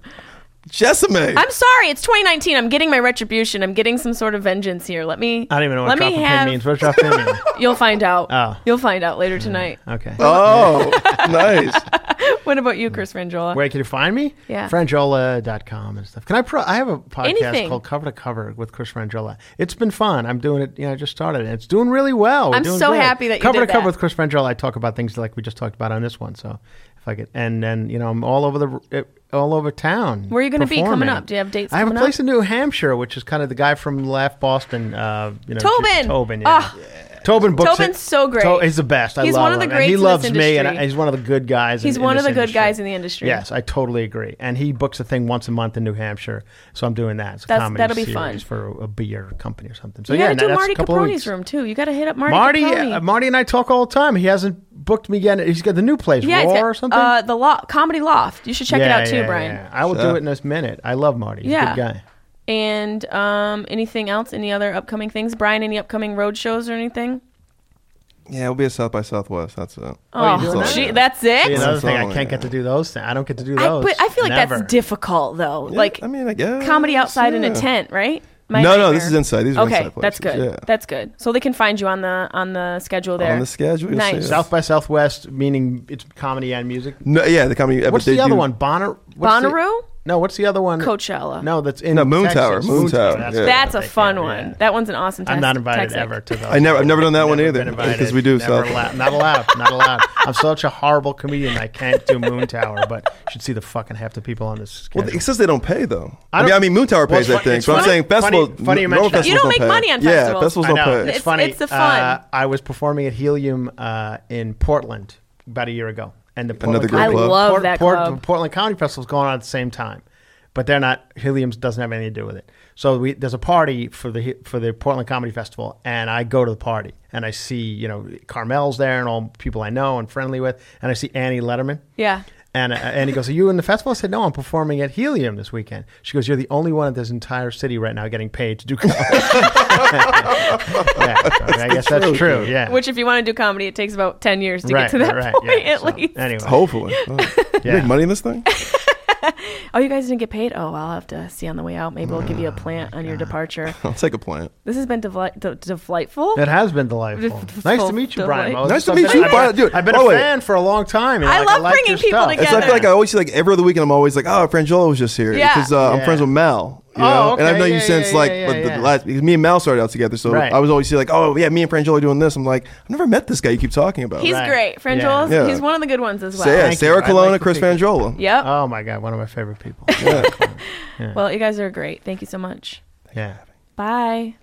[SPEAKER 4] Jessame.
[SPEAKER 2] I'm sorry. It's 2019. I'm getting my retribution. I'm getting some sort of vengeance here. Let me.
[SPEAKER 3] I don't even know
[SPEAKER 2] let
[SPEAKER 3] what
[SPEAKER 2] me
[SPEAKER 3] drop a pin
[SPEAKER 2] have-
[SPEAKER 3] means. What drop a pin mean?
[SPEAKER 2] You'll find out.
[SPEAKER 3] Oh.
[SPEAKER 2] You'll find out later tonight.
[SPEAKER 3] Okay.
[SPEAKER 4] Oh, nice.
[SPEAKER 2] What about you, Chris Frangiola?
[SPEAKER 3] Where can you find me?
[SPEAKER 2] Yeah.
[SPEAKER 3] Frangiola.com and stuff. Can I pro? I have a podcast
[SPEAKER 2] Anything.
[SPEAKER 3] called Cover to Cover with Chris Frangiola. It's been fun. I'm doing it. You know, I just started it. It's doing really well. We're
[SPEAKER 2] I'm
[SPEAKER 3] doing
[SPEAKER 2] so
[SPEAKER 3] good.
[SPEAKER 2] happy that you
[SPEAKER 3] Cover
[SPEAKER 2] did
[SPEAKER 3] to Cover
[SPEAKER 2] that.
[SPEAKER 3] with Chris Frangiola. I talk about things like we just talked about on this one. So if I could, and then you know, I'm all over the uh, all over town.
[SPEAKER 2] Where are you gonna be coming
[SPEAKER 3] performing.
[SPEAKER 2] up? Do you have dates
[SPEAKER 3] I have
[SPEAKER 2] coming
[SPEAKER 3] a
[SPEAKER 2] up?
[SPEAKER 3] place in New Hampshire, which is kind of the guy from Laugh Boston. Uh, you know,
[SPEAKER 2] Tobin!
[SPEAKER 3] Tobin.
[SPEAKER 2] Ah.
[SPEAKER 3] yeah. Tobin books
[SPEAKER 2] Tobin's
[SPEAKER 3] it.
[SPEAKER 2] so great.
[SPEAKER 3] To- he's the best. I
[SPEAKER 2] He's
[SPEAKER 3] love
[SPEAKER 2] one of the
[SPEAKER 3] him.
[SPEAKER 2] greats
[SPEAKER 3] and he
[SPEAKER 2] in this
[SPEAKER 3] loves me, and
[SPEAKER 2] industry.
[SPEAKER 3] I, he's one of the good guys. in-
[SPEAKER 2] He's
[SPEAKER 3] in
[SPEAKER 2] one of
[SPEAKER 3] this
[SPEAKER 2] the good
[SPEAKER 3] industry.
[SPEAKER 2] guys in the industry.
[SPEAKER 3] Yes, I totally agree. And he books a thing once a month in New Hampshire, so I'm doing that. It's a
[SPEAKER 2] That's-
[SPEAKER 3] comedy
[SPEAKER 2] that'll be
[SPEAKER 3] series
[SPEAKER 2] fun.
[SPEAKER 3] for a, a beer company or something. So
[SPEAKER 2] You
[SPEAKER 3] yeah,
[SPEAKER 2] gotta
[SPEAKER 3] no,
[SPEAKER 2] do
[SPEAKER 3] that's
[SPEAKER 2] Marty
[SPEAKER 3] a couple of
[SPEAKER 2] Caproni's
[SPEAKER 3] weeks.
[SPEAKER 2] room too. You gotta hit up Marty.
[SPEAKER 3] Marty,
[SPEAKER 2] Caproni.
[SPEAKER 3] uh, Marty and I talk all the time. He hasn't booked me yet. He's got the new place,
[SPEAKER 2] yeah,
[SPEAKER 3] Roar
[SPEAKER 2] it's got,
[SPEAKER 3] or something.
[SPEAKER 2] Uh, the lo- comedy loft. You should check
[SPEAKER 3] Yeah,
[SPEAKER 2] it out too,
[SPEAKER 3] yeah,
[SPEAKER 2] Brian.
[SPEAKER 3] yeah. I will do it in this minute. I love Marty. He's
[SPEAKER 2] Yeah.
[SPEAKER 3] a good guy.
[SPEAKER 2] And um, anything else? Any other upcoming things? Brian, any upcoming road shows or anything?
[SPEAKER 4] Yeah, it'll be a South by Southwest. That's it.
[SPEAKER 3] Oh, you're doing that?
[SPEAKER 2] gee, that's it.
[SPEAKER 3] See, another thing, I
[SPEAKER 4] Absolutely,
[SPEAKER 3] can't get
[SPEAKER 4] yeah.
[SPEAKER 3] to do those things. I don't get to do
[SPEAKER 2] I,
[SPEAKER 3] those.
[SPEAKER 2] but I feel like
[SPEAKER 3] Never.
[SPEAKER 2] that's difficult though. like
[SPEAKER 4] I mean, I guess
[SPEAKER 2] comedy outside in
[SPEAKER 4] yeah.
[SPEAKER 2] a tent, right?
[SPEAKER 4] No, no, this is inside. These are
[SPEAKER 2] okay,
[SPEAKER 4] inside
[SPEAKER 2] that's
[SPEAKER 4] places,
[SPEAKER 2] good.
[SPEAKER 4] yeah.
[SPEAKER 2] That's good. So they can find you on the on the schedule there.
[SPEAKER 4] the schedule, you'll see
[SPEAKER 2] Nice.
[SPEAKER 4] us.
[SPEAKER 3] South by Southwest, meaning it's comedy and music.
[SPEAKER 4] No, yeah, the comedy.
[SPEAKER 3] What's the other one? Bonner. what's the-
[SPEAKER 2] Bonnaroo?
[SPEAKER 3] no, what's the other one?
[SPEAKER 2] Coachella.
[SPEAKER 3] No, that's in
[SPEAKER 4] No, Moon
[SPEAKER 3] Texas.
[SPEAKER 4] Tower, Moon Tower,
[SPEAKER 3] That's,
[SPEAKER 4] yeah.
[SPEAKER 2] That's a fun
[SPEAKER 3] Yeah.
[SPEAKER 2] one. That one's an awesome.
[SPEAKER 3] I'm not invited
[SPEAKER 2] Texas.
[SPEAKER 3] ever to those.
[SPEAKER 4] I never- I've never done that one
[SPEAKER 3] Never
[SPEAKER 4] either,
[SPEAKER 3] been invited.
[SPEAKER 4] because we do,
[SPEAKER 3] Never
[SPEAKER 4] South.
[SPEAKER 3] allow- not allowed. Not allowed. I'm such a horrible comedian. I can't do Moon Tower, but you should see the fucking half the people on this.
[SPEAKER 4] Well,
[SPEAKER 3] Schedule.
[SPEAKER 4] it says they don't pay though.
[SPEAKER 3] I
[SPEAKER 4] I, mean,
[SPEAKER 3] don't-
[SPEAKER 4] I mean, Moon Tower
[SPEAKER 3] Well, it's
[SPEAKER 4] pays that
[SPEAKER 3] funny-
[SPEAKER 4] thing.
[SPEAKER 3] it's
[SPEAKER 4] So I'm
[SPEAKER 3] funny-
[SPEAKER 4] saying festival.
[SPEAKER 3] funny- funny you
[SPEAKER 4] normal
[SPEAKER 3] mention that.
[SPEAKER 4] festivals
[SPEAKER 3] You
[SPEAKER 2] don't make
[SPEAKER 4] pay.
[SPEAKER 2] money on
[SPEAKER 4] Yeah,
[SPEAKER 2] festivals.
[SPEAKER 4] festivals
[SPEAKER 3] I
[SPEAKER 4] don't
[SPEAKER 3] know.
[SPEAKER 4] pay.
[SPEAKER 3] It's,
[SPEAKER 2] It's-
[SPEAKER 3] funny.
[SPEAKER 2] it's the fun.
[SPEAKER 3] Uh, I was performing at Helium uh, in Portland about a year ago, and the Portland
[SPEAKER 4] Another great
[SPEAKER 3] Comedy-
[SPEAKER 4] club. I love
[SPEAKER 2] that club.
[SPEAKER 3] Portland Comedy Festival's going on at the same time, but they're not. Helium's doesn't have anything to do with it. So we, there's a party for the for the Portland Comedy Festival, and I go to the party, and I see you know Carmel's there, and all people I know and friendly with, and I see Annie Letterman.
[SPEAKER 2] Yeah.
[SPEAKER 3] And, uh, and he goes, Are you in the festival? I said, No, I'm performing at Helium this weekend. She goes, You're the only one in this entire city right now getting paid to do comedy. yeah, so I guess that's true. Yeah.
[SPEAKER 2] Which, if you want to do comedy, it takes about ten years to get to that point
[SPEAKER 3] yeah.
[SPEAKER 2] at
[SPEAKER 3] So,
[SPEAKER 2] least.
[SPEAKER 3] Anyway.
[SPEAKER 4] Hopefully, Oh. You
[SPEAKER 3] Yeah.
[SPEAKER 4] make money in this thing.
[SPEAKER 2] Oh, you guys didn't get paid? Oh, well, I'll have to see on the way out. Maybe I'll give you a plant on your departure.
[SPEAKER 4] I'll take a plant.
[SPEAKER 2] This has been devli- de- delightful.
[SPEAKER 3] It has been delightful.
[SPEAKER 2] It's
[SPEAKER 3] nice to
[SPEAKER 2] full
[SPEAKER 3] meet you,
[SPEAKER 2] delight.
[SPEAKER 3] Brian. Moses.
[SPEAKER 4] Nice to
[SPEAKER 3] I've
[SPEAKER 4] meet
[SPEAKER 3] been-
[SPEAKER 4] you,
[SPEAKER 3] I've
[SPEAKER 4] Brian.
[SPEAKER 3] been-
[SPEAKER 4] Dude,
[SPEAKER 3] I've been
[SPEAKER 4] by the
[SPEAKER 3] a
[SPEAKER 4] way-
[SPEAKER 3] fan for a long time. and,
[SPEAKER 2] I
[SPEAKER 3] like,
[SPEAKER 2] love
[SPEAKER 3] like your
[SPEAKER 2] bringing people
[SPEAKER 3] stuff.
[SPEAKER 2] together.
[SPEAKER 4] It's, I feel like I always like every other weekend I'm always like, oh, Frangiola was just here
[SPEAKER 2] Yeah.
[SPEAKER 4] because uh,
[SPEAKER 3] Yeah.
[SPEAKER 4] I'm friends with Mal. You
[SPEAKER 3] Oh,
[SPEAKER 4] know? and
[SPEAKER 3] okay.
[SPEAKER 4] I've known
[SPEAKER 3] Yeah,
[SPEAKER 4] you since
[SPEAKER 3] yeah,
[SPEAKER 4] like
[SPEAKER 3] yeah,
[SPEAKER 4] but
[SPEAKER 3] yeah,
[SPEAKER 4] the
[SPEAKER 3] yeah.
[SPEAKER 4] last because me and Mal started out together, so
[SPEAKER 3] Right.
[SPEAKER 4] I was always see like, oh yeah, me and Frangiola are doing this. I'm like, I've never met this guy you keep talking about.
[SPEAKER 2] he's
[SPEAKER 3] Right.
[SPEAKER 2] great. Frangiola,
[SPEAKER 4] Yeah.
[SPEAKER 2] he's one of the good ones as well.
[SPEAKER 4] Sa- yeah,
[SPEAKER 3] you.
[SPEAKER 4] Sarah
[SPEAKER 3] I'd like
[SPEAKER 4] Colonna,
[SPEAKER 3] to
[SPEAKER 4] Chris
[SPEAKER 3] see that.
[SPEAKER 4] Frangiola.
[SPEAKER 2] Yep.
[SPEAKER 3] Oh, my God. One of my favorite people.
[SPEAKER 2] well, you guys are great. Thank you so much.
[SPEAKER 3] yeah.
[SPEAKER 2] Bye.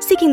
[SPEAKER 5] Seeking